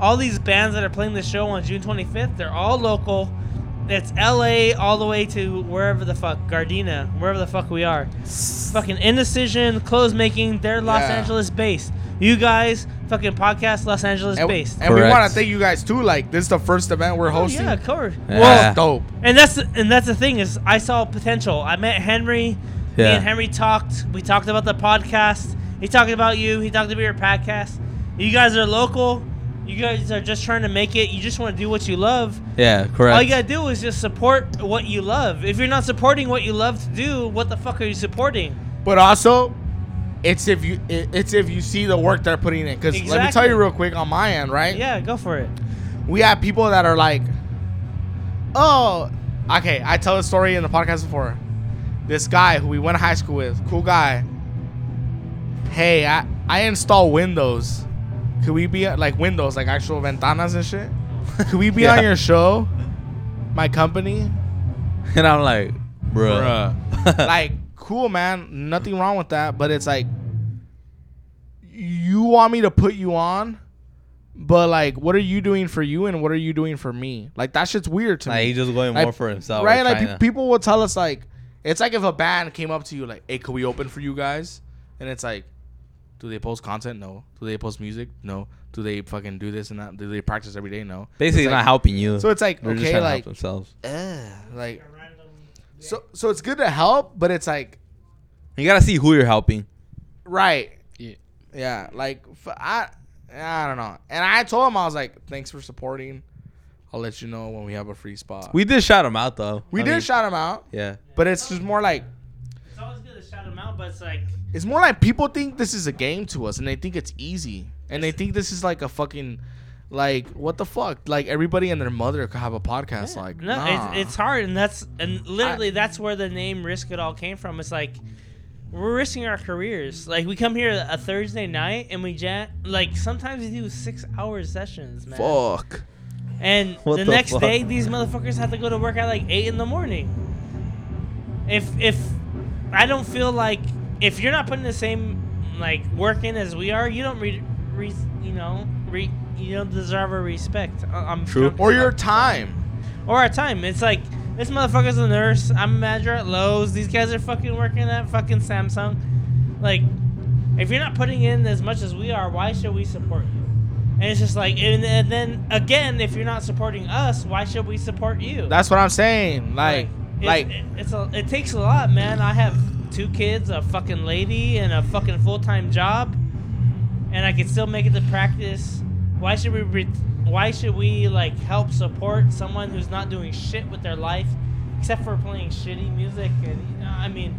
Speaker 3: All these bands that are playing the show on June 25th, they're all local. It's LA all the way to wherever the fuck, Gardena, wherever the fuck we are. Fucking Indecision, Clothes Making, they're Los
Speaker 1: Yeah.
Speaker 3: Angeles based. You guys, fucking podcast, Los Angeles
Speaker 1: And,
Speaker 3: based.
Speaker 1: and we
Speaker 2: Correct.
Speaker 1: want to thank you guys too. Like this is the first event we're
Speaker 3: Oh,
Speaker 1: hosting.
Speaker 3: yeah, of course.
Speaker 2: Yeah.
Speaker 1: Dope.
Speaker 3: And that's the, and that's the thing is I saw potential. I met Henry. Me
Speaker 2: Yeah.
Speaker 3: and Henry talked. We talked about the podcast. He talked about you. He talked about your podcast. You guys are local. You guys are just trying to make it. You just want to do what you love.
Speaker 2: Yeah, correct.
Speaker 3: All you gotta do is just support what you love. If you're not supporting what you love to do, what the fuck are you supporting?
Speaker 1: But also, it's if you it- it's if you see the work they're putting in. Because let me tell
Speaker 3: Exactly.
Speaker 1: you real quick on my end, right?
Speaker 3: Yeah, go for it.
Speaker 1: We have people that are like, oh, okay. I tell a story in the podcast before. This guy who we went to high school with, cool guy. Hey, I I install windows. Could we be like windows, like actual ventanas and shit? Could we be
Speaker 2: Yeah.
Speaker 1: on your show? My company,
Speaker 2: and I'm like, bruh.
Speaker 1: Bruh. like, cool, man. Nothing wrong with that. But it's like, you want me to put you on, but like, what are you doing for you and what are you doing for me? Like, that shit's weird to
Speaker 2: Like
Speaker 1: me.
Speaker 2: he's just going
Speaker 1: Like,
Speaker 2: more for himself.
Speaker 1: right? Like,
Speaker 2: Like,
Speaker 1: pe-
Speaker 2: trying to-
Speaker 1: people will tell us, like, it's like if a band came up to you, like, hey, could we open for you guys? And it's like, do they post content? No. Do they post music? No. Do they fucking do this and that? Do they practice every day? No.
Speaker 2: basically
Speaker 1: It's like-
Speaker 2: not helping you.
Speaker 1: So it's like,
Speaker 2: They're just
Speaker 1: okay,
Speaker 2: trying to
Speaker 1: like,
Speaker 2: help
Speaker 1: eh,
Speaker 2: themselves.
Speaker 1: like, so so it's good to help, but it's like,
Speaker 2: You gotta see who you're helping.
Speaker 1: Right. Yeah, like f- I, I don't know. And I told him I was like, "Thanks for supporting. I'll let you know when we have a free spot." We,
Speaker 2: We did shout him out though. I
Speaker 1: did
Speaker 2: mean,
Speaker 1: shout him out,
Speaker 2: Yeah.
Speaker 1: but it's just more like
Speaker 3: It's always good to shout them out, but it's like
Speaker 1: it's more like people think this is a game to us, and they think it's easy, and they think this is like a fucking. Like what the fuck? Like everybody and their mother could have a podcast. Like
Speaker 3: no,
Speaker 1: nah.
Speaker 3: it's, it's hard, and that's and literally that's where the name Risk It All came from. It's like we're risking our careers. Like we come here a Thursday night and we jam. Like sometimes we do six-hour sessions, man.
Speaker 1: fuck.
Speaker 3: And
Speaker 2: What
Speaker 3: the,
Speaker 2: the
Speaker 3: next
Speaker 2: fuck?
Speaker 3: day, these motherfuckers have to go to work at like eight in the morning. If if I don't feel like if you're not putting the same like work in as we are, you don't re, re you know re you don't deserve our respect. I- I'm
Speaker 2: True.
Speaker 3: I'm-
Speaker 1: Or your time.
Speaker 3: or our time. It's like this motherfucker's a nurse. I'm a manager at Lowe's. These guys are fucking working at fucking Samsung. Like, if you're not putting in as much as we are, why should we support you? And it's just like, and, and then again, if you're not supporting us, why should we support you?
Speaker 1: That's what I'm saying. Like,
Speaker 3: it-
Speaker 1: like,
Speaker 3: it, it's a, it takes a lot, man. I have two kids, a fucking lady, and a fucking full time job, and I can still make it to practice. Why should we? Re- why should we like help support someone who's not doing shit with their life, except for playing shitty music? And you know, I mean,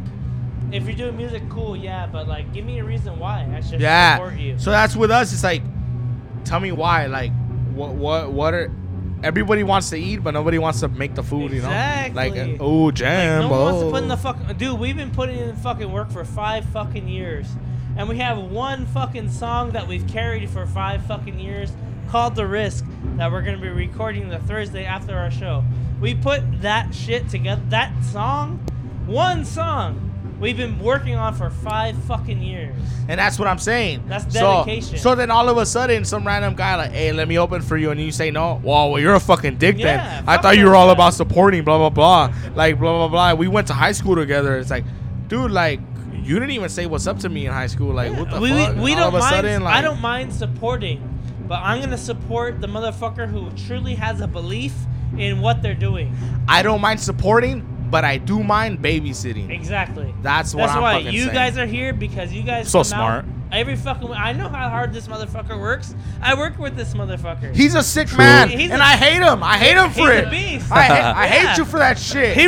Speaker 3: if you're doing music, cool, yeah, but like, give me a reason why I should support
Speaker 1: yeah.
Speaker 3: you.
Speaker 1: So that's with us. It's like, tell me why. Like, what, what, what are? Everybody wants to eat, but nobody wants to make the food. You know,
Speaker 3: Exactly.
Speaker 1: like, oh, jam.
Speaker 3: No one wants to
Speaker 1: oh.
Speaker 3: put in the fuck. Dude, we've been putting in fucking work for five fucking years, and we have one fucking song that we've carried for five fucking years called "The Risk" that we're gonna be recording the Thursday after our show. We put that shit together. That song, one song, we've been working on for five fucking years.
Speaker 1: And that's what I'm saying.
Speaker 3: That's
Speaker 1: So-
Speaker 3: dedication.
Speaker 1: So, then all of a sudden, some random guy like, hey, let me open for you, and you say no. Well, well, you're a fucking dick
Speaker 3: Yeah,
Speaker 1: then. I
Speaker 3: fuck
Speaker 1: thought you
Speaker 3: that
Speaker 1: were all
Speaker 3: guy.
Speaker 1: about supporting, blah blah blah, like blah blah blah. We went to high school together. It's like, dude, like you didn't even say what's up to me in high school. Like, what the
Speaker 3: we,
Speaker 1: fuck?
Speaker 3: we
Speaker 1: all
Speaker 3: don't
Speaker 1: of a
Speaker 3: mind.
Speaker 1: sudden, like,
Speaker 3: I don't mind supporting, but I'm gonna support the motherfucker who truly has a belief in what they're doing.
Speaker 1: I don't mind supporting, but I do mind babysitting.
Speaker 3: Exactly.
Speaker 1: That's what I'm
Speaker 3: why
Speaker 1: fucking
Speaker 3: you
Speaker 1: saying.
Speaker 3: guys are here because you guys
Speaker 1: So
Speaker 3: come out
Speaker 1: smart.
Speaker 3: every fucking. I know how hard this motherfucker works. I work with this motherfucker.
Speaker 1: He's a sick man,
Speaker 3: He's
Speaker 1: and
Speaker 3: a-
Speaker 1: I hate him. I hate him for
Speaker 3: he's
Speaker 1: it.
Speaker 3: a beast.
Speaker 1: I, ha- I
Speaker 3: Yeah.
Speaker 1: hate you for that shit.
Speaker 3: he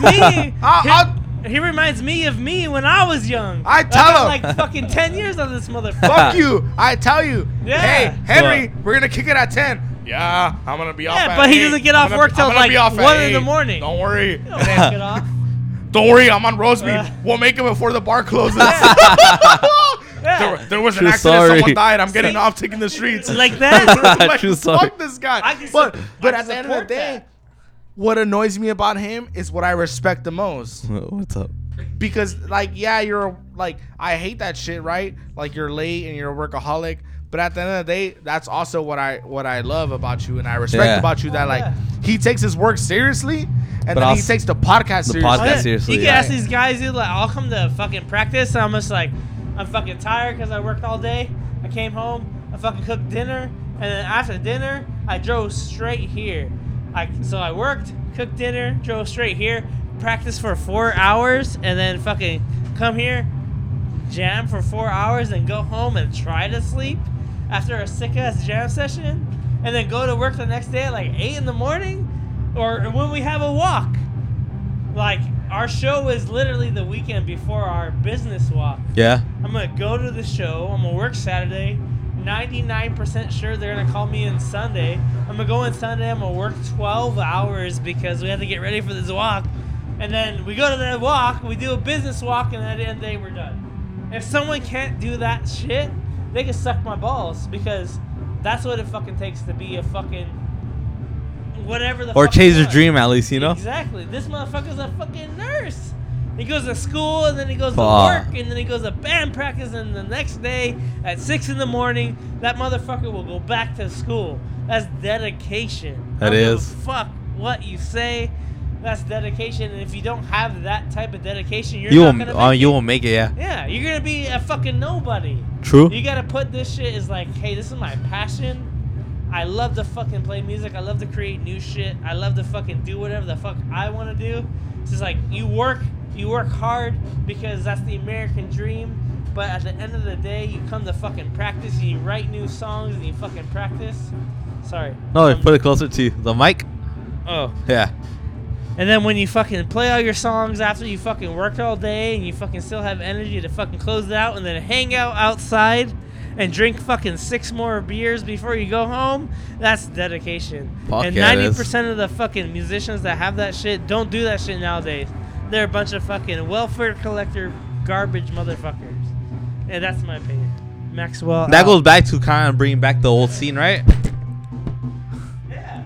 Speaker 3: me.
Speaker 1: I'll-
Speaker 3: he,
Speaker 1: I'll-
Speaker 3: he reminds me of me when I was young.
Speaker 1: I
Speaker 3: Like,
Speaker 1: tell
Speaker 3: I'm
Speaker 1: him.
Speaker 3: like fucking ten years of this motherfucker.
Speaker 1: Fuck you! I tell you.
Speaker 3: Yeah.
Speaker 1: Hey, Henry, we're gonna kick it at ten. Yeah, I'm gonna be off.
Speaker 3: Yeah,
Speaker 1: at
Speaker 3: but he
Speaker 1: 8.
Speaker 3: doesn't get off
Speaker 1: I'm gonna
Speaker 3: work
Speaker 1: be-
Speaker 3: till
Speaker 1: I'm gonna be
Speaker 3: like
Speaker 1: off at
Speaker 3: 1 in the
Speaker 1: 8.
Speaker 3: morning.
Speaker 1: Don't worry.
Speaker 3: Don't fuck it off.
Speaker 1: Don't worry. I'm on Rosemead.
Speaker 3: Uh.
Speaker 1: we'll make it before the bar closes. there, there was
Speaker 2: True
Speaker 1: an accident. Someone
Speaker 2: story.
Speaker 1: died. I'm getting off taking the streets.
Speaker 3: Like that.
Speaker 1: I'm like,
Speaker 2: True story.
Speaker 1: fuck this guy.
Speaker 3: I can
Speaker 1: but
Speaker 3: sup-
Speaker 1: but
Speaker 3: I
Speaker 1: at the end of the
Speaker 3: support
Speaker 1: day,
Speaker 3: that.
Speaker 1: what annoys me about him is what I respect the most
Speaker 2: What's up?
Speaker 1: because like yeah you're like i hate that shit right like you're late and you're a workaholic but at the end of the day that's also what i what i love about you and i respect
Speaker 2: Yeah.
Speaker 1: about you that like
Speaker 3: yeah.
Speaker 1: he takes his work seriously and then he
Speaker 2: also-
Speaker 1: takes the podcast
Speaker 2: the
Speaker 1: seriously
Speaker 2: podcast-
Speaker 3: yeah.
Speaker 2: seriously,
Speaker 3: You can
Speaker 2: yeah.
Speaker 3: ask these guys, dude, like, I'll come to fucking practice, and I'm just like, I'm fucking tired because I worked all day. I came home, I fucking cooked dinner, and then after dinner, I drove straight here. I so I worked, cooked dinner, drove straight here, practiced for four hours, and then fucking come here, jam for four hours, and go home and try to sleep after a sick ass jam session, and then go to work the next day at like eight in the morning, or when we have a walk like our show is literally the weekend before our business walk.
Speaker 2: Yeah.
Speaker 3: I'm gonna go to the show. I'm gonna work Saturday. 99% sure they're gonna call me in Sunday. I'm gonna go in Sunday. I'm gonna work 12 hours because we have to get ready for this walk. And then we go to that walk. We do a business walk, and at the end of the day, we're done. If someone can't do that shit, they can suck my balls because that's what it fucking takes to be a fucking whatever the
Speaker 2: Or
Speaker 3: fuck
Speaker 2: chase
Speaker 3: you
Speaker 2: your
Speaker 3: are.
Speaker 2: dream at least, you know?
Speaker 3: Exactly. This motherfucker's a fucking nurse. He goes to school and then he
Speaker 2: Fuck.
Speaker 3: goes to work and then he goes to band practice and the next day at six in the morning, that motherfucker will go back to school. That's dedication.
Speaker 2: That
Speaker 3: I don't give a
Speaker 2: is.
Speaker 3: Fuck what you say. That's dedication. And if you don't have that type of dedication, you're
Speaker 2: You
Speaker 3: not
Speaker 2: won't
Speaker 3: gonna
Speaker 2: uh,
Speaker 3: make
Speaker 2: you
Speaker 3: it.
Speaker 2: won't make it, yeah.
Speaker 3: Yeah, you're gonna be a fucking nobody.
Speaker 2: True.
Speaker 3: You gotta put this shit as like, hey, this is my passion. I love to fucking play music. I love to create new shit. I love to fucking do whatever the fuck I want to do. It's just like you work, you work hard because that's the American dream. But at the end of the day, you come to fucking practice and you write new songs and you fucking practice. Sorry.
Speaker 2: No,
Speaker 3: Um,
Speaker 2: put it closer to you. the mic.
Speaker 3: oh.
Speaker 2: Yeah.
Speaker 3: And then when you fucking play all your songs after you fucking worked all day and you fucking still have energy to fucking close it out and then hang out outside and drink fucking six more beers before you go home, that's dedication.
Speaker 2: Fuck
Speaker 3: and
Speaker 2: yeah, it
Speaker 3: ninety
Speaker 2: is.
Speaker 3: percent of the fucking musicians that have that shit don't do that shit nowadays. They're a bunch of fucking welfare collector garbage motherfuckers. And that's my opinion. Maxwell.
Speaker 2: That
Speaker 3: out.
Speaker 2: goes back to kind of bringing back the old scene, right?
Speaker 3: Yeah.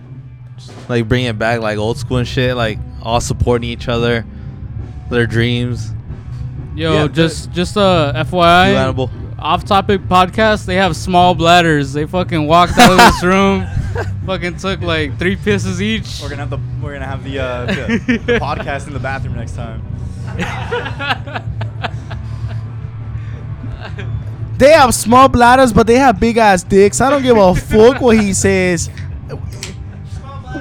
Speaker 2: Like bringing it back, like old school and shit. Like all supporting each other, their dreams.
Speaker 7: Yo,
Speaker 2: Yeah,
Speaker 7: just just uh, FYI,
Speaker 2: You animal.
Speaker 7: off topic podcast. They have small bladders. They fucking walked out of this room, fucking took like three pisses each.
Speaker 4: We're gonna have the we're gonna have the, uh, the, the podcast in the bathroom next time.
Speaker 1: They have small bladders, but they have big ass dicks. I don't give a fuck what he says.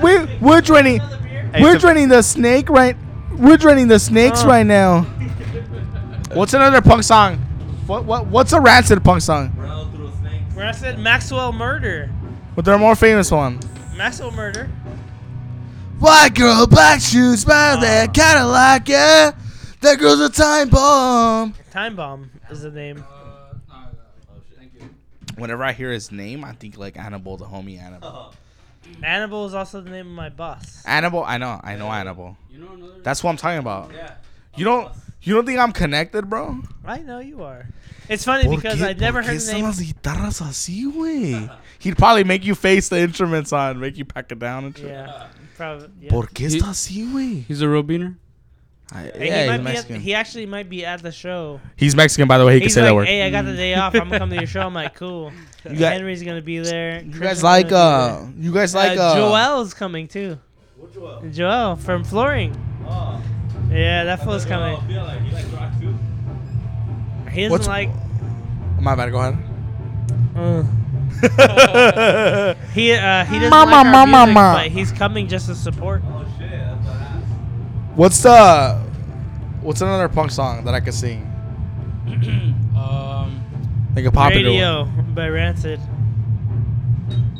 Speaker 1: We're we're draining,
Speaker 4: Hey,
Speaker 1: we're
Speaker 4: so-
Speaker 1: draining the snake right. We're draining the snakes right now. What's another punk song? What what what's a rancid punk song?
Speaker 3: When I said Maxwell murder.
Speaker 1: But they're more famous one.
Speaker 3: Maxwell murder.
Speaker 1: White girl, black shoes, smile that Cadillac, yeah. That girl's a time bomb.
Speaker 3: Time bomb is the name.
Speaker 1: Whenever I hear his name, I think like Annabelle, the homie Annabelle.
Speaker 3: Annabelle is also the name of my boss.
Speaker 1: Annabelle, I know, I know Annabelle.
Speaker 7: You know another
Speaker 1: That's what I'm talking about. Yeah. You don't you don't think I'm connected, bro?
Speaker 3: I know you are. It's funny because I never heard the name.
Speaker 1: guitarras así, güey? He'd probably make you face the instruments on, make you pack it down and shit.
Speaker 3: Yeah, probably. Yeah.
Speaker 1: ¿Por qué
Speaker 7: He-
Speaker 1: está así, güey?
Speaker 7: He's a real beaner.
Speaker 1: I-
Speaker 3: And he,
Speaker 1: Yeah,
Speaker 3: might
Speaker 1: he's
Speaker 3: be at-
Speaker 1: Mexican.
Speaker 3: he actually might be at the show.
Speaker 1: He's Mexican, by the way. He can
Speaker 3: He's
Speaker 1: say
Speaker 3: like,
Speaker 1: that word.
Speaker 3: "Hey, I got the day off. I'm gonna come to your show." I'm like, "Cool."
Speaker 1: You got-
Speaker 3: Henry's gonna be there.
Speaker 1: You guys like uh, you guys like uh,
Speaker 3: Joel's coming too. Joel? from Flooring. Yeah, that fool's coming. He doesn't
Speaker 1: What's-
Speaker 3: like.
Speaker 1: My bad. Go ahead.
Speaker 3: uh, he uh, he doesn't
Speaker 1: Mama,
Speaker 3: like our
Speaker 1: mama,
Speaker 3: music,
Speaker 1: mama.
Speaker 3: but he's coming just to support.
Speaker 1: What's the, what's another punk song that I could sing?
Speaker 7: Um,
Speaker 1: Like a popular
Speaker 3: Radio by Rancid.
Speaker 1: one.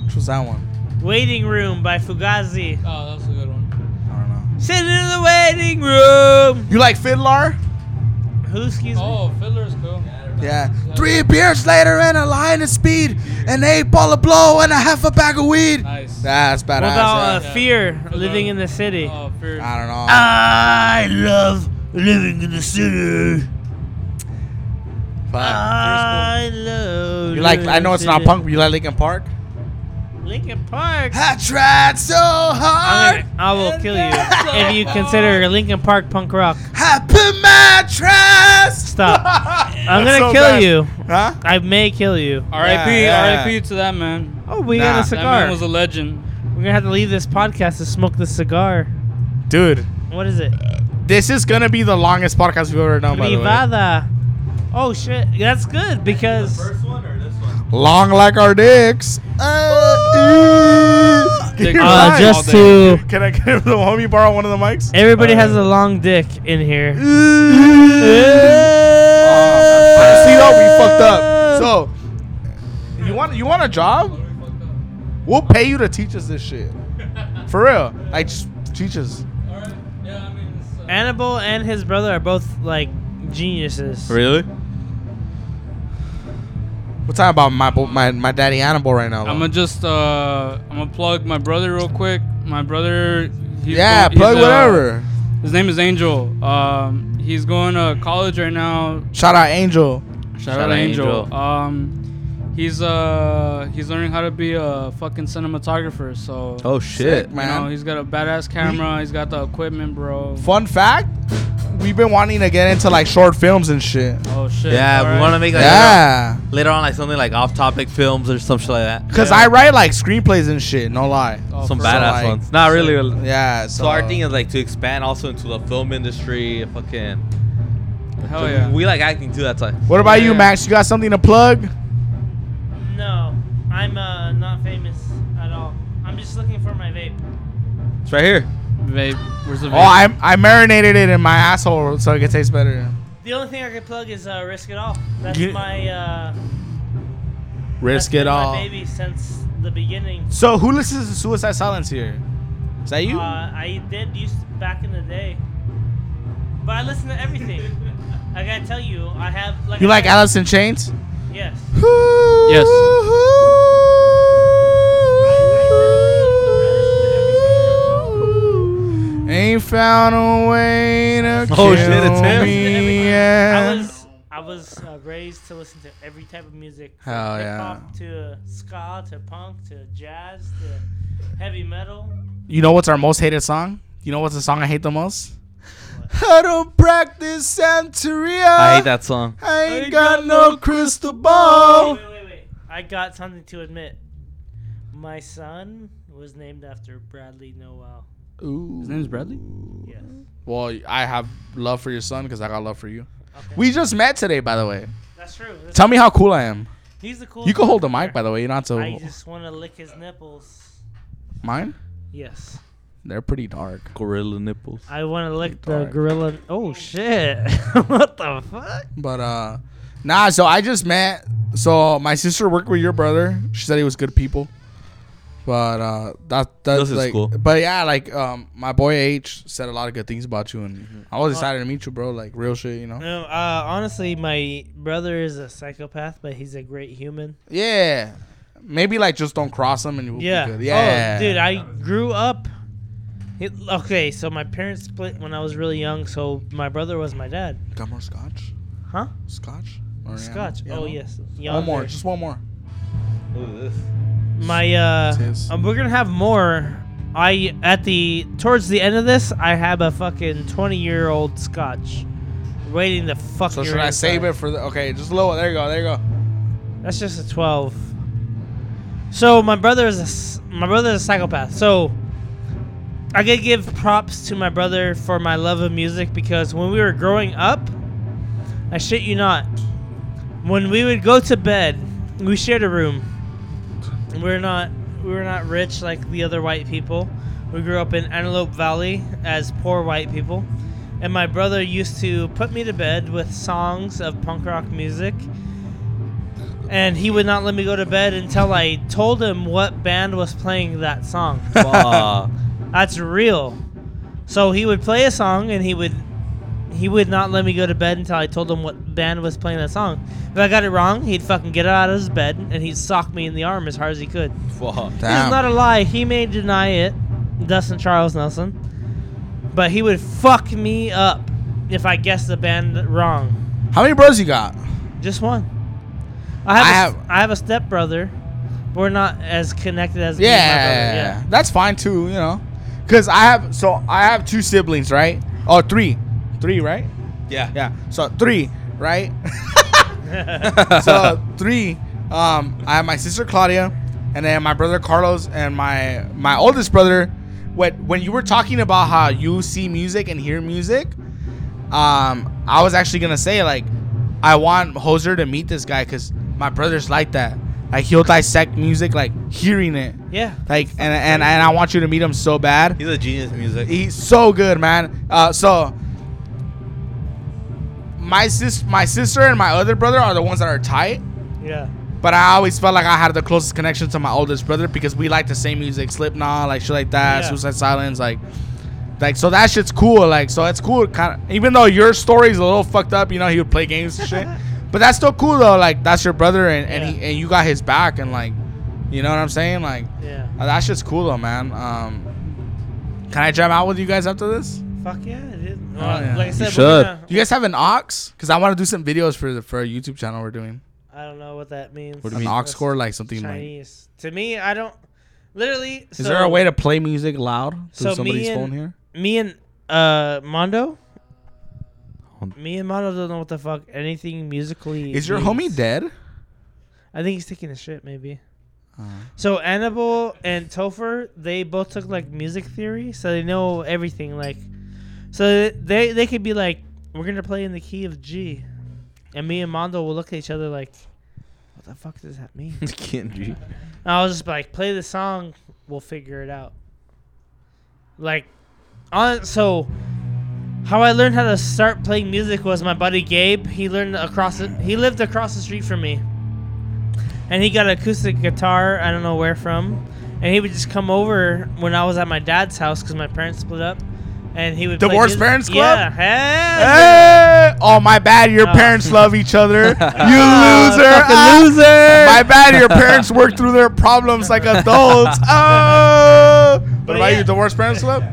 Speaker 1: Which was that one?
Speaker 3: Waiting Room by Fugazi.
Speaker 7: oh, that's a good one.
Speaker 1: I don't know.
Speaker 3: Sitting in the waiting room.
Speaker 1: You like Fiddler?
Speaker 3: Who excuse
Speaker 1: Oh.
Speaker 7: Fiddler's Oh, cool.
Speaker 1: Yeah. Three beers later and a lion of speed, an eight ball of blow and a half a bag of weed.
Speaker 7: Nice.
Speaker 1: That's badass.
Speaker 3: me? What about
Speaker 1: yeah.
Speaker 3: uh,
Speaker 7: Yeah. Oh.
Speaker 3: Fear,
Speaker 7: Hello.
Speaker 3: Living in the City?
Speaker 7: fear.
Speaker 1: I don't know.
Speaker 5: I love living in the city. Uh,
Speaker 1: Fuck.
Speaker 3: I love.
Speaker 1: you like?
Speaker 3: living
Speaker 1: I
Speaker 3: in
Speaker 1: know
Speaker 3: the
Speaker 1: it's not
Speaker 3: city.
Speaker 1: punk, but you like Linkin Park.
Speaker 3: Linkin Park.
Speaker 1: I tried so hard.
Speaker 3: I'm gonna- I will kill you if you consider Linkin Park punk rock.
Speaker 1: I put my trust.
Speaker 3: Stop. I'm
Speaker 1: That's
Speaker 3: gonna
Speaker 1: so
Speaker 3: kill
Speaker 1: bad.
Speaker 3: you.
Speaker 1: Huh?
Speaker 3: I may kill you.
Speaker 7: R.I.P.
Speaker 1: Yeah, yeah.
Speaker 7: R.I.P. to that man.
Speaker 3: Oh, we
Speaker 1: Nah.
Speaker 3: got a
Speaker 1: That
Speaker 7: That
Speaker 3: cigar.
Speaker 7: man was a legend.
Speaker 3: We're gonna have to leave this podcast to smoke this cigar.
Speaker 1: Dude,
Speaker 3: What is it?
Speaker 1: this is gonna be the longest podcast we've ever done. By the way.
Speaker 3: Privada. Oh shit, that's good because
Speaker 1: Long like our dicks. Uh,
Speaker 7: Dick
Speaker 1: you're
Speaker 7: Uh,
Speaker 1: right.
Speaker 3: just to
Speaker 1: Can I give the homie borrow one of the mics?
Speaker 3: everybody has a long dick in here.
Speaker 1: Uh, see though, we fucked up. So, you want you want a job? We'll pay you to teach us this shit. For real, like just teach us.
Speaker 3: Annabelle and his brother are both like geniuses.
Speaker 2: Really?
Speaker 1: We're talking about my bo- my my daddy animal right now. though.
Speaker 7: I'm gonna just uh, I'm gonna plug my brother real quick. My brother. He's
Speaker 1: yeah,
Speaker 7: go- he's,
Speaker 1: plug
Speaker 7: uh,
Speaker 1: whatever.
Speaker 7: His name is Angel. Um, he's going to college right now.
Speaker 1: Shout out Angel.
Speaker 7: Shout,
Speaker 2: out
Speaker 7: out,
Speaker 2: to
Speaker 7: Angel.
Speaker 2: Angel.
Speaker 7: Um, he's uh he's learning how to be a fucking cinematographer. So
Speaker 2: Oh shit.
Speaker 7: you know
Speaker 1: man.
Speaker 7: he's got a badass camera. He's got the equipment, bro.
Speaker 1: Fun fact, we've been wanting to get into like short films and shit.
Speaker 7: Oh shit.
Speaker 2: Yeah, we
Speaker 7: alright.
Speaker 2: want to make like
Speaker 1: Yeah.
Speaker 2: later, on, later on like something like off-topic films or some shit like that.
Speaker 1: Cause
Speaker 7: Yeah.
Speaker 1: I write like screenplays and shit, no lie.
Speaker 7: Oh,
Speaker 2: some
Speaker 7: for
Speaker 1: bad-
Speaker 7: real.
Speaker 2: badass
Speaker 1: like-
Speaker 2: ones. Not really. So,
Speaker 1: Yeah. So,
Speaker 2: our thing is like to expand also into the film industry. Fucking. Oh,
Speaker 7: Hell yeah.
Speaker 2: We like acting too. That's why.
Speaker 1: What about you,
Speaker 7: Yeah.
Speaker 1: Max? You got something to plug?
Speaker 3: No, I'm uh, not famous at all. I'm just looking for my vape.
Speaker 2: It's right here.
Speaker 7: Vape. Where's the vape?
Speaker 1: Oh, I I marinated it in my asshole so it could taste better.
Speaker 3: The only thing I could plug is uh, Risk It All. That's
Speaker 1: Yeah.
Speaker 3: my uh, that's
Speaker 1: Risk
Speaker 3: been
Speaker 1: it all.
Speaker 3: My baby since the beginning.
Speaker 1: So who listens to Suicide Silence here? Is that you?
Speaker 3: Uh, I did used to, back in the day, but I listen to everything. I gotta tell you, I have like
Speaker 1: you
Speaker 3: I
Speaker 1: like
Speaker 3: said-
Speaker 1: Alice in Chains?
Speaker 3: Yes.
Speaker 1: Yes. Ain't found a way to
Speaker 2: Oh,
Speaker 1: kill
Speaker 2: shit, it's him.
Speaker 1: me.
Speaker 3: I
Speaker 1: Yeah.
Speaker 3: was I was uh, raised to listen to every type of music. from
Speaker 1: Hell yeah.
Speaker 3: hip-hop To ska to punk to jazz to heavy metal.
Speaker 1: You know what's our most hated song? You know what's the song I hate the most? I don't practice Santeria.
Speaker 2: I hate that song.
Speaker 1: I ain't got no crystal ball.
Speaker 3: Wait, wait, wait. I got something to admit. My son was named after Bradley Noel.
Speaker 1: Ooh.
Speaker 7: His name's Bradley.
Speaker 3: Yes.
Speaker 1: Well, I have love for your son because I got love for you.
Speaker 3: Okay.
Speaker 1: We just met today, by the way.
Speaker 3: That's true. That's
Speaker 1: Tell me how cool I am.
Speaker 3: He's the cool.
Speaker 1: You can hold the mic, by the way. You don't have to.
Speaker 3: I just want to lick his nipples.
Speaker 1: Mine?
Speaker 3: Yes.
Speaker 1: They're pretty dark.
Speaker 2: Gorilla nipples.
Speaker 3: I want to lick
Speaker 1: the
Speaker 3: the
Speaker 1: Dark.
Speaker 3: gorilla. Oh shit! what the fuck?
Speaker 1: But uh nah, so I just met so my sister worked with your brother. She said he was good people. But uh that that's
Speaker 2: This is
Speaker 1: like
Speaker 2: cool.
Speaker 1: but yeah, like um my boy H said a lot of good things about you and
Speaker 3: Mm-hmm.
Speaker 1: I was excited to meet you, bro. Like real shit, you know?
Speaker 3: No, uh, honestly, my brother is a psychopath, but he's a great human.
Speaker 1: Yeah. Maybe like just don't cross him and you'll
Speaker 3: Yeah.
Speaker 1: be good. Yeah.
Speaker 3: Oh, dude, I grew up. It, okay, so my parents split when I was really young, so my brother was my dad.
Speaker 1: got more scotch?
Speaker 3: Huh?
Speaker 1: Scotch? Or
Speaker 3: Scotch.
Speaker 1: yeah,
Speaker 3: oh
Speaker 1: no?
Speaker 3: yes.
Speaker 1: One
Speaker 3: Yonder.
Speaker 1: more, just one more.
Speaker 3: My uh,
Speaker 1: Tis.
Speaker 3: uh, we're gonna have more. I at the towards the end of this, I have a fucking twenty year old Scotch waiting to fuck.
Speaker 1: So
Speaker 3: your
Speaker 1: should I save
Speaker 3: inside.
Speaker 1: it for the okay, just lower there you go, there you go.
Speaker 3: That's just a twelve. So my brother is a, s- my brother is a psychopath. So I gotta give props to my brother for my love of music because when we were growing up, I shit you not, when we would go to bed, we shared a room. We were not we were not rich like the other white people. We grew up in Antelope Valley as poor white people. And my brother used to put me to bed with songs of punk rock music. And he would not let me go to bed until I told him what band was playing that song.
Speaker 2: Fuck.
Speaker 3: That's real. So he would play a song and he would he would not let me go to bed until I told him what band was playing that song. If I got it wrong, he'd fucking get out of his bed and he'd sock me in the arm as hard as he could.
Speaker 2: Fuck.
Speaker 3: This is not a lie. He may deny it, Dustin Charles Nelson, but he would fuck me up if I guessed the band wrong.
Speaker 1: How many bros you got?
Speaker 3: Just one. I have
Speaker 1: I
Speaker 3: I
Speaker 1: have-
Speaker 3: have a stepbrother. We're not as connected as me and my
Speaker 1: Yeah,
Speaker 3: brother,
Speaker 1: that's fine too. You know, because I have so I have two siblings, right? Oh, three, three, right?
Speaker 2: Yeah.
Speaker 1: Yeah. So three, right? so three. Um, I have my sister Claudia, and then my brother Carlos, and my my oldest brother. When when you were talking about how you see music and hear music, um, I was actually gonna say like, I want Hoser to meet this guy because my brother's like that. Like he'll dissect music, like hearing it.
Speaker 3: Yeah. yeah.
Speaker 1: Like and, and and I want you to meet him so bad.
Speaker 2: He's a genius in music.
Speaker 1: He's so good, man. Uh, so my sis, my sister, and my other brother are the ones that are tight.
Speaker 3: Yeah.
Speaker 1: But I always felt like I had the closest connection to my oldest brother because we like the same music, Slipknot, like shit like that,
Speaker 3: Yeah.
Speaker 1: Suicide Silence, like, like so that shit's cool. Like so it's cool. Kind of even though your story's a little fucked up, you know, he would play games and shit. But that's still cool though. Like that's your brother, and and, he,
Speaker 3: Yeah.
Speaker 1: and you got his back, and like, you know what I'm saying, like.
Speaker 3: Yeah.
Speaker 1: Uh, that shit's cool though, man. Um, can I jam out with you guys after this?
Speaker 3: Fuck yeah, it is.
Speaker 1: Oh,
Speaker 3: Well,
Speaker 1: yeah.
Speaker 3: Like I said,
Speaker 2: should.
Speaker 3: We're gonna,
Speaker 1: You guys have an ox? Cause I want to do some videos for the for our YouTube channel we're doing.
Speaker 3: I don't know what that means.
Speaker 1: An ox score, like something like.
Speaker 3: Chinese. To me, I don't. Literally.
Speaker 1: Is there a way to play music loud through
Speaker 3: so
Speaker 1: somebody's
Speaker 3: me and-
Speaker 1: phone here?
Speaker 3: Me and uh Mondo.
Speaker 2: Hold-
Speaker 3: Me and Mondo don't know what the fuck anything musically.
Speaker 1: Is your
Speaker 3: means.
Speaker 1: homie dead?
Speaker 3: I think he's taking a shit, maybe. So Annabelle and Topher, they both took like music theory, so they know everything. Like, so they they could be like, "We're gonna play in the key of G," and me and Mondo will look at each other like, "What the fuck does that mean?"
Speaker 2: Kendrick.
Speaker 3: And I was just like, play the song, we'll figure it out. Like, on so How I learned how to start playing music was my buddy Gabe. He learned across the, he lived across the street from me. And he got an acoustic guitar, I don't know where from. And he would just come over when I was at my dad's house because my parents split up. And he would play
Speaker 1: Divorced
Speaker 3: music.
Speaker 1: parents club?
Speaker 3: Yeah. Hey.
Speaker 1: Hey! Oh, my bad. Your
Speaker 3: Oh.
Speaker 1: parents love each other. You loser.
Speaker 3: Uh,
Speaker 2: Fucking
Speaker 1: Ah,
Speaker 2: loser.
Speaker 1: My bad. Your parents work through their problems like adults. Oh. What
Speaker 3: But
Speaker 1: about
Speaker 3: yeah.
Speaker 1: you? Divorced parents club?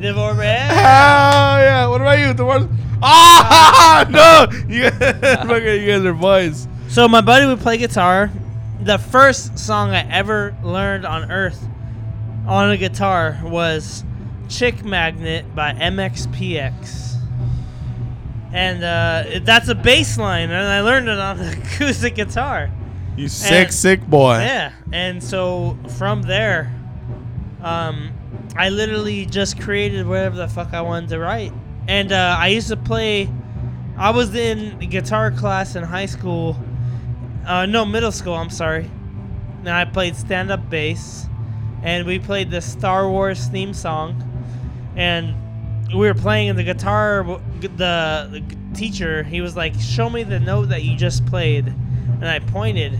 Speaker 3: Divorced-
Speaker 1: Oh, yeah. What about you? Divorced? Ah, no. You, fucking- you guys are boys.
Speaker 3: So my buddy would play guitar. The first song I ever learned on Earth on a guitar was Chick Magnet by MXPX. And uh, it- that's a bass line, and I learned it on the acoustic guitar.
Speaker 1: You sick,
Speaker 3: And-
Speaker 1: sick boy.
Speaker 3: Yeah, and so from there, um, I literally just created whatever the fuck I wanted to write. And uh, I used to play. I was in guitar class in high school. Uh, no, middle school. I'm sorry. And I played stand-up bass, and we played the Star Wars theme song, and we were playing and the guitar w- g- the, the g- teacher he was like show me the note that you just played and i pointed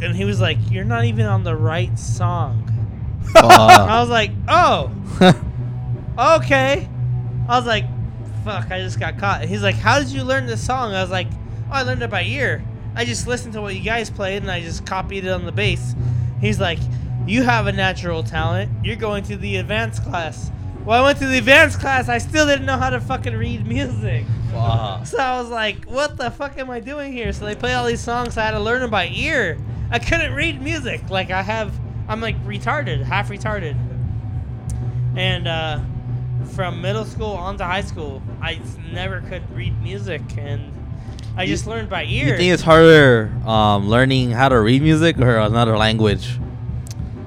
Speaker 3: and he was like you're not even on the right song i
Speaker 2: Fuck.
Speaker 3: was like oh okay i was like fuck i just got caught he's like how did you learn this song i was like oh i learned it by ear i just listened to what you guys played and i just copied it on the bass he's like you have a natural talent you're going to the advanced class well i went to the advanced class i still didn't know how to fucking read music
Speaker 2: Fuck.
Speaker 3: so I was like, what the fuck am I doing here? So they play all these songs. I had to learn them by ear. I couldn't read music. Like, I have, I'm like retarded, half retarded. And uh, from middle school on to high school, I s- never could read music. And I
Speaker 2: You-
Speaker 3: just learned by
Speaker 2: You
Speaker 3: ear.
Speaker 2: think it's harder um, learning how to read music or another language?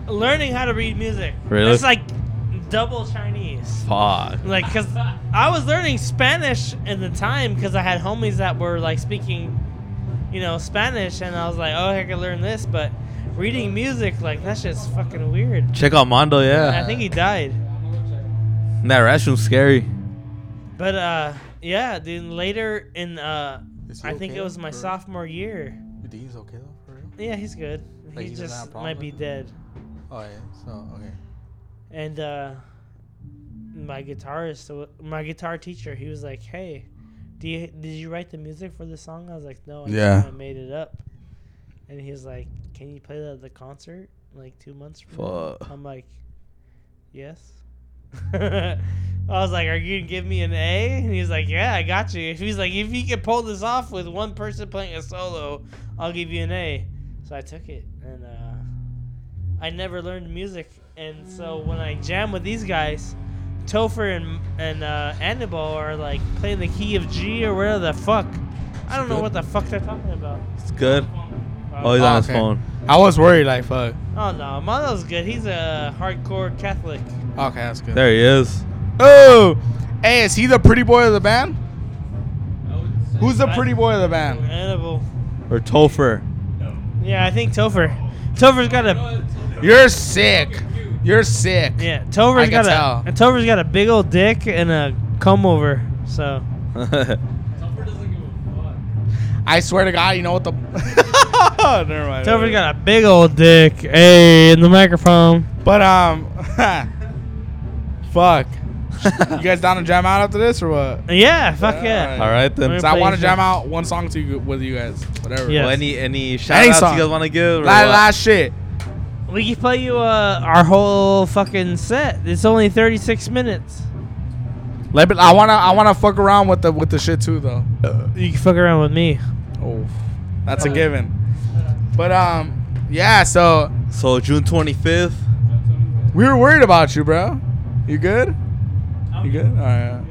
Speaker 3: Learning how to read music.
Speaker 2: Really?
Speaker 3: It's like double Chinese.
Speaker 2: Fuck.
Speaker 3: like because i was learning spanish at the time because i had homies that were like speaking you know spanish and i was like oh i could learn this but reading music like that's just fucking weird
Speaker 2: Check out Mondo,
Speaker 3: And
Speaker 2: yeah.
Speaker 3: i think he died
Speaker 2: that restroom's scary.
Speaker 3: but uh yeah dude later in uh
Speaker 1: he
Speaker 3: i think
Speaker 1: okay
Speaker 3: it was my
Speaker 1: for-
Speaker 3: sophomore year
Speaker 1: Dean's okay, though, for real?
Speaker 3: yeah he's good
Speaker 1: Like, he
Speaker 3: he
Speaker 1: doesn't have
Speaker 3: just
Speaker 1: problems
Speaker 3: might be
Speaker 1: with
Speaker 3: dead
Speaker 1: Oh, yeah. So, okay.
Speaker 3: and uh my guitarist my guitar teacher he was like hey do you, did you write the music for the song i was like no i
Speaker 1: Yeah.
Speaker 3: yeah. I made it up and he was like can you play that at the concert like two months from now?"
Speaker 2: Fuck.
Speaker 3: i'm like yes i was like are you gonna give me an a and he's like yeah i got you he's like if you can pull this off with one person playing a solo i'll give you an a so i took it and uh I never learned music, and so when I jam with these guys, Topher and and uh, Annabelle are like playing the key of G or whatever the fuck. I don't know what the fuck they're talking about.
Speaker 2: It's good. Oh, he's
Speaker 1: Oh,
Speaker 2: on his
Speaker 1: okay.
Speaker 2: phone.
Speaker 1: I was worried, like, fuck.
Speaker 3: Oh no, Mono's good. He's a hardcore Catholic.
Speaker 1: Okay, that's good.
Speaker 2: There he is.
Speaker 1: Oh, hey, is he the pretty boy of the band? Who's the pretty boy of the band?
Speaker 3: Annabelle.
Speaker 2: Or Topher.
Speaker 3: Yeah, I think Topher. Topher's got a
Speaker 1: You're sick. You're sick.
Speaker 3: yeah.
Speaker 1: I
Speaker 3: Topher's
Speaker 1: can
Speaker 3: got a and Topher's got a big old dick and a comb over. So
Speaker 1: I swear to God, you know what the. Never mind.
Speaker 3: Topher's got a big old dick. Hey, in the microphone.
Speaker 1: But um, fuck. You guys down to jam out after this or what?
Speaker 3: Yeah, fuck yeah.
Speaker 2: All right then.
Speaker 3: We're
Speaker 1: So I want to
Speaker 3: playing
Speaker 1: jam
Speaker 3: some-
Speaker 1: out one song to you with you guys. Whatever.
Speaker 3: Yeah.
Speaker 2: Well,
Speaker 3: Yes.
Speaker 2: any any shout outs
Speaker 1: song.
Speaker 2: you guys want to give? or
Speaker 1: Last,
Speaker 2: what?
Speaker 1: last shit.
Speaker 3: We can play you uh, our whole fucking set. It's only 36 minutes.
Speaker 1: Let me, I wanna I wanna fuck around with the with the shit too though.
Speaker 3: You can fuck around with me.
Speaker 1: Oh, that's a given. But um, yeah. So
Speaker 2: So June 25th.
Speaker 1: we were worried about you, bro. You good? You good? All right.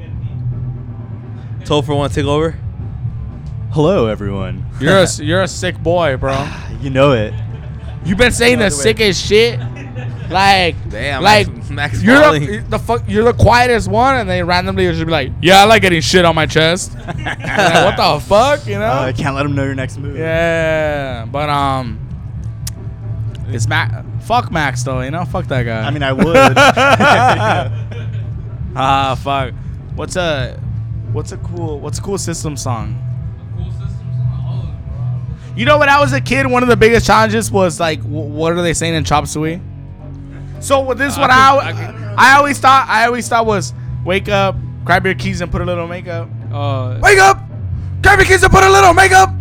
Speaker 2: Topher want to take over?
Speaker 6: Hello, everyone.
Speaker 1: You're a s- you're a sick boy, bro.
Speaker 6: You know it.
Speaker 1: You've been saying the sickest shit. Like
Speaker 2: Damn.
Speaker 1: Like,
Speaker 2: Max, Max
Speaker 1: you're
Speaker 2: Pauling.
Speaker 1: the, the fuck. You're the quietest one, and they randomly will just be like, "Yeah, I like getting shit on my chest." Like, what the fuck, you know?
Speaker 6: Uh, I can't let him know your next move.
Speaker 1: yeah, but um, it's Max. Fuck Max though, you know. Fuck that guy.
Speaker 6: I mean, I would.
Speaker 1: ah, fuck. What's a what's a cool what's a cool system song? You know, when I was a kid, one of the biggest challenges was like, w- what are they saying in chop suey? So with this, what I I, always thought I always thought was wake up, grab your keys and put a little makeup.
Speaker 7: Uh,
Speaker 1: Wake up, grab your keys and put a little makeup.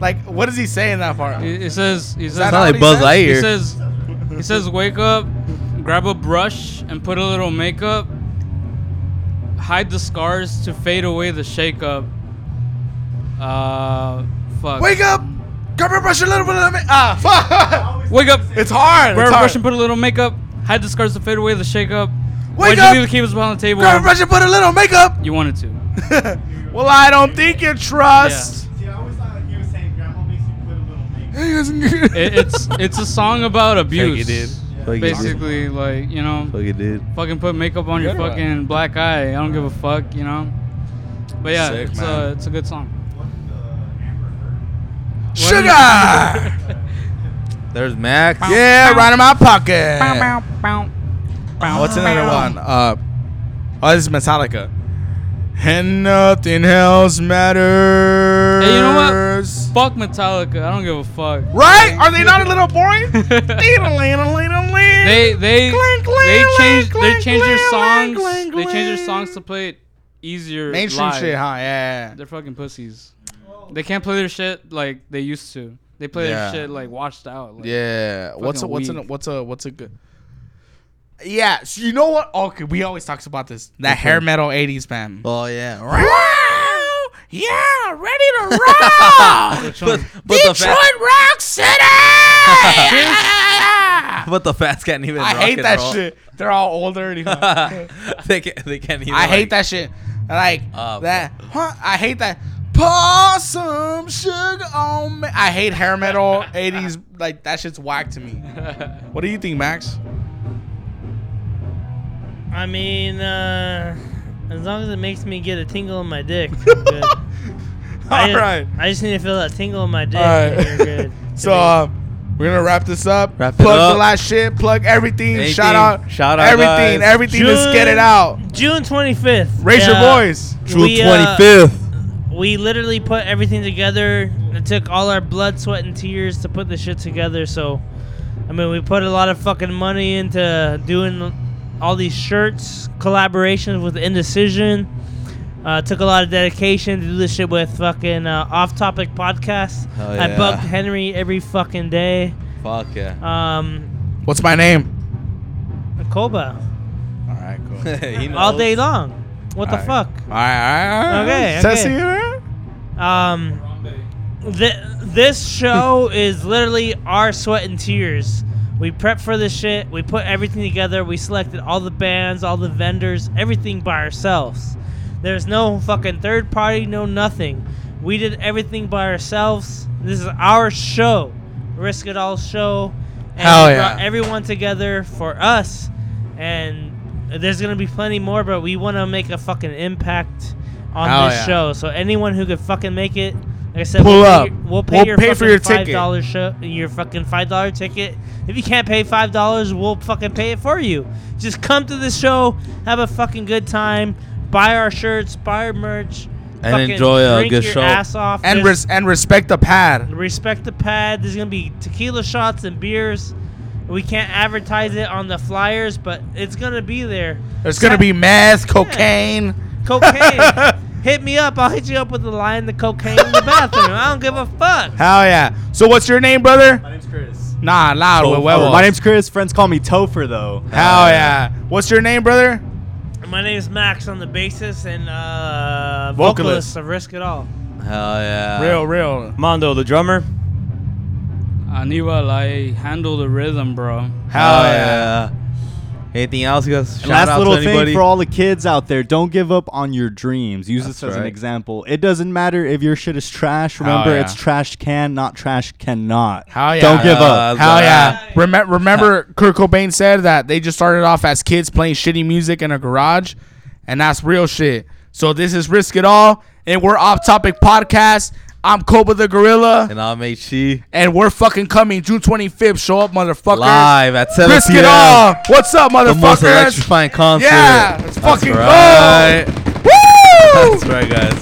Speaker 1: Like, what does he say in that part?
Speaker 7: it, it says he
Speaker 1: that
Speaker 7: says
Speaker 2: Not
Speaker 1: what
Speaker 2: like
Speaker 1: he
Speaker 2: Buzz
Speaker 1: said?
Speaker 7: he
Speaker 2: Lightyear.
Speaker 7: says he says wake up, grab a brush and put a little makeup, hide the scars to fade away the shakeup. Uh, fuck.
Speaker 1: Wake up, grab your brush a little bit. of ma- Ah, fuck.
Speaker 7: Wake up.
Speaker 1: it's hard.
Speaker 7: Grab
Speaker 1: It's
Speaker 7: a brush
Speaker 1: hard.
Speaker 7: and put a little makeup. Hide the scars to fade away the shakeup.
Speaker 1: Wake
Speaker 7: Why'd
Speaker 1: up!
Speaker 7: you leave the cables behind the table?
Speaker 1: Grab your brush and put a little makeup.
Speaker 7: You wanted to.
Speaker 1: Well, I don't think you trust.
Speaker 6: See, I always thought he was saying grandma makes you put a little makeup.
Speaker 7: It, it's it's a song about abuse.
Speaker 2: you did. Fuck you did.
Speaker 7: Basically, like you know,
Speaker 2: Fuck you did.
Speaker 7: fucking put makeup on your
Speaker 1: Good one.
Speaker 7: fucking black eye. I don't give a fuck, you know. But yeah,
Speaker 1: Sick,
Speaker 7: it's
Speaker 1: man.
Speaker 7: a it's a good song.
Speaker 1: Sugar.
Speaker 2: There's Max.
Speaker 1: yeah, right in my pocket.
Speaker 7: Bow, bow, bow,
Speaker 1: What's another
Speaker 7: bow.
Speaker 1: one? Uh, oh, this is Metallica. And nothing else matters.
Speaker 7: Hey, you know what? Fuck Metallica. I don't give a fuck.
Speaker 1: Right? Are they not a little boring? they
Speaker 7: They they
Speaker 1: Clink, clink,
Speaker 7: they changed they
Speaker 1: clink,
Speaker 7: changed their
Speaker 1: clink,
Speaker 7: songs.
Speaker 1: clink,
Speaker 7: They changed
Speaker 1: clink.
Speaker 7: their songs to play it easier.
Speaker 1: mainstream
Speaker 7: live.
Speaker 1: shit, huh? Yeah.
Speaker 7: They're fucking pussies. They can't play their shit like they used to. They play
Speaker 1: Yeah.
Speaker 7: their shit like washed out. Like,
Speaker 1: Yeah. What's a
Speaker 7: Fucking
Speaker 1: what's a
Speaker 7: weak.
Speaker 1: what's a what's a good? Yeah. So you know what? Okay, we always talks about this. That hair metal '80s band.
Speaker 2: Oh yeah.
Speaker 1: Wow! Yeah, ready to roll.
Speaker 7: Which
Speaker 2: But
Speaker 7: one?
Speaker 2: but the fat,
Speaker 1: Rock City.
Speaker 2: but the fats can't even.
Speaker 1: I
Speaker 2: rock
Speaker 1: hate
Speaker 2: and
Speaker 1: that
Speaker 2: roll.
Speaker 1: shit. They're all old already. I
Speaker 2: they can't. They can't even.
Speaker 1: hate
Speaker 2: like-
Speaker 1: that shit. Like
Speaker 2: Uh,
Speaker 1: that. Huh? I hate that. Pour some sugar on me. I hate hair metal '80s. Like that shit's whack to me. What do you think, Max?
Speaker 3: I mean, uh, as long as it makes me get a tingle in my dick, I'm good. I
Speaker 1: All
Speaker 3: just,
Speaker 1: right.
Speaker 3: I just need to feel that tingle in my dick.
Speaker 1: All right.
Speaker 3: and You're good.
Speaker 1: So uh, we're gonna wrap this up.
Speaker 2: Wrap it
Speaker 1: plug
Speaker 2: up.
Speaker 1: the last shit. Plug everything.
Speaker 2: Anything.
Speaker 1: Shout out.
Speaker 2: Shout out,
Speaker 1: Everything.
Speaker 2: guys.
Speaker 1: Everything. Just get it out.
Speaker 3: June 25th.
Speaker 1: Raise
Speaker 3: uh,
Speaker 1: your voice.
Speaker 2: June
Speaker 3: we,
Speaker 2: twenty
Speaker 3: uh,
Speaker 2: fifth.
Speaker 3: we literally put everything together. It took all our blood, sweat, and tears to put this shit together. So, I mean, we put a lot of fucking money into doing all these shirts, collaborations with Indecision. Uh, took a lot of dedication to do this shit with fucking uh, off topic podcasts.
Speaker 2: Hell
Speaker 3: I
Speaker 2: yeah.
Speaker 3: bugged Henry every fucking day.
Speaker 2: Fuck yeah.
Speaker 3: Um,
Speaker 1: What's my name?
Speaker 3: Koba,
Speaker 1: All right. Cool.
Speaker 2: He knows.
Speaker 3: all day long. What the
Speaker 1: All right.
Speaker 3: fuck?
Speaker 1: All right. All right. all right.
Speaker 3: Okay,
Speaker 1: Sassy,
Speaker 3: okay.
Speaker 1: all right?
Speaker 3: Um, th- this show is literally our sweat and tears. We prepped for this shit. We put everything together. We selected all the bands, all the vendors, everything by ourselves. There's no fucking third party, no nothing. We did everything by ourselves. This is our show, Risk It All show. And
Speaker 1: Hell
Speaker 3: we
Speaker 1: yeah.
Speaker 3: brought everyone together for us. And there's going to be plenty more, but we want to make a fucking impact on
Speaker 1: Hell
Speaker 3: this
Speaker 1: yeah.
Speaker 3: show. So anyone who could fucking make it, like I said,
Speaker 1: Pull
Speaker 3: we'll
Speaker 1: up.
Speaker 3: Pay, your- we'll pay
Speaker 1: We'll
Speaker 3: your
Speaker 1: pay for
Speaker 3: fucking
Speaker 1: your
Speaker 3: five
Speaker 1: ticket.
Speaker 3: dollar show, your fucking five dollar ticket. If you can't pay five dollars, we'll fucking pay it for you. Just come to the show, have a fucking good time, buy our shirts, buy our merch,
Speaker 2: And
Speaker 3: fucking
Speaker 2: enjoy a
Speaker 3: drink
Speaker 2: good
Speaker 3: your
Speaker 2: show.
Speaker 3: Ass off
Speaker 1: And
Speaker 3: There's-
Speaker 1: res- and respect the pad.
Speaker 3: respect the pad. There's gonna be tequila shots and beers. We can't advertise it on the flyers, but it's gonna be there.
Speaker 1: There's gonna be meth, cocaine.
Speaker 3: cocaine. hit me up. I'll hit you up with the line, the cocaine, in the bathroom. I don't give a fuck.
Speaker 1: Hell yeah. So what's your name, brother?
Speaker 4: My name's Chris.
Speaker 1: Nah, loud.
Speaker 2: Topher.
Speaker 1: huevos.
Speaker 4: Oh, My name's Chris. Friends call me Topher though.
Speaker 1: Hell yeah. What's your name, brother?
Speaker 3: My name is Max. I'm the bassist and uh,
Speaker 1: Vocalist.
Speaker 3: vocalist. of Risk It All.
Speaker 2: Hell yeah.
Speaker 1: Real, real.
Speaker 6: Mondo, the drummer.
Speaker 7: Aníbal, I handle the rhythm, bro.
Speaker 1: Hell
Speaker 2: Hell
Speaker 1: yeah.
Speaker 2: yeah. Anything else? You guys shout
Speaker 4: Last
Speaker 2: out
Speaker 4: little
Speaker 2: to anybody?
Speaker 4: thing for all the kids out there: don't give up on your dreams. Use this
Speaker 2: That's
Speaker 4: as an
Speaker 2: right. Oh,
Speaker 4: example. It doesn't matter if your shit is trash. Remember,
Speaker 1: yeah.
Speaker 4: it's trash can, not trash cannot.
Speaker 1: Hell yeah.
Speaker 4: Don't give
Speaker 2: Uh,
Speaker 4: up.
Speaker 1: Hell
Speaker 2: Hell
Speaker 1: yeah.
Speaker 2: yeah.
Speaker 1: Remember, remember Kurt Cobain said that they just started off as kids playing shitty music in a garage, and that's real shit. So this is Risk It All, and we're Off Topic Podcast. I'm Koba the Gorilla,
Speaker 2: And I'll make she
Speaker 1: and we're fucking coming June 25th. Show up, motherfuckers.
Speaker 2: live at 7
Speaker 1: Risk
Speaker 2: p.m.
Speaker 1: It All. What's up,
Speaker 2: The most
Speaker 1: motherfuckers?
Speaker 2: electrifying concert.
Speaker 1: Yeah, let's
Speaker 2: That's
Speaker 1: fucking
Speaker 2: right.
Speaker 1: go. Woo! That's right, guys.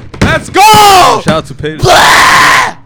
Speaker 8: Woo!
Speaker 2: Let's go!
Speaker 1: Shout out to Pedro.
Speaker 8: Blah!